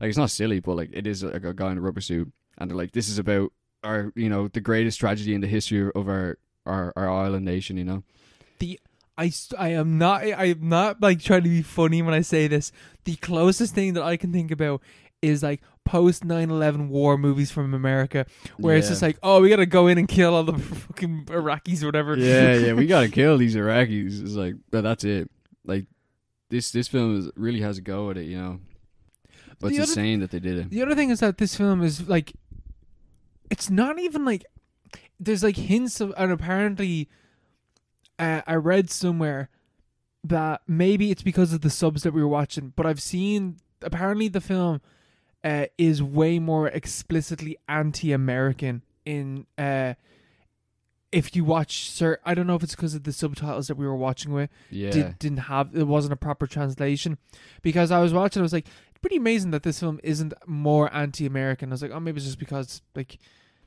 [SPEAKER 1] like it's not silly, but like it is like a guy in a rubber suit, and they're like, this is about our you know the greatest tragedy in the history of our our, our island nation, you know.
[SPEAKER 2] I, st- I am not I am not like trying to be funny when I say this. The closest thing that I can think about is like post 9/11 war movies from America, where it's
[SPEAKER 1] Yeah.
[SPEAKER 2] just like, oh, we gotta go in and kill all the fucking Iraqis or whatever.
[SPEAKER 1] yeah, yeah, we gotta kill these Iraqis. It's like, but that's it. Like this, this film is, really has a go at it, you know. But
[SPEAKER 2] The
[SPEAKER 1] it's
[SPEAKER 2] other-
[SPEAKER 1] insane that they did it.
[SPEAKER 2] The other thing is that this film is like, it's not even like there's like hints of, and apparently, uh, I read somewhere that maybe it's because of the subs that we were watching, but I've seen apparently the film uh, is way more explicitly anti-American in. Uh, if you watch, sir, I don't know if it's because of the subtitles that we were watching with,
[SPEAKER 1] Yeah,
[SPEAKER 2] did, didn't have it wasn't a proper translation because I was watching I was like it's pretty amazing that this film isn't more anti-American I was like oh maybe it's just because like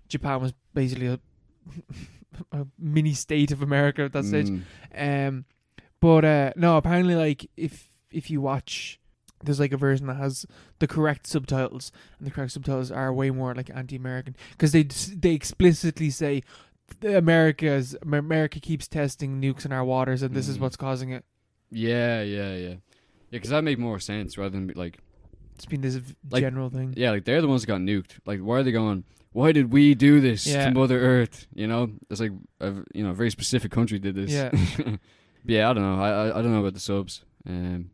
[SPEAKER 2] Japan was basically a, a mini state of America at that stage
[SPEAKER 1] Mm.
[SPEAKER 2] um but uh no apparently like if if you watch there's like a version that has the correct subtitles and the correct subtitles are way more like anti-American because they they explicitly say America's America keeps testing nukes in our waters and this is
[SPEAKER 1] Mm.
[SPEAKER 2] what's causing it
[SPEAKER 1] Yeah, yeah, yeah. Yeah, because that make more sense rather than be like,
[SPEAKER 2] It's been this v-
[SPEAKER 1] Like-
[SPEAKER 2] general thing.
[SPEAKER 1] yeah, like they're the ones that got nuked. Like, why are they going? Why did we do this
[SPEAKER 2] Yeah.
[SPEAKER 1] to Mother Earth? You know, it's like a v- you know a very specific country did this.
[SPEAKER 2] Yeah.
[SPEAKER 1] But yeah, I don't know. I, I I don't know about the subs. Um,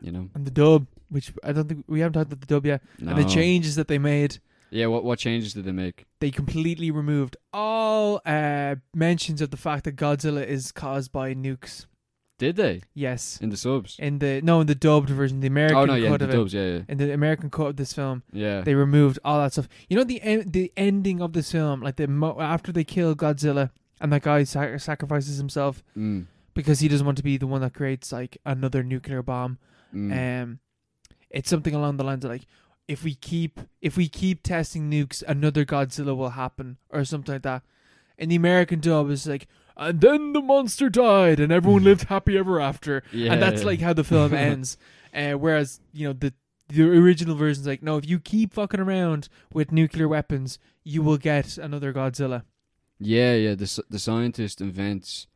[SPEAKER 1] you know,
[SPEAKER 2] And the dub, which I don't think we haven't talked about the dub yet.
[SPEAKER 1] no.
[SPEAKER 2] And the changes that they made,
[SPEAKER 1] Yeah, what what changes did they make?
[SPEAKER 2] they completely removed all uh, mentions of the fact that Godzilla is caused by nukes.
[SPEAKER 1] Did they
[SPEAKER 2] Yes.
[SPEAKER 1] in the subs?
[SPEAKER 2] In the no, in the dubbed version, the American
[SPEAKER 1] Oh no, yeah,
[SPEAKER 2] cut
[SPEAKER 1] the
[SPEAKER 2] of
[SPEAKER 1] dubs, yeah, yeah.
[SPEAKER 2] it, in the American cut of this film,
[SPEAKER 1] Yeah.
[SPEAKER 2] they removed all that stuff. You know the en- the ending of this film, like the mo- after they kill Godzilla and that guy sac- sacrifices himself.
[SPEAKER 1] mm.
[SPEAKER 2] because he doesn't want to be the one that creates like another nuclear bomb.
[SPEAKER 1] Mm.
[SPEAKER 2] Um, it's something along the lines of like, if we keep if we keep testing nukes, another Godzilla will happen or something like that. And the American dub is like, and then the monster died and everyone lived happy ever after.
[SPEAKER 1] Mm. yeah.
[SPEAKER 2] And that's like how the film ends. Uh, whereas you know the the original version's like, no, if you keep fucking around with nuclear weapons, you will get another Godzilla.
[SPEAKER 1] Yeah, yeah. The s- the scientist invents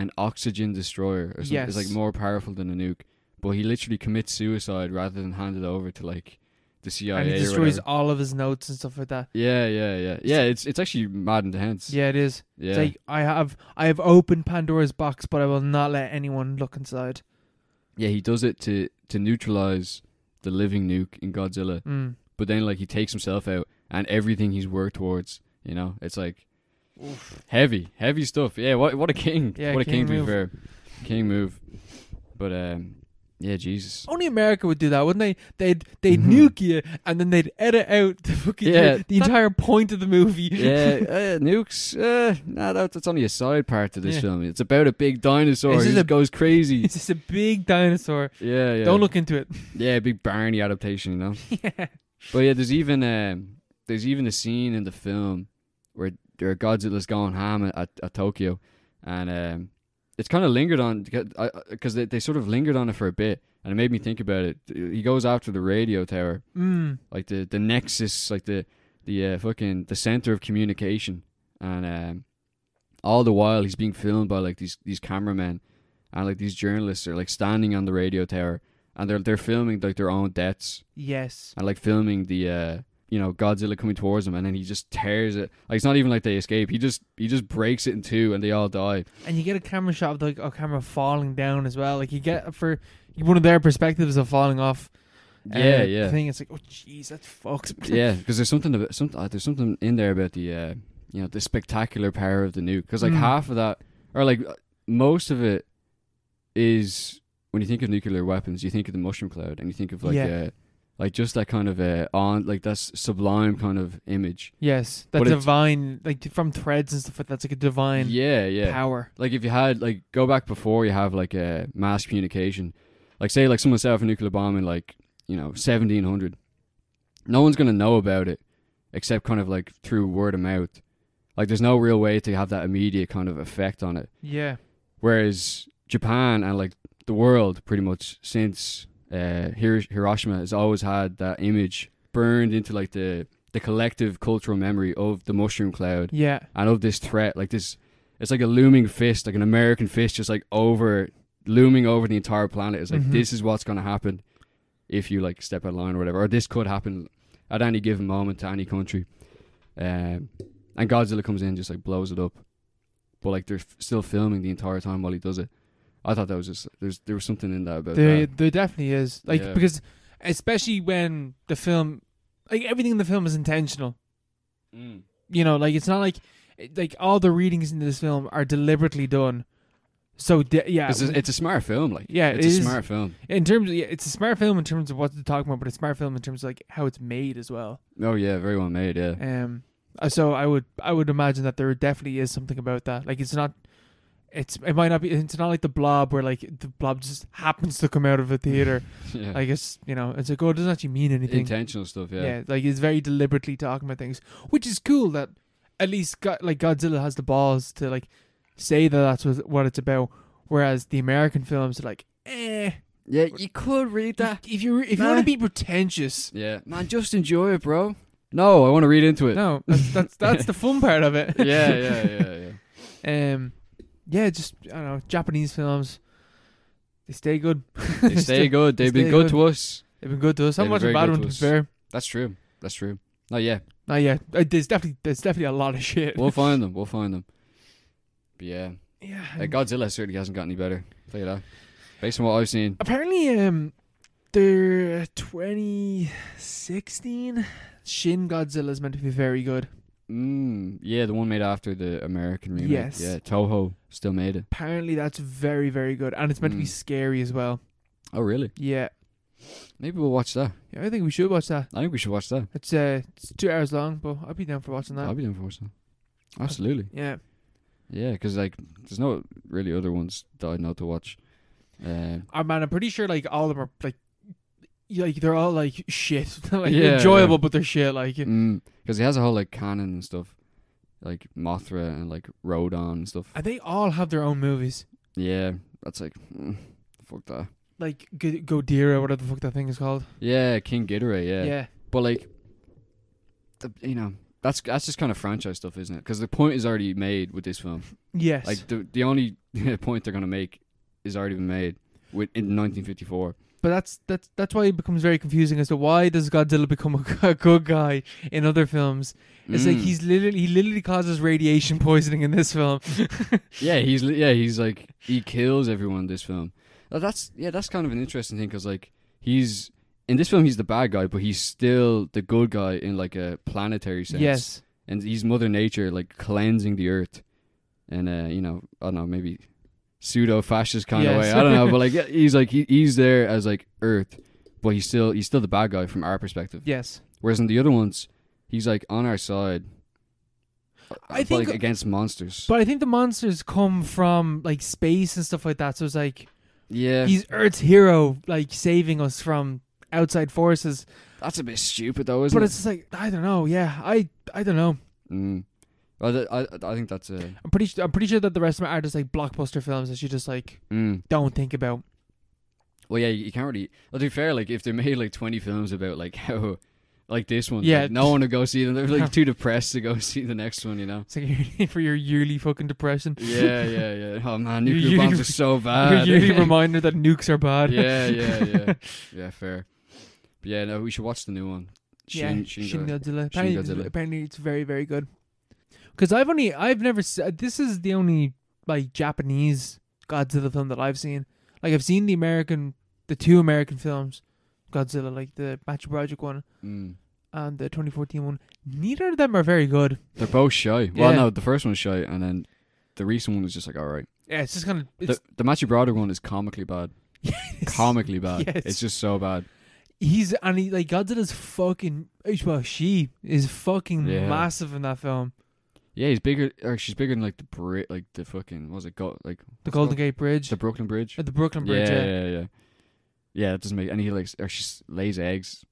[SPEAKER 1] an oxygen destroyer. Or something. It's like
[SPEAKER 2] Yes.
[SPEAKER 1] more powerful than a nuke, but he literally commits suicide rather than hand it over to like the CIA.
[SPEAKER 2] and he
[SPEAKER 1] or
[SPEAKER 2] destroys
[SPEAKER 1] whatever.
[SPEAKER 2] all of his notes and stuff like that.
[SPEAKER 1] Yeah, yeah, yeah, yeah. It's it's actually mad intense.
[SPEAKER 2] Yeah, it is.
[SPEAKER 1] yeah.
[SPEAKER 2] It's like I have I have opened Pandora's box, but I will not let anyone look inside.
[SPEAKER 1] Yeah, he does it to to neutralize the living nuke in Godzilla,
[SPEAKER 2] Mm.
[SPEAKER 1] but then like he takes himself out and everything he's worked towards. You know, it's like heavy, heavy stuff. Yeah, what what a king.
[SPEAKER 2] Yeah,
[SPEAKER 1] what a king,
[SPEAKER 2] king
[SPEAKER 1] to
[SPEAKER 2] move.
[SPEAKER 1] be fair. King move. But um, yeah, Jesus.
[SPEAKER 2] Only America would do that, wouldn't they? They'd they'd
[SPEAKER 1] Mhm.
[SPEAKER 2] nuke you and then they'd edit out the fucking
[SPEAKER 1] Yeah.
[SPEAKER 2] the entire point of the movie.
[SPEAKER 1] yeah, uh, nukes. Uh, nah, that, that's only a side part to this
[SPEAKER 2] Yeah.
[SPEAKER 1] film. It's about a big dinosaur
[SPEAKER 2] This
[SPEAKER 1] who
[SPEAKER 2] is
[SPEAKER 1] just
[SPEAKER 2] a-
[SPEAKER 1] goes crazy.
[SPEAKER 2] It's just a big dinosaur.
[SPEAKER 1] Yeah, yeah.
[SPEAKER 2] Don't look into it.
[SPEAKER 1] Yeah, big Barney adaptation, you know. But yeah, there's even um, there's even a scene in the film where there are Godzilla's going ham at, at, at Tokyo, and um, it's kind of lingered on because they they sort of lingered on it for a bit, and it made me think about it. He goes after the radio tower,
[SPEAKER 2] Mm.
[SPEAKER 1] like the the nexus, like the the uh, fucking the center of communication, and um, all the while he's being filmed by like these these cameramen, and like these journalists are like standing on the radio tower, and they're they're filming like their own deaths
[SPEAKER 2] Yes.
[SPEAKER 1] and like filming the uh, you know Godzilla coming towards him, and then he just tears it. Like it's not even like they escape. He just he just breaks it in two, and they all die.
[SPEAKER 2] And you get a camera shot of like a camera falling down as well. Like you get for one of their perspectives of falling off. uh,
[SPEAKER 1] Yeah, yeah,
[SPEAKER 2] Thing it's like, oh jeez, that's fucked.
[SPEAKER 1] yeah. Because there's something about some uh, there's something in there about the uh, you know the spectacular power of the nuke. Because like
[SPEAKER 2] Mm.
[SPEAKER 1] half of that, or like uh, most of it, is when you think of nuclear weapons, you think of the mushroom cloud, and you think of like
[SPEAKER 2] Yeah.
[SPEAKER 1] uh, like just that kind of uh, on like that s- sublime kind of image.
[SPEAKER 2] Yes, that
[SPEAKER 1] But it's-
[SPEAKER 2] divine, like from threads and stuff like that's like a divine
[SPEAKER 1] Yeah, yeah.
[SPEAKER 2] power.
[SPEAKER 1] Like if you had like go back before you have like a mass communication, like say like someone set off a nuclear bomb in like you know seventeen hundred, no one's gonna know about it except kind of like through word of mouth. Like there's no real way to have that immediate kind of effect on it.
[SPEAKER 2] Yeah,
[SPEAKER 1] Whereas Japan and like the world pretty much since uh, Hiro- Hiroshima has always had that image burned into like the the collective cultural memory of the mushroom cloud
[SPEAKER 2] yeah,
[SPEAKER 1] and of this threat, like this, it's like a looming fist, like an American fist, just like over looming over the entire planet. It's like
[SPEAKER 2] Mhm.
[SPEAKER 1] this is what's going to happen if you like step out of line or whatever, or this could happen at any given moment to any country. Um, and Godzilla comes in, just like blows it up, but like they're f- still filming the entire time while he does it. I thought that was just there's there was something in that about
[SPEAKER 2] there,
[SPEAKER 1] that.
[SPEAKER 2] there definitely is. Like
[SPEAKER 1] Yeah.
[SPEAKER 2] because, especially when the film, like everything in the film is intentional. You know, like it's not like, like all the readings in this film are deliberately done. So de- yeah,
[SPEAKER 1] It's, a, it's a smart film, like
[SPEAKER 2] Yeah,
[SPEAKER 1] it's
[SPEAKER 2] it
[SPEAKER 1] a
[SPEAKER 2] is.
[SPEAKER 1] smart film.
[SPEAKER 2] in terms of yeah, it's a smart film in terms of what to talk about, but a smart film in terms of like how it's made as well.
[SPEAKER 1] Oh yeah, very well made. Yeah,
[SPEAKER 2] Um, uh, so I would I would imagine that there definitely is something about that. Like it's not, it's it might not be. It's not like the blob where like the blob just happens to come out of a theater.
[SPEAKER 1] yeah.
[SPEAKER 2] I guess you know it's like oh it doesn't actually mean anything.
[SPEAKER 1] intentional stuff.
[SPEAKER 2] yeah. like it's very deliberately talking about things, which is cool that at least Go- like Godzilla has the balls to like say that that's what, what it's about, whereas the American films are like eh.
[SPEAKER 1] yeah. You could read that.
[SPEAKER 2] If you if you
[SPEAKER 1] Nah.
[SPEAKER 2] want to be pretentious,
[SPEAKER 1] Yeah. Man, just enjoy it, bro. No, I want to read into it.
[SPEAKER 2] no, that's that's, that's the fun part of it.
[SPEAKER 1] Yeah, yeah, yeah, yeah.
[SPEAKER 2] Um, yeah, just I don't know. Japanese films, they stay good.
[SPEAKER 1] They stay good. They've been
[SPEAKER 2] stay
[SPEAKER 1] good,
[SPEAKER 2] good.
[SPEAKER 1] to us.
[SPEAKER 2] They've been good to us.
[SPEAKER 1] They've
[SPEAKER 2] Haven't
[SPEAKER 1] been
[SPEAKER 2] watched a
[SPEAKER 1] very
[SPEAKER 2] bad
[SPEAKER 1] good
[SPEAKER 2] one
[SPEAKER 1] to
[SPEAKER 2] to be
[SPEAKER 1] us.
[SPEAKER 2] fair.
[SPEAKER 1] That's true. That's true. No, yeah.
[SPEAKER 2] Not yet. Uh, there's definitely there's definitely a lot of shit.
[SPEAKER 1] We'll find them. We'll find them. But yeah.
[SPEAKER 2] yeah.
[SPEAKER 1] Uh, Godzilla certainly hasn't got any better. Tell you that. Based on what I've seen.
[SPEAKER 2] Apparently, um, their 2016 Shin Godzilla is meant to be very good.
[SPEAKER 1] Mm, yeah, the one made after the American remake.
[SPEAKER 2] Yes.
[SPEAKER 1] Yeah, Toho still made it.
[SPEAKER 2] Apparently, that's very very good, and it's meant to be
[SPEAKER 1] Mm.
[SPEAKER 2] scary as well.
[SPEAKER 1] Oh, really?
[SPEAKER 2] Yeah.
[SPEAKER 1] Maybe we'll watch that.
[SPEAKER 2] yeah, I think we should watch that.
[SPEAKER 1] I think we should watch that.
[SPEAKER 2] It's uh, it's two hours long, but I'd be down for watching that.
[SPEAKER 1] I'll be down for watching that. Absolutely.
[SPEAKER 2] yeah.
[SPEAKER 1] Yeah, because like there's no really other ones that I know to watch. Um,
[SPEAKER 2] Oh man, I'm pretty sure like all of them are like, y- like they're all like shit, like
[SPEAKER 1] Yeah,
[SPEAKER 2] enjoyable,
[SPEAKER 1] yeah. Mm.
[SPEAKER 2] but they're shit. Like
[SPEAKER 1] because he has a whole like canon and stuff, like Mothra and like Rodan and stuff.
[SPEAKER 2] and they all have their own movies.
[SPEAKER 1] Yeah, that's like mm, fuck that.
[SPEAKER 2] Like G- Godira, whatever the fuck that thing is called.
[SPEAKER 1] Yeah, King Ghidorah. Yeah,
[SPEAKER 2] Yeah,
[SPEAKER 1] but like, the, you know, that's that's just kind of franchise stuff, isn't it? Because the point is already made with this film.
[SPEAKER 2] yes,
[SPEAKER 1] Like the the only point they're gonna make is already been made with in 1954.
[SPEAKER 2] but that's that's that's why it becomes very confusing as to why does Godzilla become a, g- a good guy in other films. It's like
[SPEAKER 1] Mm.
[SPEAKER 2] he's literally he literally causes radiation poisoning in this film.
[SPEAKER 1] yeah, he's li- yeah, he's like he kills everyone in this film. Uh, That's yeah, that's kind of an interesting thing because like he's in this film he's the bad guy, but he's still the good guy in like a planetary sense.
[SPEAKER 2] yes,
[SPEAKER 1] and he's Mother Nature like cleansing the earth, and uh, you know I don't know maybe pseudo fascist kind of
[SPEAKER 2] Yes.
[SPEAKER 1] way I don't know, but like yeah, he's like he, he's there as like Earth, but he's still he's still the bad guy from our perspective.
[SPEAKER 2] yes.
[SPEAKER 1] Whereas in the other ones, he's like on our side. uh,
[SPEAKER 2] I
[SPEAKER 1] but, like,
[SPEAKER 2] think-
[SPEAKER 1] against monsters.
[SPEAKER 2] But I think the monsters come from like space and stuff like that. So it's like
[SPEAKER 1] yeah,
[SPEAKER 2] he's Earth's hero, like saving us from outside forces.
[SPEAKER 1] that's a bit stupid though, isn't
[SPEAKER 2] But
[SPEAKER 1] it?
[SPEAKER 2] it's just like I don't know. Yeah, I I don't know.
[SPEAKER 1] Mm. Well, th- I I think that's a
[SPEAKER 2] I'm pretty su- I'm pretty sure that the rest of them are just like blockbuster films that you just like
[SPEAKER 1] mm.
[SPEAKER 2] don't think about.
[SPEAKER 1] well. Yeah, you you can't really. Well, to be fair, like if they made like twenty films about like how, like this one,
[SPEAKER 2] Yeah.
[SPEAKER 1] like, no one would go see them. They're like too depressed to go see the next one. You know.
[SPEAKER 2] It's like for your yearly fucking depression.
[SPEAKER 1] Yeah, yeah, yeah. Oh man,
[SPEAKER 2] Your
[SPEAKER 1] nuclear
[SPEAKER 2] yearly
[SPEAKER 1] bombs
[SPEAKER 2] re-
[SPEAKER 1] are so bad.
[SPEAKER 2] Your yearly reminder that nukes are bad.
[SPEAKER 1] yeah, yeah, yeah, yeah. Fair. But yeah, no, we should watch the new one.
[SPEAKER 2] Yeah,
[SPEAKER 1] Shin, Shin
[SPEAKER 2] Shin
[SPEAKER 1] Godzilla.
[SPEAKER 2] Godzilla. Apparently,
[SPEAKER 1] Godzilla.
[SPEAKER 2] apparently it's very very good. Because I've only I've never se- this is the only like Japanese Godzilla film that I've seen. Like I've seen the American the two American films Godzilla like the Matthew Project one
[SPEAKER 1] Mm.
[SPEAKER 2] and the 2014 one. Neither of them are very good.
[SPEAKER 1] They're both shy. Well,
[SPEAKER 2] Yeah.
[SPEAKER 1] no, the first one's shy, and then the recent one was just like all right.
[SPEAKER 2] Yeah, it's just kind of
[SPEAKER 1] The
[SPEAKER 2] it's,
[SPEAKER 1] the Matthew Broderick one is comically bad.
[SPEAKER 2] it's-
[SPEAKER 1] Comically bad.
[SPEAKER 2] Yes.
[SPEAKER 1] It's just so bad.
[SPEAKER 2] He's and he like Godzilla's fucking well she is fucking
[SPEAKER 1] Yeah.
[SPEAKER 2] massive in that film.
[SPEAKER 1] Yeah, he's bigger. Or she's bigger than like the Brit, like the fucking what was it? Go, like
[SPEAKER 2] The
[SPEAKER 1] what's it
[SPEAKER 2] Golden
[SPEAKER 1] called?
[SPEAKER 2] Gate Bridge,
[SPEAKER 1] the Brooklyn Bridge.
[SPEAKER 2] at the Brooklyn Bridge.
[SPEAKER 1] yeah,
[SPEAKER 2] Yeah,
[SPEAKER 1] yeah, yeah. Yeah, it doesn't make any like. Or she s- lays eggs.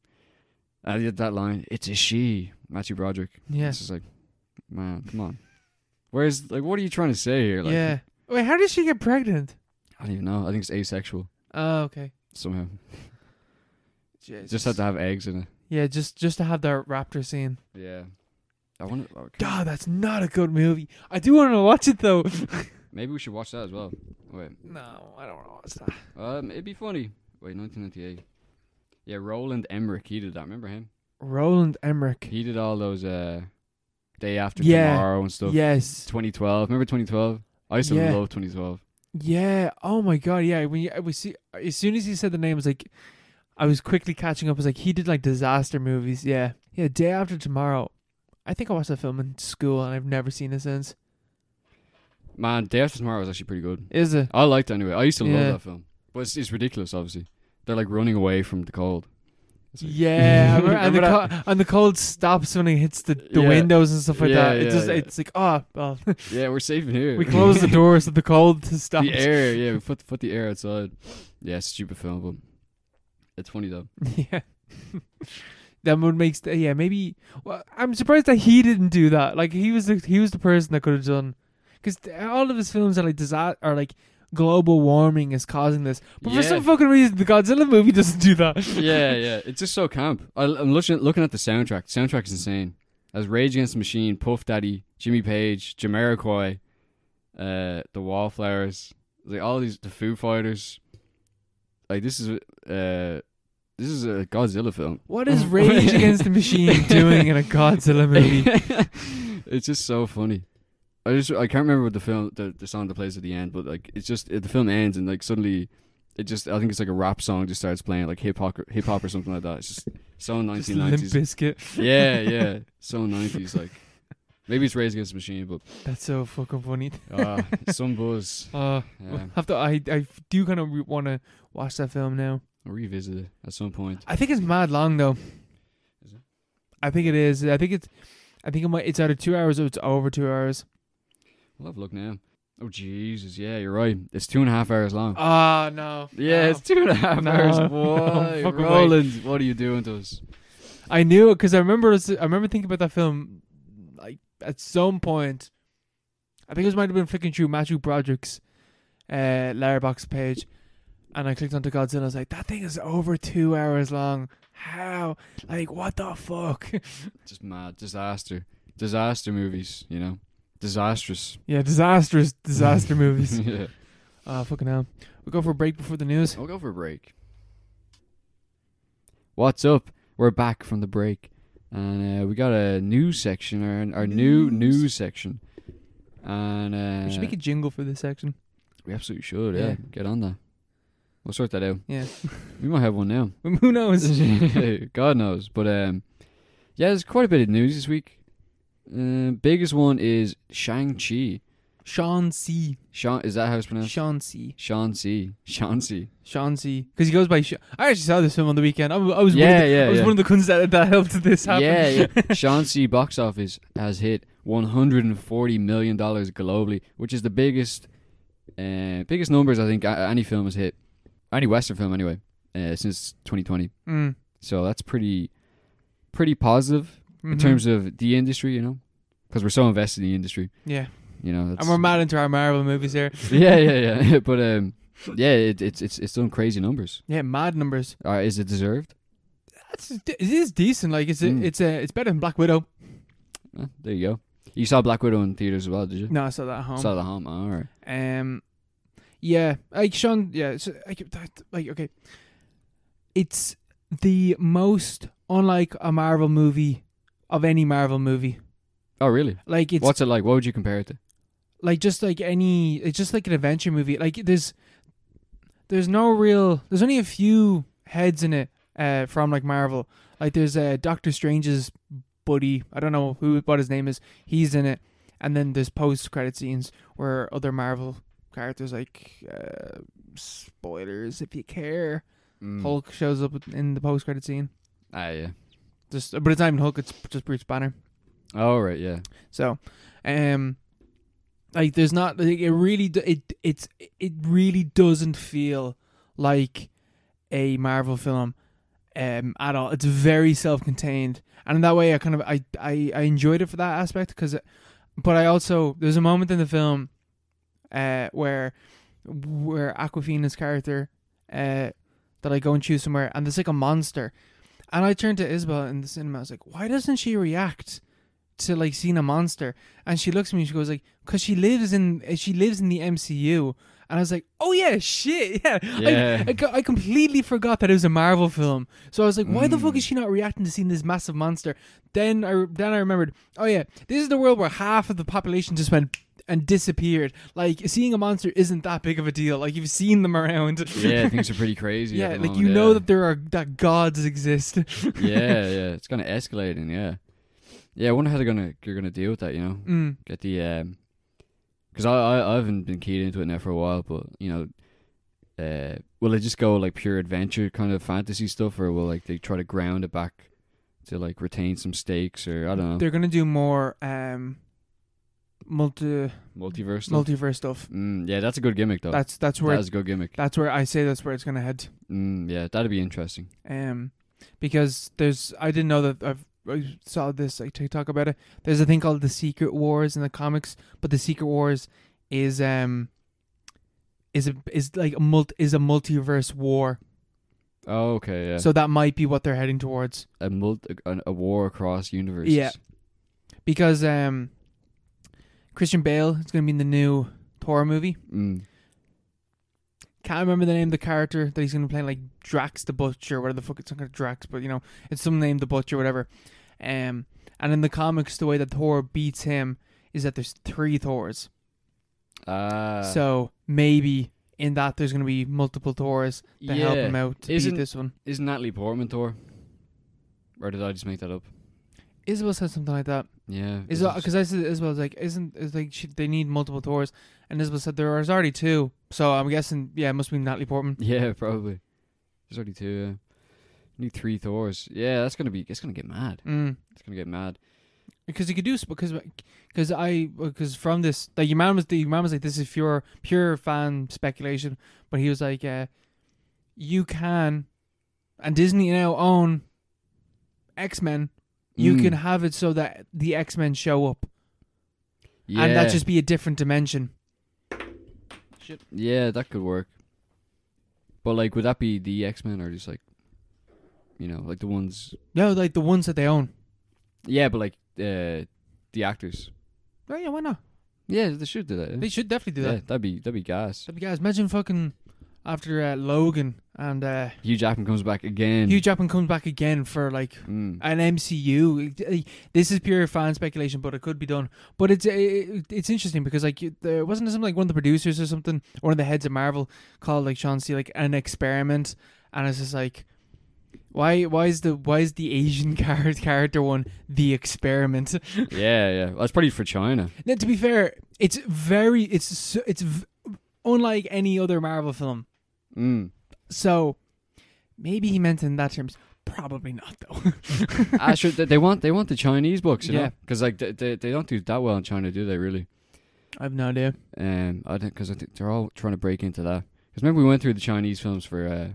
[SPEAKER 1] I did that line. It's a she, Matthew Broderick.
[SPEAKER 2] yeah.
[SPEAKER 1] It's just like, man, come on. Whereas, like, what are you trying to say here? Like,
[SPEAKER 2] yeah. Wait, how did she get pregnant?
[SPEAKER 1] I don't even know. I think it's asexual
[SPEAKER 2] Oh, okay.
[SPEAKER 1] somehow. Just had to have eggs in it.
[SPEAKER 2] Yeah, just just to have that raptor scene.
[SPEAKER 1] Yeah. I wonder. oh, okay.
[SPEAKER 2] God, that's not a good movie. I do want to watch it though.
[SPEAKER 1] Maybe we should watch that as well. Wait.
[SPEAKER 2] no, I don't want to watch that.
[SPEAKER 1] Um, it'd be funny. Wait, 1998. Yeah, Roland Emmerich. He did that. Remember him?
[SPEAKER 2] Roland Emmerich.
[SPEAKER 1] He did all those uh, Day After
[SPEAKER 2] Yeah.
[SPEAKER 1] Tomorrow and stuff.
[SPEAKER 2] Yes.
[SPEAKER 1] 2012. Remember 2012? I used to
[SPEAKER 2] Yeah.
[SPEAKER 1] love 2012.
[SPEAKER 2] Yeah. Oh my god. Yeah. When you, we see, as soon as he said the name, I was like, I was quickly catching up. I was like, he did like disaster movies. Yeah. Yeah. Day after tomorrow. I think I watched that film in school, and I've never seen it since.
[SPEAKER 1] Man, Day After Tomorrow was actually pretty good.
[SPEAKER 2] Is it?
[SPEAKER 1] I liked it anyway. I used to
[SPEAKER 2] Yeah.
[SPEAKER 1] love that film. But it's, it's ridiculous, obviously. They're like running away from the cold. It's like-
[SPEAKER 2] Yeah, I remember- and, the
[SPEAKER 1] Remember
[SPEAKER 2] co- and the cold stops when it hits the, the
[SPEAKER 1] Yeah.
[SPEAKER 2] windows and stuff like
[SPEAKER 1] Yeah,
[SPEAKER 2] that. It
[SPEAKER 1] yeah,
[SPEAKER 2] just
[SPEAKER 1] yeah.
[SPEAKER 2] it's like oh well,
[SPEAKER 1] yeah, we're safe in here.
[SPEAKER 2] we close the doors so the cold stops.
[SPEAKER 1] the air. Yeah, we put, put the air outside. Yeah, stupid film, but it's funny though.
[SPEAKER 2] Yeah. That would makes yeah maybe well I'm surprised that he didn't do that like he was the, he was the person that could have done because all of his films are like disaster are like global warming is causing this but
[SPEAKER 1] Yeah.
[SPEAKER 2] for some fucking reason the Godzilla movie doesn't do that
[SPEAKER 1] yeah, yeah. It's just so camp. I, I'm looking looking at the soundtrack. The soundtrack is insane. As Rage Against the Machine, Puff Daddy, Jimmy Page, Jamiroquai, uh, the Wallflowers, like all these the Foo Fighters. Like this is uh, this is a Godzilla film.
[SPEAKER 2] what is Rage Against the Machine doing in a Godzilla movie
[SPEAKER 1] it's just so funny. I just I can't remember what the film the, the song that plays at the end, but like it's just it, the film ends and like suddenly it just I think it's like a rap song just starts playing like hip hop hip hop or something like that. It's just so
[SPEAKER 2] just
[SPEAKER 1] nineteen
[SPEAKER 2] Limp
[SPEAKER 1] nineties.
[SPEAKER 2] Biscuit
[SPEAKER 1] Yeah, yeah, so nineties like. Maybe it's Raised Against the Machine, but
[SPEAKER 2] that's so fucking funny
[SPEAKER 1] uh, some buzz.
[SPEAKER 2] uh,
[SPEAKER 1] Yeah,
[SPEAKER 2] have to I I do kind of re- want to watch that film now
[SPEAKER 1] I'll revisit it at some point.
[SPEAKER 2] I think it's mad long though.
[SPEAKER 1] Is it?
[SPEAKER 2] I think it is. I think it's. I think it might. It's either two hours or it's over two hours.
[SPEAKER 1] We'll have a look now. Oh Jesus, yeah, you're right. It's two and a half hours long.
[SPEAKER 2] Oh no.
[SPEAKER 1] yeah,
[SPEAKER 2] no.
[SPEAKER 1] it's two and a half
[SPEAKER 2] No,
[SPEAKER 1] hours.
[SPEAKER 2] no,
[SPEAKER 1] Why,
[SPEAKER 2] fuck away.
[SPEAKER 1] Roland? What are you doing to us?
[SPEAKER 2] I knew it because I remember. I remember thinking about that film, like at some point. I think it was might have been flicking through Matthew Broderick's, uh, Letterbox page, and I clicked onto Godzilla. I was like, that thing is over two hours long. How? Like, what the fuck?
[SPEAKER 1] Just mad disaster, disaster movies. You know, disastrous.
[SPEAKER 2] yeah, disastrous disaster movies.
[SPEAKER 1] yeah.
[SPEAKER 2] Ah, fucking hell. We go for a break before the news.
[SPEAKER 1] I'll go for a break. What's up? We're back from the break, and uh, we got a news section, or our new
[SPEAKER 2] News.
[SPEAKER 1] news section. And uh,
[SPEAKER 2] we should make a jingle for this section.
[SPEAKER 1] we absolutely should. Yeah.
[SPEAKER 2] Yeah.
[SPEAKER 1] get on that. We'll sort that out.
[SPEAKER 2] Yeah.
[SPEAKER 1] We might have one now.
[SPEAKER 2] Who knows?
[SPEAKER 1] God knows. But um, yeah, there's quite a bit of news this week. Uh, biggest one is Shang Chi.
[SPEAKER 2] Sean C.
[SPEAKER 1] Sean, is that how it's pronounced?
[SPEAKER 2] Sean C.
[SPEAKER 1] Sean C. Sean C.
[SPEAKER 2] Chauncey, because he goes by. Sh- I actually saw this film on the weekend. I, I was one
[SPEAKER 1] Yeah,
[SPEAKER 2] of the,
[SPEAKER 1] yeah,
[SPEAKER 2] I was
[SPEAKER 1] yeah.
[SPEAKER 2] one of the cunts that, that helped this happen.
[SPEAKER 1] Yeah, yeah. Sean C. box office has hit 140 million dollars globally, which is the biggest, uh, biggest numbers I think a- any film has hit, any Western film anyway, uh, since 2020.
[SPEAKER 2] Mm,
[SPEAKER 1] So that's pretty, pretty positive in
[SPEAKER 2] mhm.
[SPEAKER 1] terms of the industry, you know, because we're so invested in the industry,
[SPEAKER 2] yeah,
[SPEAKER 1] you know.
[SPEAKER 2] and we're mad into our Marvel movies here.
[SPEAKER 1] yeah, yeah, yeah. but um, yeah, it, it's it's it's done crazy numbers.
[SPEAKER 2] Yeah, mad numbers.
[SPEAKER 1] Uh, is it deserved?
[SPEAKER 2] That's it is decent. Like it's a,
[SPEAKER 1] Mm.
[SPEAKER 2] it's a, it's better than Black Widow.
[SPEAKER 1] Uh, there you go. You saw Black Widow in theaters as well, did you?
[SPEAKER 2] No, I saw that at home.
[SPEAKER 1] Saw the home. all right.
[SPEAKER 2] Um, yeah, like Sean. Yeah, so, like, that- like okay, it's the most unlike a Marvel movie of any Marvel movie.
[SPEAKER 1] Oh, really?
[SPEAKER 2] Like it's
[SPEAKER 1] What's it like? What would you compare it to?
[SPEAKER 2] like just like any it's just like an adventure movie like there's there's no real there's only a few heads in it uh from like marvel like there's uh doctor strange's buddy i don't know who what his name is he's in it and then there's post-credit scenes where other marvel characters like uh spoilers if you care
[SPEAKER 1] Mm.
[SPEAKER 2] hulk shows up in the post-credit scene
[SPEAKER 1] Ah, yeah.
[SPEAKER 2] just but it's not even hulk it's just bruce banner
[SPEAKER 1] All Oh, right, yeah.
[SPEAKER 2] so, um, like there's not like it really do- it it's it really doesn't feel like a Marvel film, um, at all. It's very self-contained, and in that way, I kind of I I, I enjoyed it for that aspect because, but I also there's a moment in the film, uh, where where Aquafina's character, uh, that I go and choose somewhere, and there's like a monster, and I turned to Isabel in the cinema. I was like, why doesn't she react? to like seeing a monster and she looks at me and she goes like because she lives in she lives in the mcu and i was like oh yeah shit yeah,
[SPEAKER 1] Yeah.
[SPEAKER 2] I, I, co- I completely forgot that it was a marvel film so i was like why the fuck
[SPEAKER 1] Mm.
[SPEAKER 2] is she not reacting to seeing this massive monster then i then i remembered oh yeah this is the world where half of the population just went and disappeared like seeing a monster isn't that big of a deal like you've seen them around
[SPEAKER 1] Yeah, things are pretty crazy.
[SPEAKER 2] yeah
[SPEAKER 1] at the
[SPEAKER 2] like you
[SPEAKER 1] moment,
[SPEAKER 2] know
[SPEAKER 1] yeah.
[SPEAKER 2] that there are that gods exist
[SPEAKER 1] yeah, yeah. It's kind of escalating. Yeah, yeah. I wonder how they're gonna you're gonna deal with that. You know,
[SPEAKER 2] mm,
[SPEAKER 1] get the um, because I, I I haven't been keyed into it now for a while, but you know. Uh, will it just go like pure adventure kind of fantasy stuff, or will like they try to ground it back to like retain some stakes, or I don't know,
[SPEAKER 2] they're gonna do more um multi
[SPEAKER 1] multiverse stuff?
[SPEAKER 2] multiverse stuff.
[SPEAKER 1] mm, yeah, that's a good gimmick though.
[SPEAKER 2] That's that's where
[SPEAKER 1] that is a good gimmick.
[SPEAKER 2] that's where I say that's where it's gonna head.
[SPEAKER 1] Mm, yeah, that'd be interesting.
[SPEAKER 2] Um, because there's I didn't know that I've I saw this like TikTok about it. There's a thing called the Secret Wars in the comics, but the Secret Wars is um is a is like a multi is a multiverse war.
[SPEAKER 1] Oh, okay, yeah.
[SPEAKER 2] So that might be what they're heading towards.
[SPEAKER 1] a multi, a, a war across universes.
[SPEAKER 2] Yeah. Because um Christian Bale is gonna be in the new Thor movie.
[SPEAKER 1] Mm.
[SPEAKER 2] Can't remember the name of the character that he's gonna play, like Drax the Butcher, whatever the fuck it's not gonna Drax, but you know, it's some name the Butcher, whatever. Um, and in the comics, the way that Thor beats him is that there's three Thors.
[SPEAKER 1] Ah.
[SPEAKER 2] so maybe in that there's gonna be multiple Thors to help him out to
[SPEAKER 1] Isn't-
[SPEAKER 2] beat this one.
[SPEAKER 1] Is Natalie Portman Thor? Or did I just make that up?
[SPEAKER 2] Isabel said something like that.
[SPEAKER 1] Yeah.
[SPEAKER 2] Is
[SPEAKER 1] it-
[SPEAKER 2] because I said Isabel was like, isn't it's like she, they need multiple Thors, and Isabel said there was already two. So I'm guessing, yeah, it must be Natalie Portman.
[SPEAKER 1] Yeah, probably. There's already two. Yeah. Need three Thors. Yeah, that's gonna be. It's gonna get mad.
[SPEAKER 2] Mm.
[SPEAKER 1] It's gonna get mad.
[SPEAKER 2] because you could do because because I because from this like your man was the your man was like this is pure pure fan speculation, but he was like, uh, you can, and Disney now own X Men. You
[SPEAKER 1] Mm.
[SPEAKER 2] can have it so that the X Men show up,
[SPEAKER 1] Yeah,
[SPEAKER 2] and that just be a different dimension.
[SPEAKER 1] yeah, that could work. But like, would that be the X Men or just like, you know, like the ones?
[SPEAKER 2] No, like the ones that they own.
[SPEAKER 1] Yeah, but like uh, the actors.
[SPEAKER 2] Oh yeah, why not?
[SPEAKER 1] Yeah, they should do that. yeah.
[SPEAKER 2] They should definitely do
[SPEAKER 1] yeah,
[SPEAKER 2] that.
[SPEAKER 1] that'd be that'd be gas.
[SPEAKER 2] So guys, imagine fucking after uh, Logan and uh,
[SPEAKER 1] Hugh Jackman comes back again.
[SPEAKER 2] Hugh Jackman comes back again for like
[SPEAKER 1] Mm.
[SPEAKER 2] an MCU. This is pure fan speculation, but it could be done. But it's it, it's interesting because like you- there wasn't there something like one of the producers or something, one of the heads of Marvel called like Sean C like an experiment, and it's just like. Why? Why is the why is the Asian char- character one the experiment?
[SPEAKER 1] yeah, yeah. Well, that's probably for China.
[SPEAKER 2] Now, to be fair, it's very it's so- it's v- unlike any other Marvel film.
[SPEAKER 1] Mm.
[SPEAKER 2] So maybe he meant in that terms. Probably not though.
[SPEAKER 1] ah, sure. They, they want they want the Chinese books, you yeah.
[SPEAKER 2] Yeah.
[SPEAKER 1] Because like they, they they don't do that well in China, do they? Really?
[SPEAKER 2] I've no idea.
[SPEAKER 1] Um, I think because I think they're all trying to break into that. Because remember we went through the Chinese films for, uh,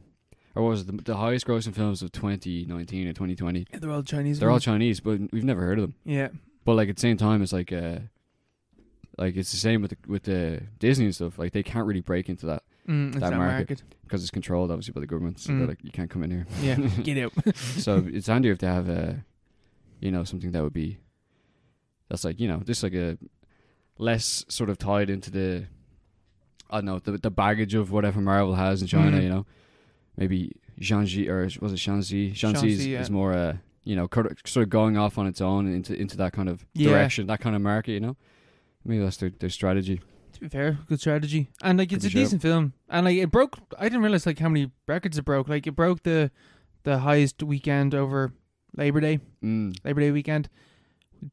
[SPEAKER 1] or what was it the, the highest grossing films of 2019 and 2020?
[SPEAKER 2] They're all Chinese.
[SPEAKER 1] They're all
[SPEAKER 2] ones.
[SPEAKER 1] Chinese, but we've never heard of them.
[SPEAKER 2] yeah.
[SPEAKER 1] But like at the same time, it's like, uh, like it's the same with the, with the Disney and stuff. Like they can't really break into that
[SPEAKER 2] Mm, it's
[SPEAKER 1] That
[SPEAKER 2] that market.
[SPEAKER 1] market. because it's controlled obviously by the government. So
[SPEAKER 2] Mm.
[SPEAKER 1] they're like, you can't come in here.
[SPEAKER 2] Yeah. Get out.
[SPEAKER 1] so it's handier if they have a, you know, something that would be, that's like you know, just like a less sort of tied into the, I don't know, the the baggage of whatever Marvel has in China.
[SPEAKER 2] Mhm.
[SPEAKER 1] You know, maybe Shang-Chi or was it Shang-Chi? Shang-Chi is,
[SPEAKER 2] Shang-Chi, yeah.
[SPEAKER 1] is more, uh, you know, cor- sort of going off on its own into into that kind of
[SPEAKER 2] Yeah.
[SPEAKER 1] direction, that kind of market. You know, maybe that's their their strategy.
[SPEAKER 2] to be fair, good strategy. And like it's
[SPEAKER 1] Pretty
[SPEAKER 2] a
[SPEAKER 1] sure.
[SPEAKER 2] decent film. And like it broke. I didn't realize like how many records it broke. Like it broke the the highest weekend over Labor Day.
[SPEAKER 1] Mm.
[SPEAKER 2] Labor Day weekend.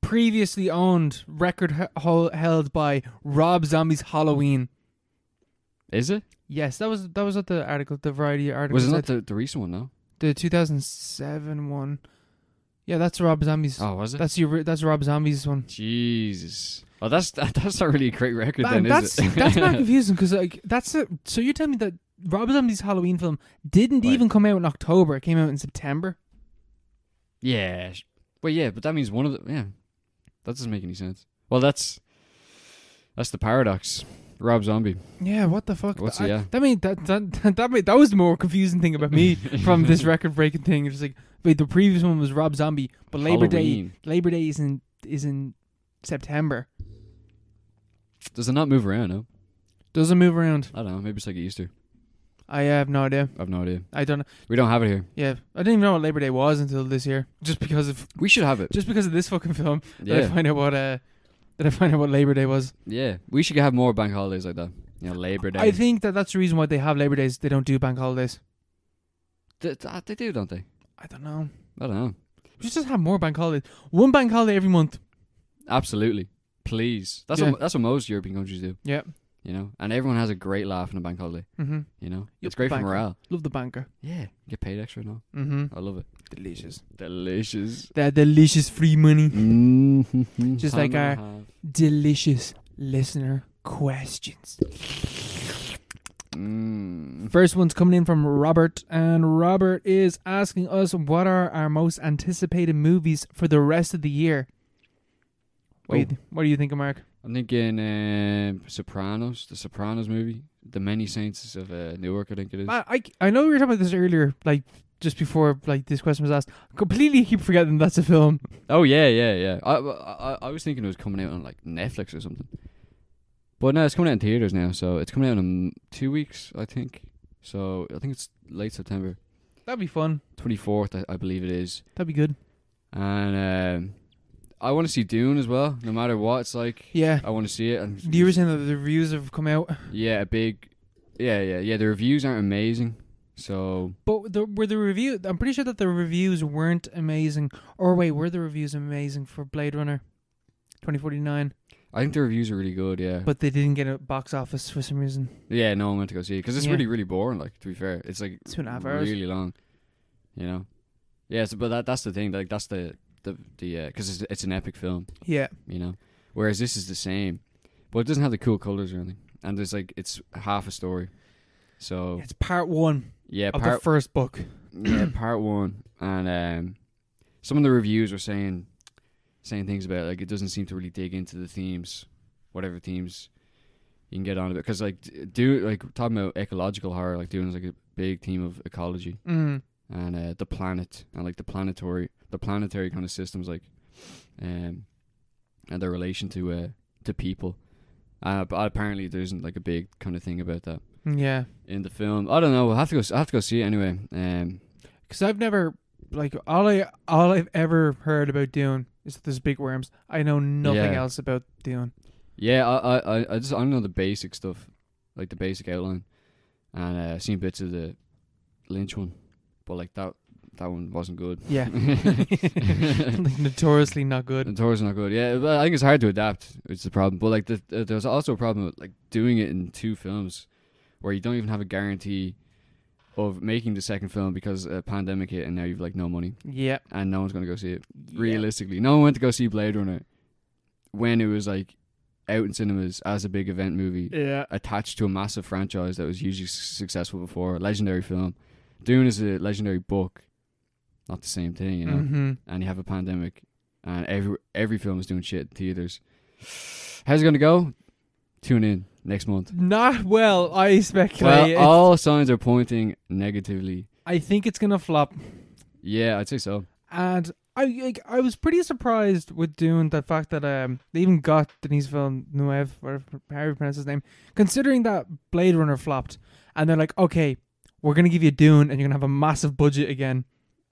[SPEAKER 2] Previously owned record h- hol- held by Rob Zombie's Halloween.
[SPEAKER 1] Is it?
[SPEAKER 2] Yes, that was that was what the article, the Variety article.
[SPEAKER 1] Was it
[SPEAKER 2] said.
[SPEAKER 1] not the, the recent one? No.
[SPEAKER 2] The 2007 one. Yeah, that's Rob Zombie's.
[SPEAKER 1] Oh, was it?
[SPEAKER 2] That's your. That's Rob Zombie's one.
[SPEAKER 1] Jesus. Well, that's that, that's not really a great record
[SPEAKER 2] Man,
[SPEAKER 1] then,
[SPEAKER 2] that's
[SPEAKER 1] is it?
[SPEAKER 2] that's not confusing because like that's a, so you're telling me that Rob Zombie's Halloween film didn't
[SPEAKER 1] Right.
[SPEAKER 2] even come out in October. It came out in September.
[SPEAKER 1] Yeah. sh- Well, yeah, but that means one of the yeah. That doesn't make any sense. Well, that's that's the paradox. Rob Zombie.
[SPEAKER 2] Yeah, what the fuck?
[SPEAKER 1] What's-
[SPEAKER 2] I-
[SPEAKER 1] yeah.
[SPEAKER 2] That mean that that that that, made, that was the more confusing thing about me from this record breaking thing. It's like wait, the previous one was Rob Zombie, but Labor Day
[SPEAKER 1] Halloween.
[SPEAKER 2] Labor Day is in is in September.
[SPEAKER 1] Does it not move around? No,
[SPEAKER 2] Doesn't move around.
[SPEAKER 1] I don't know. Maybe it's like Easter.
[SPEAKER 2] I have no idea.
[SPEAKER 1] I have no idea.
[SPEAKER 2] I don't.
[SPEAKER 1] We don't have it here.
[SPEAKER 2] Yeah, I didn't even know what Labor Day was until this year, just because of
[SPEAKER 1] We should have it.
[SPEAKER 2] just because of this fucking film. Did I
[SPEAKER 1] yeah,
[SPEAKER 2] find out what uh, did I find out what Labor Day was?
[SPEAKER 1] yeah. We should have more bank holidays like that. You know, Labor Day.
[SPEAKER 2] I think that that's the reason why they have Labor Days. They don't do bank holidays.
[SPEAKER 1] Th- th- they do, don't they?
[SPEAKER 2] I don't know.
[SPEAKER 1] I don't know.
[SPEAKER 2] We should just have more bank holidays. One bank holiday every month.
[SPEAKER 1] Absolutely. Please. That's
[SPEAKER 2] Yeah.
[SPEAKER 1] what that's what most European countries do.
[SPEAKER 2] Yeah.
[SPEAKER 1] You know, and everyone has a great laugh on a bank holiday.
[SPEAKER 2] Mm-hmm.
[SPEAKER 1] You know,
[SPEAKER 2] Yep,
[SPEAKER 1] it's great for
[SPEAKER 2] bank-
[SPEAKER 1] morale.
[SPEAKER 2] Love the banker.
[SPEAKER 1] Yeah, get paid extra now.
[SPEAKER 2] Mm-hmm.
[SPEAKER 1] I love it.
[SPEAKER 2] Delicious.
[SPEAKER 1] Delicious.
[SPEAKER 2] That delicious free money.
[SPEAKER 1] Just
[SPEAKER 2] Just like our- Delicious listener questions.
[SPEAKER 1] Mm.
[SPEAKER 2] First one's coming in from Robert, and Robert is asking us what are our most anticipated movies for the rest of the year. What, do you
[SPEAKER 1] Oh.
[SPEAKER 2] th- what do you think, Mark?
[SPEAKER 1] I'm thinking um, Sopranos, the Sopranos movie, The Many Saints of uh, Newark. I think it is.
[SPEAKER 2] I, I I know we were talking about this earlier, like just before like this question was asked. Completely keep forgetting that's a film.
[SPEAKER 1] Oh yeah, yeah, yeah. I, I I- I was thinking it was coming out on like Netflix or something, but no, it's coming out in theaters now. So it's coming out in um, two weeks, I think. So I think it's late September,
[SPEAKER 2] That'd be fun.
[SPEAKER 1] 24th, I, I believe it is.
[SPEAKER 2] That'd be good.
[SPEAKER 1] And um, I want to see Dune as well. No matter what, it's like
[SPEAKER 2] Yeah.
[SPEAKER 1] I want to see it. And
[SPEAKER 2] You were saying that the reviews have come out,
[SPEAKER 1] Yeah, a big. Yeah, yeah, yeah. The reviews aren't amazing, so
[SPEAKER 2] but the, were the review? I'm pretty sure that the reviews weren't amazing. Or wait, were the reviews amazing for Blade Runner, 2049?
[SPEAKER 1] I think the reviews are really good. Yeah,
[SPEAKER 2] But they didn't get a box office for some reason.
[SPEAKER 1] yeah. No one went to go see it because it's
[SPEAKER 2] Yeah.
[SPEAKER 1] really, really boring. Like to be fair, it's like
[SPEAKER 2] Two and a half hours.
[SPEAKER 1] really long. You know. Yeah, so, but that that's the thing. Like that's the the the because it's, it's an epic film,
[SPEAKER 2] Yeah.
[SPEAKER 1] you know. Whereas this is the same, but it doesn't have the cool colors or anything, and there's like it's half a story. So
[SPEAKER 2] It's part one
[SPEAKER 1] Oh. yeah,
[SPEAKER 2] of
[SPEAKER 1] part
[SPEAKER 2] the first book.
[SPEAKER 1] yeah, part one, and um, some of the reviews were saying saying things about like it doesn't seem to really dig into the themes, whatever themes you can get on about. Because like d- do like talking about ecological horror, like doing like a big theme of ecology
[SPEAKER 2] Mm.
[SPEAKER 1] and uh, the planet and like the planetary the planetary kind of systems, like um, and their relation to uh to people. Uh, but apparently there isn't like a big kind of thing about that
[SPEAKER 2] Yeah.
[SPEAKER 1] in the film. I don't know. We'll have to go. s- I have to go see it anyway. Um,
[SPEAKER 2] Because I've never like all I all I've ever heard about Dune is that there's big worms. I know nothing
[SPEAKER 1] Yeah.
[SPEAKER 2] else about Dune.
[SPEAKER 1] Yeah, I, I, I- I just I know the basic stuff, like the basic outline, and uh, I've seen bits of the Lynch one, but like that that one wasn't good.
[SPEAKER 2] Yeah. like, notoriously not good.
[SPEAKER 1] The tour's not good. Yeah, but I think it's hard to adapt. It's the problem. But like the, uh, there's also a problem with like doing it in two films, where you don't even have a guarantee of making the second film because a pandemic hit and now you've like no money
[SPEAKER 2] Yeah.
[SPEAKER 1] and no one's gonna go see it.
[SPEAKER 2] Yeah.
[SPEAKER 1] Realistically, no one went to go see Blade Runner when it was like out in cinemas as a big event movie
[SPEAKER 2] Yeah.
[SPEAKER 1] attached to a massive franchise that was usually su- successful before, a legendary film. Dune is a legendary book, not the same thing, you know.
[SPEAKER 2] Mm-hmm.
[SPEAKER 1] And you have a pandemic, and every every film is doing shit in theaters. How's it gonna go? Tune in next month.
[SPEAKER 2] Not well. I
[SPEAKER 1] Well,
[SPEAKER 2] speculate. It's-
[SPEAKER 1] all signs are pointing negatively.
[SPEAKER 2] I think it's gonna flop.
[SPEAKER 1] Yeah, I'd say so.
[SPEAKER 2] And I like, I was pretty surprised with Dune the fact that um they even got Denise Villeneuve, whatever however you pronounce his name, considering that Blade Runner flopped, and they're like, okay, we're gonna give you Dune, and you're gonna have a massive budget again.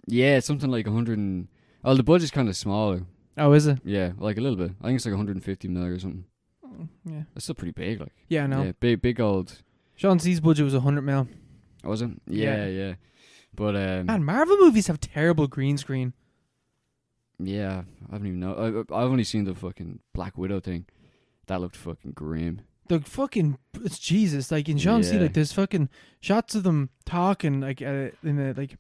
[SPEAKER 1] Yeah, it's something like 100 and... Oh, the budget's kind of smaller.
[SPEAKER 2] Oh, is it?
[SPEAKER 1] Yeah, like a little bit. I think it's like 150 million or something.
[SPEAKER 2] Yeah,
[SPEAKER 1] That's still pretty big, like.
[SPEAKER 2] yeah, Mm. I know.
[SPEAKER 1] Yeah, big, big old...
[SPEAKER 2] Sean C's budget was hundred mil.
[SPEAKER 1] Was it?
[SPEAKER 2] Yeah.
[SPEAKER 1] Yeah, yeah. But, um...
[SPEAKER 2] Man, Marvel movies have terrible green screen.
[SPEAKER 1] Yeah, I haven't even know. I, I- I've only seen the fucking Black Widow thing. That looked fucking grim.
[SPEAKER 2] The fucking it's Jesus, like in Sean C,
[SPEAKER 1] Yeah.
[SPEAKER 2] like there's fucking shots of them talking, like uh, in a like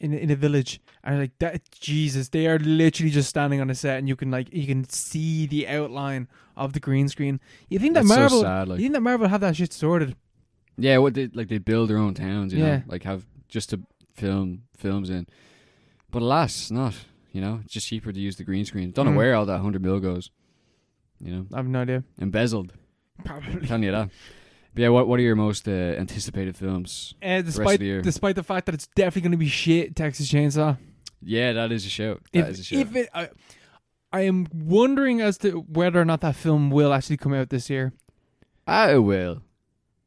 [SPEAKER 2] in a, in a village, and like that Jesus, they are literally just standing on a set, and you can like you can see the outline of the green screen. You think that
[SPEAKER 1] That's
[SPEAKER 2] Marvel,
[SPEAKER 1] so sad. Like,
[SPEAKER 2] you think that Marvel have that shit sorted?
[SPEAKER 1] yeah, what they like they build their own towns, you
[SPEAKER 2] Yeah.
[SPEAKER 1] know, like have just to film films in. But alas, not. You know, it's just cheaper to use the green screen. Don't
[SPEAKER 2] Mm.
[SPEAKER 1] know where all that hundred mil goes. You know,
[SPEAKER 2] I have no idea.
[SPEAKER 1] embezzled.
[SPEAKER 2] Probably.
[SPEAKER 1] Telling you that. But yeah, what what are your most uh, anticipated films?
[SPEAKER 2] Uh,
[SPEAKER 1] of
[SPEAKER 2] despite
[SPEAKER 1] the year.
[SPEAKER 2] despite the fact that it's definitely going to be shit, Texas Chainsaw.
[SPEAKER 1] Yeah, that is a show.
[SPEAKER 2] if,
[SPEAKER 1] That is a show.
[SPEAKER 2] if it, I, I am wondering as to whether or not that film will actually come out this year.
[SPEAKER 1] I will.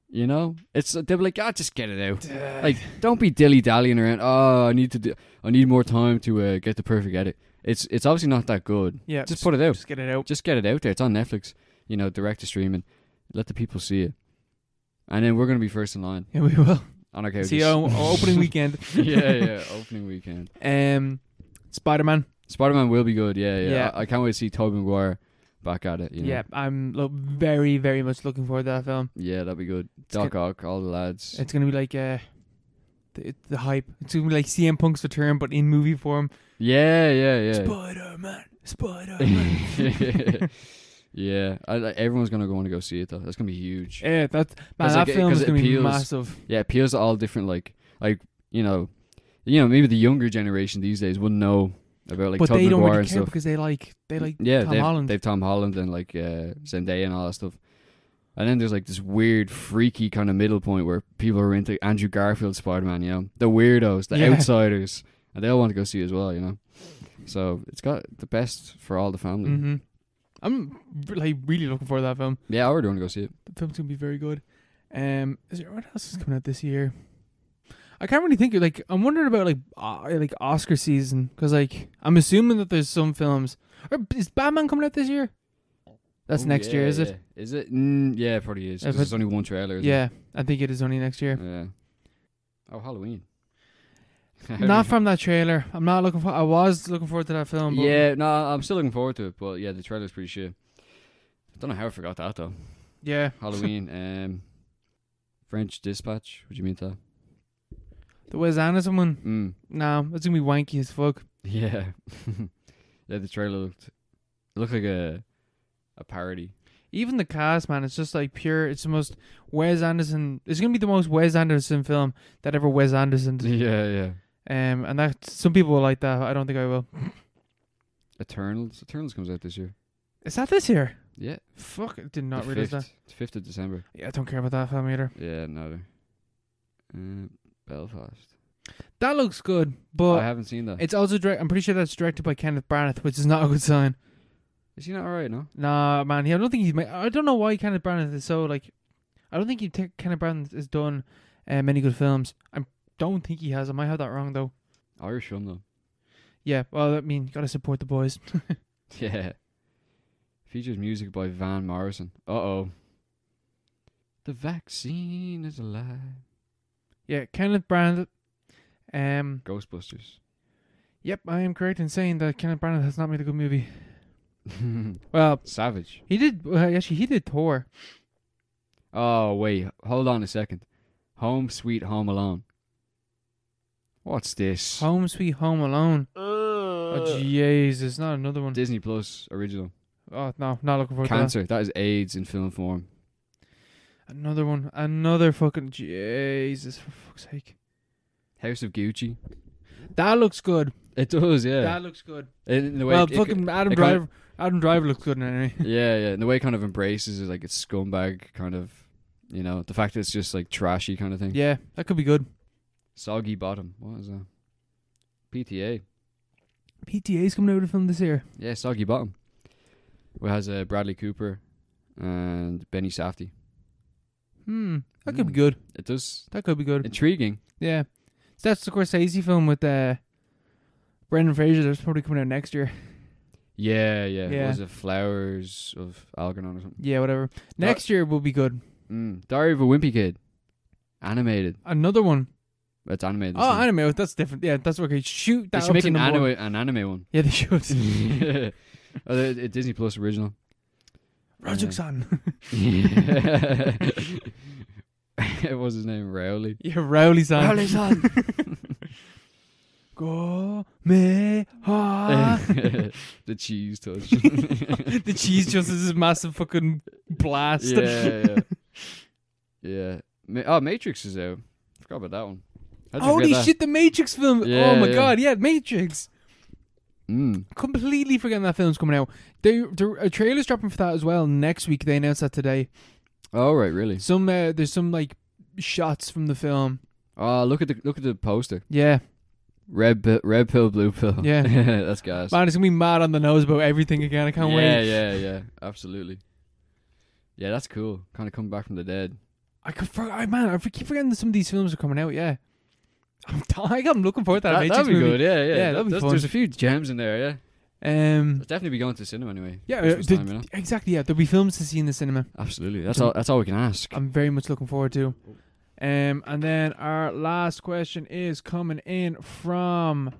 [SPEAKER 1] You know, it's they'll be like, ah, just get it out. Like, don't be dilly dallying around. Oh, I need to do. I need more time to uh, get the perfect edit. It's it's obviously not that good.
[SPEAKER 2] yeah,
[SPEAKER 1] Just put it out.
[SPEAKER 2] just get it out.
[SPEAKER 1] Just get it out there. It's on Netflix. You know, direct to streaming. Let the people see it, and then we're gonna be first in line
[SPEAKER 2] Yeah, we will.
[SPEAKER 1] on our couches.
[SPEAKER 2] See you on opening weekend.
[SPEAKER 1] yeah, yeah. Opening weekend.
[SPEAKER 2] Um, Spider Man.
[SPEAKER 1] Spider Man will be good. Yeah, yeah.
[SPEAKER 2] Yeah.
[SPEAKER 1] I, I can't wait to see Tobey Maguire back at it. You know?
[SPEAKER 2] Yeah, I'm lo- very, very much looking forward to that film.
[SPEAKER 1] yeah. That'll be good.
[SPEAKER 2] It's
[SPEAKER 1] Doc Ock, all the lads.
[SPEAKER 2] It's gonna be like uh, the, the hype. It's gonna be like CM Punk's return, but in movie form.
[SPEAKER 1] yeah, yeah, yeah.
[SPEAKER 2] Spider Man, Spider Man.
[SPEAKER 1] yeah, I, I- everyone's gonna go want to go see it though. That's gonna be huge.
[SPEAKER 2] yeah, that man,
[SPEAKER 1] 'Cause
[SPEAKER 2] that
[SPEAKER 1] it-
[SPEAKER 2] film
[SPEAKER 1] 'cause
[SPEAKER 2] is
[SPEAKER 1] it
[SPEAKER 2] gonna be
[SPEAKER 1] appeals-
[SPEAKER 2] massive.
[SPEAKER 1] Yeah, it appeals to all different like like you know, you know maybe the younger generation these days wouldn't know about like
[SPEAKER 2] but
[SPEAKER 1] Tobey
[SPEAKER 2] they don't
[SPEAKER 1] Maguire
[SPEAKER 2] really
[SPEAKER 1] and
[SPEAKER 2] care
[SPEAKER 1] stuff.
[SPEAKER 2] because they like they like
[SPEAKER 1] yeah,
[SPEAKER 2] Tom
[SPEAKER 1] they've,
[SPEAKER 2] Holland.
[SPEAKER 1] they've Tom Holland and like uh, Zendaya and all that stuff. And then there's like this weird, freaky kind of middle point where people are into Andrew Garfield Spider Man. You know, the weirdos, the
[SPEAKER 2] Yeah.
[SPEAKER 1] outsiders, and they all want to go see it as well. You know, so it's got the best for all the family.
[SPEAKER 2] Mm-hmm. I'm re- like really looking forward to that film.
[SPEAKER 1] Yeah, I already want to go see it.
[SPEAKER 2] The film's gonna be very good. Um, is there what else is coming out this year? I can't really think. of Like, I'm wondering about like uh, like Oscar season because like I'm assuming that there's some films. Or is Batman coming out this year? That's
[SPEAKER 1] Oh,
[SPEAKER 2] next year,
[SPEAKER 1] yeah,
[SPEAKER 2] is it?
[SPEAKER 1] yeah. Is it? Mm, yeah, it probably is.
[SPEAKER 2] If
[SPEAKER 1] 'cause there's only one trailer. isn't
[SPEAKER 2] Yeah, I think it is only next year.
[SPEAKER 1] it? Yeah. Oh, Halloween.
[SPEAKER 2] Not from that trailer. I'm not looking for. I was looking forward to that film. But
[SPEAKER 1] yeah, no, I'm still looking forward to it, but yeah, the trailer's pretty shit. I don't know how I forgot that though.
[SPEAKER 2] yeah.
[SPEAKER 1] Halloween, um, French Dispatch. Would you mean that?
[SPEAKER 2] The Wes Anderson one.
[SPEAKER 1] Mm.
[SPEAKER 2] Nah, it's gonna be wanky as fuck.
[SPEAKER 1] Yeah, yeah. The trailer looked it looked like a a parody.
[SPEAKER 2] Even the cast, man, it's just like pure. It's the most Wes Anderson. It's gonna be the most Wes Anderson film that ever Wes Anderson. did.
[SPEAKER 1] Yeah, yeah.
[SPEAKER 2] Um, and that some people will like that. I don't think I will.
[SPEAKER 1] Eternals. Eternals comes out this year.
[SPEAKER 2] Is that this year?
[SPEAKER 1] Yeah,
[SPEAKER 2] Fuck, I did not
[SPEAKER 1] the
[SPEAKER 2] realize that.
[SPEAKER 1] fifth, the fifth of December.
[SPEAKER 2] Yeah, I don't care about that film either.
[SPEAKER 1] Yeah, neither. Uh, Belfast.
[SPEAKER 2] That looks good,
[SPEAKER 1] I
[SPEAKER 2] but
[SPEAKER 1] haven't seen that.
[SPEAKER 2] it's also direct. I'm pretty sure that's directed by Kenneth Branagh, which is not a good sign.
[SPEAKER 1] Is he not alright? No.
[SPEAKER 2] Nah, man, he, I don't think he's. Ma- I don't know why Kenneth Branagh is so like. I don't think he t- Kenneth Branagh has done uh, many good films. I don't think he has. I might have that wrong though.
[SPEAKER 1] Irish film though.
[SPEAKER 2] Yeah, well, I mean, gotta support the boys.
[SPEAKER 1] Yeah. Features music by Van Morrison. Uh oh. The vaccine is a lie.
[SPEAKER 2] yeah, Kenneth Branagh. Um,
[SPEAKER 1] Ghostbusters.
[SPEAKER 2] yep, I am correct in saying that Kenneth Branagh has not made a good movie. Well,
[SPEAKER 1] Savage.
[SPEAKER 2] he did. Uh, actually, he did Thor.
[SPEAKER 1] Oh wait, hold on a second. Home Sweet Home Alone. What's this?
[SPEAKER 2] Home Sweet Home Alone.
[SPEAKER 1] Uh,
[SPEAKER 2] oh Jesus, not another one.
[SPEAKER 1] Disney Plus original.
[SPEAKER 2] Oh no, not looking forward to
[SPEAKER 1] Cancer. That is AIDS in film form.
[SPEAKER 2] that. Another one. Another fucking Jesus for fuck's sake.
[SPEAKER 1] House of Gucci.
[SPEAKER 2] That looks good.
[SPEAKER 1] It does, yeah.
[SPEAKER 2] That looks good.
[SPEAKER 1] In, in the way
[SPEAKER 2] well,
[SPEAKER 1] it- it-
[SPEAKER 2] fucking Adam
[SPEAKER 1] it kinda-
[SPEAKER 2] Driver. Adam Driver looks good in it anyway.
[SPEAKER 1] yeah, yeah. And the way it kind of embraces is like it's scumbag kind of, you know, the fact that it's just like trashy kind of thing.
[SPEAKER 2] yeah, that could be good.
[SPEAKER 1] Soggy Bottom. What is that? PTA.
[SPEAKER 2] PTA's coming out with a film this year.
[SPEAKER 1] Yeah, Soggy Bottom. It has uh, Bradley Cooper and Benny Safdie.
[SPEAKER 2] Hmm, that could be
[SPEAKER 1] Hmm.
[SPEAKER 2] good.
[SPEAKER 1] It does
[SPEAKER 2] That could be good.
[SPEAKER 1] intriguing.
[SPEAKER 2] yeah, so that's the Scorsese film with uh, Brendan Fraser. That's probably coming out next year.
[SPEAKER 1] Yeah, yeah.
[SPEAKER 2] Yeah.
[SPEAKER 1] What was it Flowers of Algernon or something?
[SPEAKER 2] Yeah, whatever. Next year will be good.
[SPEAKER 1] Mm. Diary of a Wimpy Kid. Animated.
[SPEAKER 2] Another one.
[SPEAKER 1] It's animated.
[SPEAKER 2] Oh, anime. That's different. Yeah, that's okay. Shoot
[SPEAKER 1] they
[SPEAKER 2] that.
[SPEAKER 1] should
[SPEAKER 2] up
[SPEAKER 1] make
[SPEAKER 2] to
[SPEAKER 1] an
[SPEAKER 2] number
[SPEAKER 1] anime, an
[SPEAKER 2] one.
[SPEAKER 1] anime one.
[SPEAKER 2] Yeah, they should.
[SPEAKER 1] oh, the, the Disney Plus original.
[SPEAKER 2] Rajuk San.
[SPEAKER 1] it was his name Rowley.
[SPEAKER 2] yeah, Rowley San.
[SPEAKER 1] Son.
[SPEAKER 2] Go me ha.
[SPEAKER 1] the cheese touch.
[SPEAKER 2] the cheese just is this massive fucking blast.
[SPEAKER 1] yeah, yeah. Yeah. Ma- oh, Matrix is out. Forgot about that one. How'd you
[SPEAKER 2] Holy
[SPEAKER 1] forget that?
[SPEAKER 2] shit, the Matrix film.
[SPEAKER 1] Yeah,
[SPEAKER 2] oh my
[SPEAKER 1] yeah.
[SPEAKER 2] god, yeah, Matrix.
[SPEAKER 1] Mm.
[SPEAKER 2] Completely forgetting that film's coming out. They, the a trailer's dropping for that as well next week. They announced that today.
[SPEAKER 1] Oh, right, really.
[SPEAKER 2] Some uh, there's some like shots from the film.
[SPEAKER 1] Oh, look at the look at the poster.
[SPEAKER 2] Yeah,
[SPEAKER 1] Red pill, red pill, blue pill.
[SPEAKER 2] Yeah.
[SPEAKER 1] that's guys.
[SPEAKER 2] man, it's gonna be mad on the nose about everything again. I can't
[SPEAKER 1] yeah,
[SPEAKER 2] wait.
[SPEAKER 1] yeah, yeah. Absolutely. Yeah, that's cool. Kind of coming back from the dead.
[SPEAKER 2] I could, for, I, man, I keep forgetting that some of these films are coming out. Yeah, I'm, t- I'm looking forward to that.
[SPEAKER 1] That,
[SPEAKER 2] Matrix
[SPEAKER 1] that'd be
[SPEAKER 2] movie.
[SPEAKER 1] good. Yeah, yeah.
[SPEAKER 2] Yeah, that'd be
[SPEAKER 1] There's-
[SPEAKER 2] fun.
[SPEAKER 1] There's a few gems in there. Yeah,
[SPEAKER 2] Um,
[SPEAKER 1] I'll definitely be going to the cinema anyway.
[SPEAKER 2] yeah, uh,
[SPEAKER 1] Christmas
[SPEAKER 2] the-
[SPEAKER 1] time, you know?
[SPEAKER 2] exactly. Yeah, there'll be films to see in the cinema.
[SPEAKER 1] Absolutely. That's all. That's all we can ask.
[SPEAKER 2] I'm very much looking forward to. Um, and then our last question is coming in from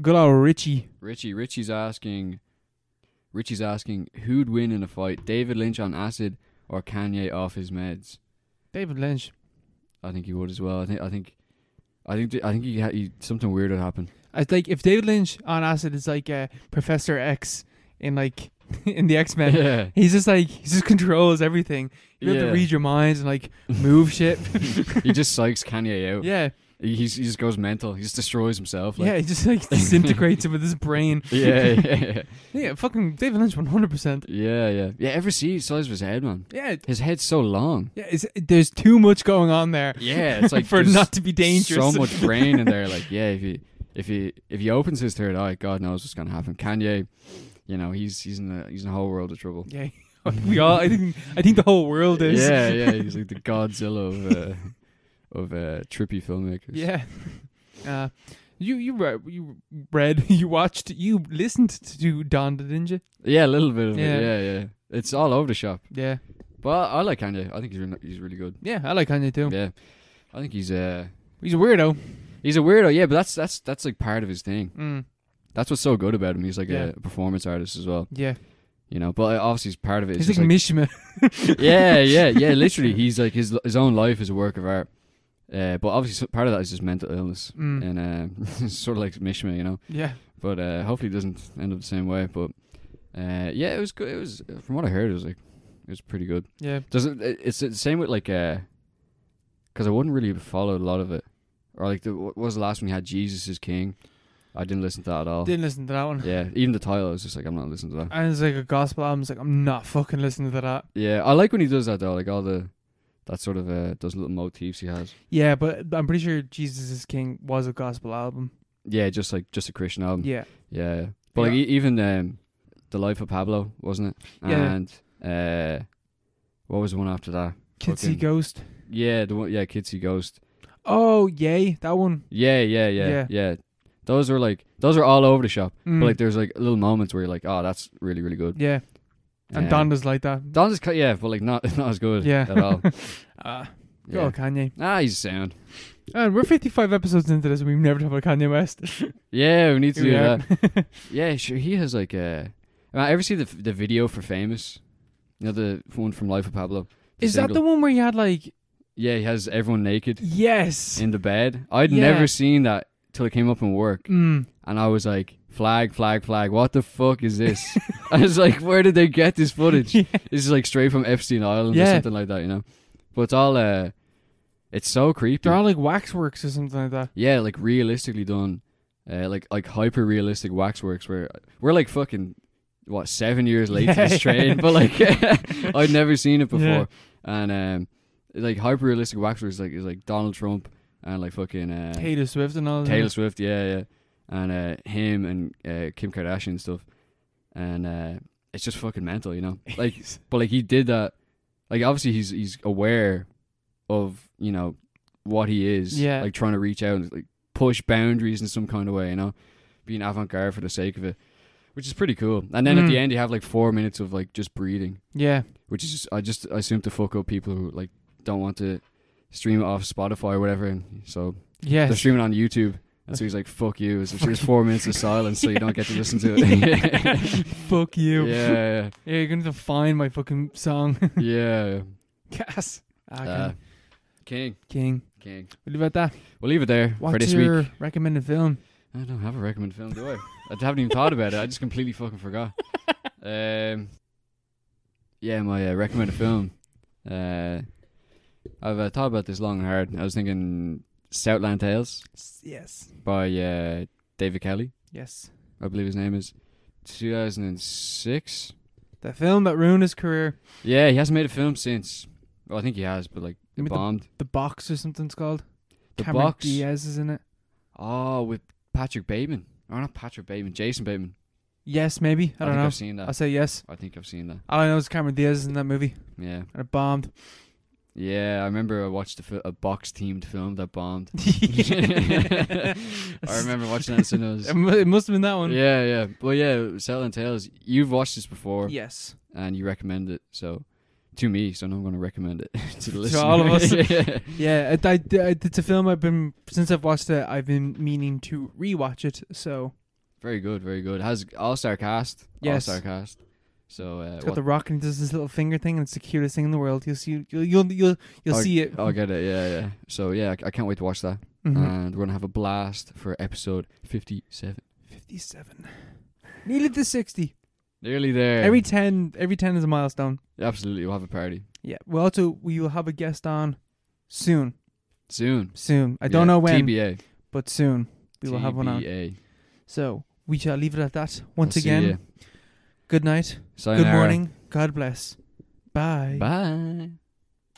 [SPEAKER 2] good old Richie.
[SPEAKER 1] Richie. Richie's asking. Richie's asking who'd win in a fight, David Lynch on acid or Kanye off his meds.
[SPEAKER 2] David Lynch.
[SPEAKER 1] I think he would as well. I think. I think. I think. I think he, ha- he something weird would happen.
[SPEAKER 2] I think if David Lynch on acid is like uh, Professor X in like in the X Men,
[SPEAKER 1] yeah.
[SPEAKER 2] he's just like he just controls everything. You have
[SPEAKER 1] Yeah.
[SPEAKER 2] to read your minds and like move shit.
[SPEAKER 1] he just psychs Kanye out.
[SPEAKER 2] yeah,
[SPEAKER 1] He, he's, he just goes mental. He just destroys himself.
[SPEAKER 2] yeah,
[SPEAKER 1] Like,
[SPEAKER 2] he just like disintegrates it with his brain.
[SPEAKER 1] yeah, yeah, yeah,
[SPEAKER 2] Yeah, fucking David Lynch, one hundred percent.
[SPEAKER 1] yeah, yeah. Yeah, ever see the size of his head, man?
[SPEAKER 2] Yeah,
[SPEAKER 1] His head's so long.
[SPEAKER 2] yeah. It's, there's too much going on there.
[SPEAKER 1] Yeah, it's like
[SPEAKER 2] for
[SPEAKER 1] there's
[SPEAKER 2] not to be dangerous.
[SPEAKER 1] So much brain in there. Like, yeah, if he if he if he opens his third eye, God knows what's gonna happen. Kanye, you know, he's he's in a he's in a whole world of trouble.
[SPEAKER 2] Yeah, we all. I think. I think the whole world is.
[SPEAKER 1] Yeah, yeah, he's like the Godzilla of uh, of uh, trippy filmmakers.
[SPEAKER 2] Yeah. Uh, you you re- you read you watched you listened to Don didn't you?
[SPEAKER 1] yeah, a little bit of
[SPEAKER 2] Yeah.
[SPEAKER 1] it. Yeah, yeah. It's all over the shop.
[SPEAKER 2] Yeah.
[SPEAKER 1] But I, I like Kanye. I think he's really, he's really good.
[SPEAKER 2] Yeah, I like Kanye too.
[SPEAKER 1] Yeah, I think he's uh
[SPEAKER 2] He's a weirdo.
[SPEAKER 1] he's a weirdo. Yeah, but that's that's that's like part of his thing.
[SPEAKER 2] Mm,
[SPEAKER 1] That's what's so good about him. He's like
[SPEAKER 2] Yeah.
[SPEAKER 1] a performance artist as well.
[SPEAKER 2] yeah.
[SPEAKER 1] You know, but uh, obviously he's part of it. is
[SPEAKER 2] He's
[SPEAKER 1] just,
[SPEAKER 2] like, Mishima.
[SPEAKER 1] yeah, yeah, yeah. Literally, he's like his his own life is a work of art. Uh, but obviously, so- part of that is just mental illness
[SPEAKER 2] Mm,
[SPEAKER 1] and um, sort of like Mishima, you know.
[SPEAKER 2] yeah.
[SPEAKER 1] But uh, hopefully it doesn't end up the same way. But uh, yeah, it was good. It was from what I heard, it was like it was pretty good.
[SPEAKER 2] Yeah.
[SPEAKER 1] Doesn't it- it's the same with like uh 'cause I wouldn't really follow a lot of it. Or like the what was the last one you had? Jesus is King. I didn't listen to that at all.
[SPEAKER 2] Didn't listen to that one.
[SPEAKER 1] Oh. Yeah, even the title, I was just like, I'm not listening to that.
[SPEAKER 2] And it's like a gospel album. It's like I'm not fucking listening to that.
[SPEAKER 1] Yeah, I like when he does that though, like all the that sort of uh, those little motifs he has.
[SPEAKER 2] Yeah, but I'm pretty sure Jesus is King was a gospel album.
[SPEAKER 1] Yeah, just like just a Christian album.
[SPEAKER 2] Yeah.
[SPEAKER 1] Yeah, yeah. but like
[SPEAKER 2] Yeah.
[SPEAKER 1] e- even um, the life of Pablo, wasn't it?
[SPEAKER 2] Yeah.
[SPEAKER 1] And uh, what was the one after that?
[SPEAKER 2] Kids See
[SPEAKER 1] Fucking-
[SPEAKER 2] Ghost.
[SPEAKER 1] Yeah, the one. Yeah, Kids See Ghost.
[SPEAKER 2] Oh, yay, that one.
[SPEAKER 1] Yeah, yeah, yeah,
[SPEAKER 2] Yeah.
[SPEAKER 1] yeah. Those were like those are all over the shop.
[SPEAKER 2] Mm.
[SPEAKER 1] But like there's like little moments where you're like, oh, that's really really good.
[SPEAKER 2] yeah. And
[SPEAKER 1] Um,
[SPEAKER 2] Donda's like that.
[SPEAKER 1] Donda's ki- yeah, but like not not as good.
[SPEAKER 2] Yeah.
[SPEAKER 1] At all.
[SPEAKER 2] Ah, good
[SPEAKER 1] Yeah.
[SPEAKER 2] old Kanye.
[SPEAKER 1] Ah, he's sound.
[SPEAKER 2] And we're 55 episodes into this and we've never talked about Kanye West.
[SPEAKER 1] Yeah, we need to
[SPEAKER 2] Here we
[SPEAKER 1] do
[SPEAKER 2] are.
[SPEAKER 1] that. Yeah, sure. He has like a. I ever see the the video for Famous? You know the one from Life of Pablo.
[SPEAKER 2] Is that the one where you had like
[SPEAKER 1] Yeah, he has everyone naked
[SPEAKER 2] yes?
[SPEAKER 1] in the bed. I'd
[SPEAKER 2] Yeah.
[SPEAKER 1] never seen that till it came up in work,
[SPEAKER 2] Mm.
[SPEAKER 1] and I was like, flag, flag, flag. What the fuck is this? I was like, where did they get this footage?
[SPEAKER 2] Yeah.
[SPEAKER 1] This is like straight from Epstein Island or
[SPEAKER 2] Yeah.
[SPEAKER 1] something like that, you know. But it's all uh, it's so creepy.
[SPEAKER 2] They're all like waxworks or something like that.
[SPEAKER 1] yeah, like realistically done, uh, like like hyper realistic waxworks. Where we're like fucking what seven years late to
[SPEAKER 2] Yeah.
[SPEAKER 1] this train, but like oh, I'd never seen it before.
[SPEAKER 2] Yeah.
[SPEAKER 1] And um, like hyper realistic waxworks, like is like Donald Trump and like fucking uh,
[SPEAKER 2] Taylor Swift and all.
[SPEAKER 1] Taylor
[SPEAKER 2] that.
[SPEAKER 1] Swift, yeah, yeah, and uh, him and uh, Kim Kardashian and stuff. And uh, it's just fucking mental, you know. Like, but like he did that. Like obviously he's he's aware of you know what he is.
[SPEAKER 2] Yeah.
[SPEAKER 1] Like trying to reach out and like push boundaries in some kind of way, you know, being avant garde for the sake of it, which is pretty cool. And then
[SPEAKER 2] Mm.
[SPEAKER 1] at the end you have like four minutes of like just breathing,
[SPEAKER 2] Yeah,
[SPEAKER 1] which is just, I just I assume to fuck up people who like don't want to stream it off Spotify or whatever, and so they're
[SPEAKER 2] yes.
[SPEAKER 1] streaming on YouTube. And so he's like, "Fuck you!" So there's four minutes of silence, so you don't get to listen to it.
[SPEAKER 2] Fuck you. Yeah.
[SPEAKER 1] yeah,
[SPEAKER 2] you're gonna have to find my fucking song.
[SPEAKER 1] yeah, yeah.
[SPEAKER 2] Cass. Ah,
[SPEAKER 1] Uh,
[SPEAKER 2] King.
[SPEAKER 1] King, King.
[SPEAKER 2] King. What about that?
[SPEAKER 1] We'll leave it there for
[SPEAKER 2] What's
[SPEAKER 1] this
[SPEAKER 2] your
[SPEAKER 1] week.
[SPEAKER 2] recommended film?
[SPEAKER 1] I don't have a recommended film, do I? I haven't even thought about it. I just completely fucking forgot. Um, yeah, my uh, recommended film. Uh, I've uh, thought about this long and hard. I was thinking Southland Tales
[SPEAKER 2] S- Yes.
[SPEAKER 1] by uh, David Kelly,
[SPEAKER 2] Yes.
[SPEAKER 1] I believe his name is. 2006.
[SPEAKER 2] The film that ruined his career.
[SPEAKER 1] Yeah, he hasn't made a film since. Well, I think he has, but like
[SPEAKER 2] He
[SPEAKER 1] it
[SPEAKER 2] made the-
[SPEAKER 1] bombed.
[SPEAKER 2] The Box or something it's called.
[SPEAKER 1] The
[SPEAKER 2] Cameron
[SPEAKER 1] box.
[SPEAKER 2] Diaz is in it.
[SPEAKER 1] Oh, with Patrick Bateman. Or not Patrick Bateman, Jason Bateman.
[SPEAKER 2] Yes, maybe. I don't
[SPEAKER 1] think
[SPEAKER 2] know.
[SPEAKER 1] I've uh, seen that.
[SPEAKER 2] I'll say yes.
[SPEAKER 1] I think I've seen that.
[SPEAKER 2] All I know is Cameron Diaz is in that movie.
[SPEAKER 1] Yeah,
[SPEAKER 2] And it bombed.
[SPEAKER 1] yeah. I remember I watched a, fi- a box themed film that bombed.
[SPEAKER 2] I
[SPEAKER 1] I remember watching that in cinemas.
[SPEAKER 2] It mu- it must have been that one.
[SPEAKER 1] yeah, yeah. Well, yeah. Silent Tales. You've watched this before,
[SPEAKER 2] Yes.
[SPEAKER 1] and you recommend it. So. To me, so now I'm going to recommend it to the listener.
[SPEAKER 2] To all of us.
[SPEAKER 1] yeah.
[SPEAKER 2] Yeah, it, I, I- it's a film I've been since I've watched it. I've been meaning to rewatch it. So
[SPEAKER 1] Very good, very good. Has all star cast.
[SPEAKER 2] Yes.
[SPEAKER 1] All star cast. So uh,
[SPEAKER 2] it's
[SPEAKER 1] what-
[SPEAKER 2] got the rock and he does this little finger thing, and it's the cutest thing in the world. You'll see, you'll you'll you'll, you'll
[SPEAKER 1] Oh, uh,
[SPEAKER 2] see it. Mm-hmm.
[SPEAKER 1] I'll get it. Yeah, yeah. So yeah, I, I can't wait to watch that, and we're gonna have a blast for episode fifty-seven.
[SPEAKER 2] Fifty-seven, nearly to sixty.
[SPEAKER 1] Nearly there.
[SPEAKER 2] Every ten, every ten is a milestone.
[SPEAKER 1] Absolutely, we'll have a party
[SPEAKER 2] Yeah. Well, also we will have a guest on soon,
[SPEAKER 1] soon.
[SPEAKER 2] soon. I don't
[SPEAKER 1] Yeah,
[SPEAKER 2] know when,
[SPEAKER 1] TBA.
[SPEAKER 2] but soon we will have one on.
[SPEAKER 1] TBA.
[SPEAKER 2] So we shall leave it at that.
[SPEAKER 1] I'll
[SPEAKER 2] Once
[SPEAKER 1] see
[SPEAKER 2] again,
[SPEAKER 1] ya.
[SPEAKER 2] good night, good
[SPEAKER 1] Sayonara.
[SPEAKER 2] morning, God bless, bye.
[SPEAKER 1] Bye.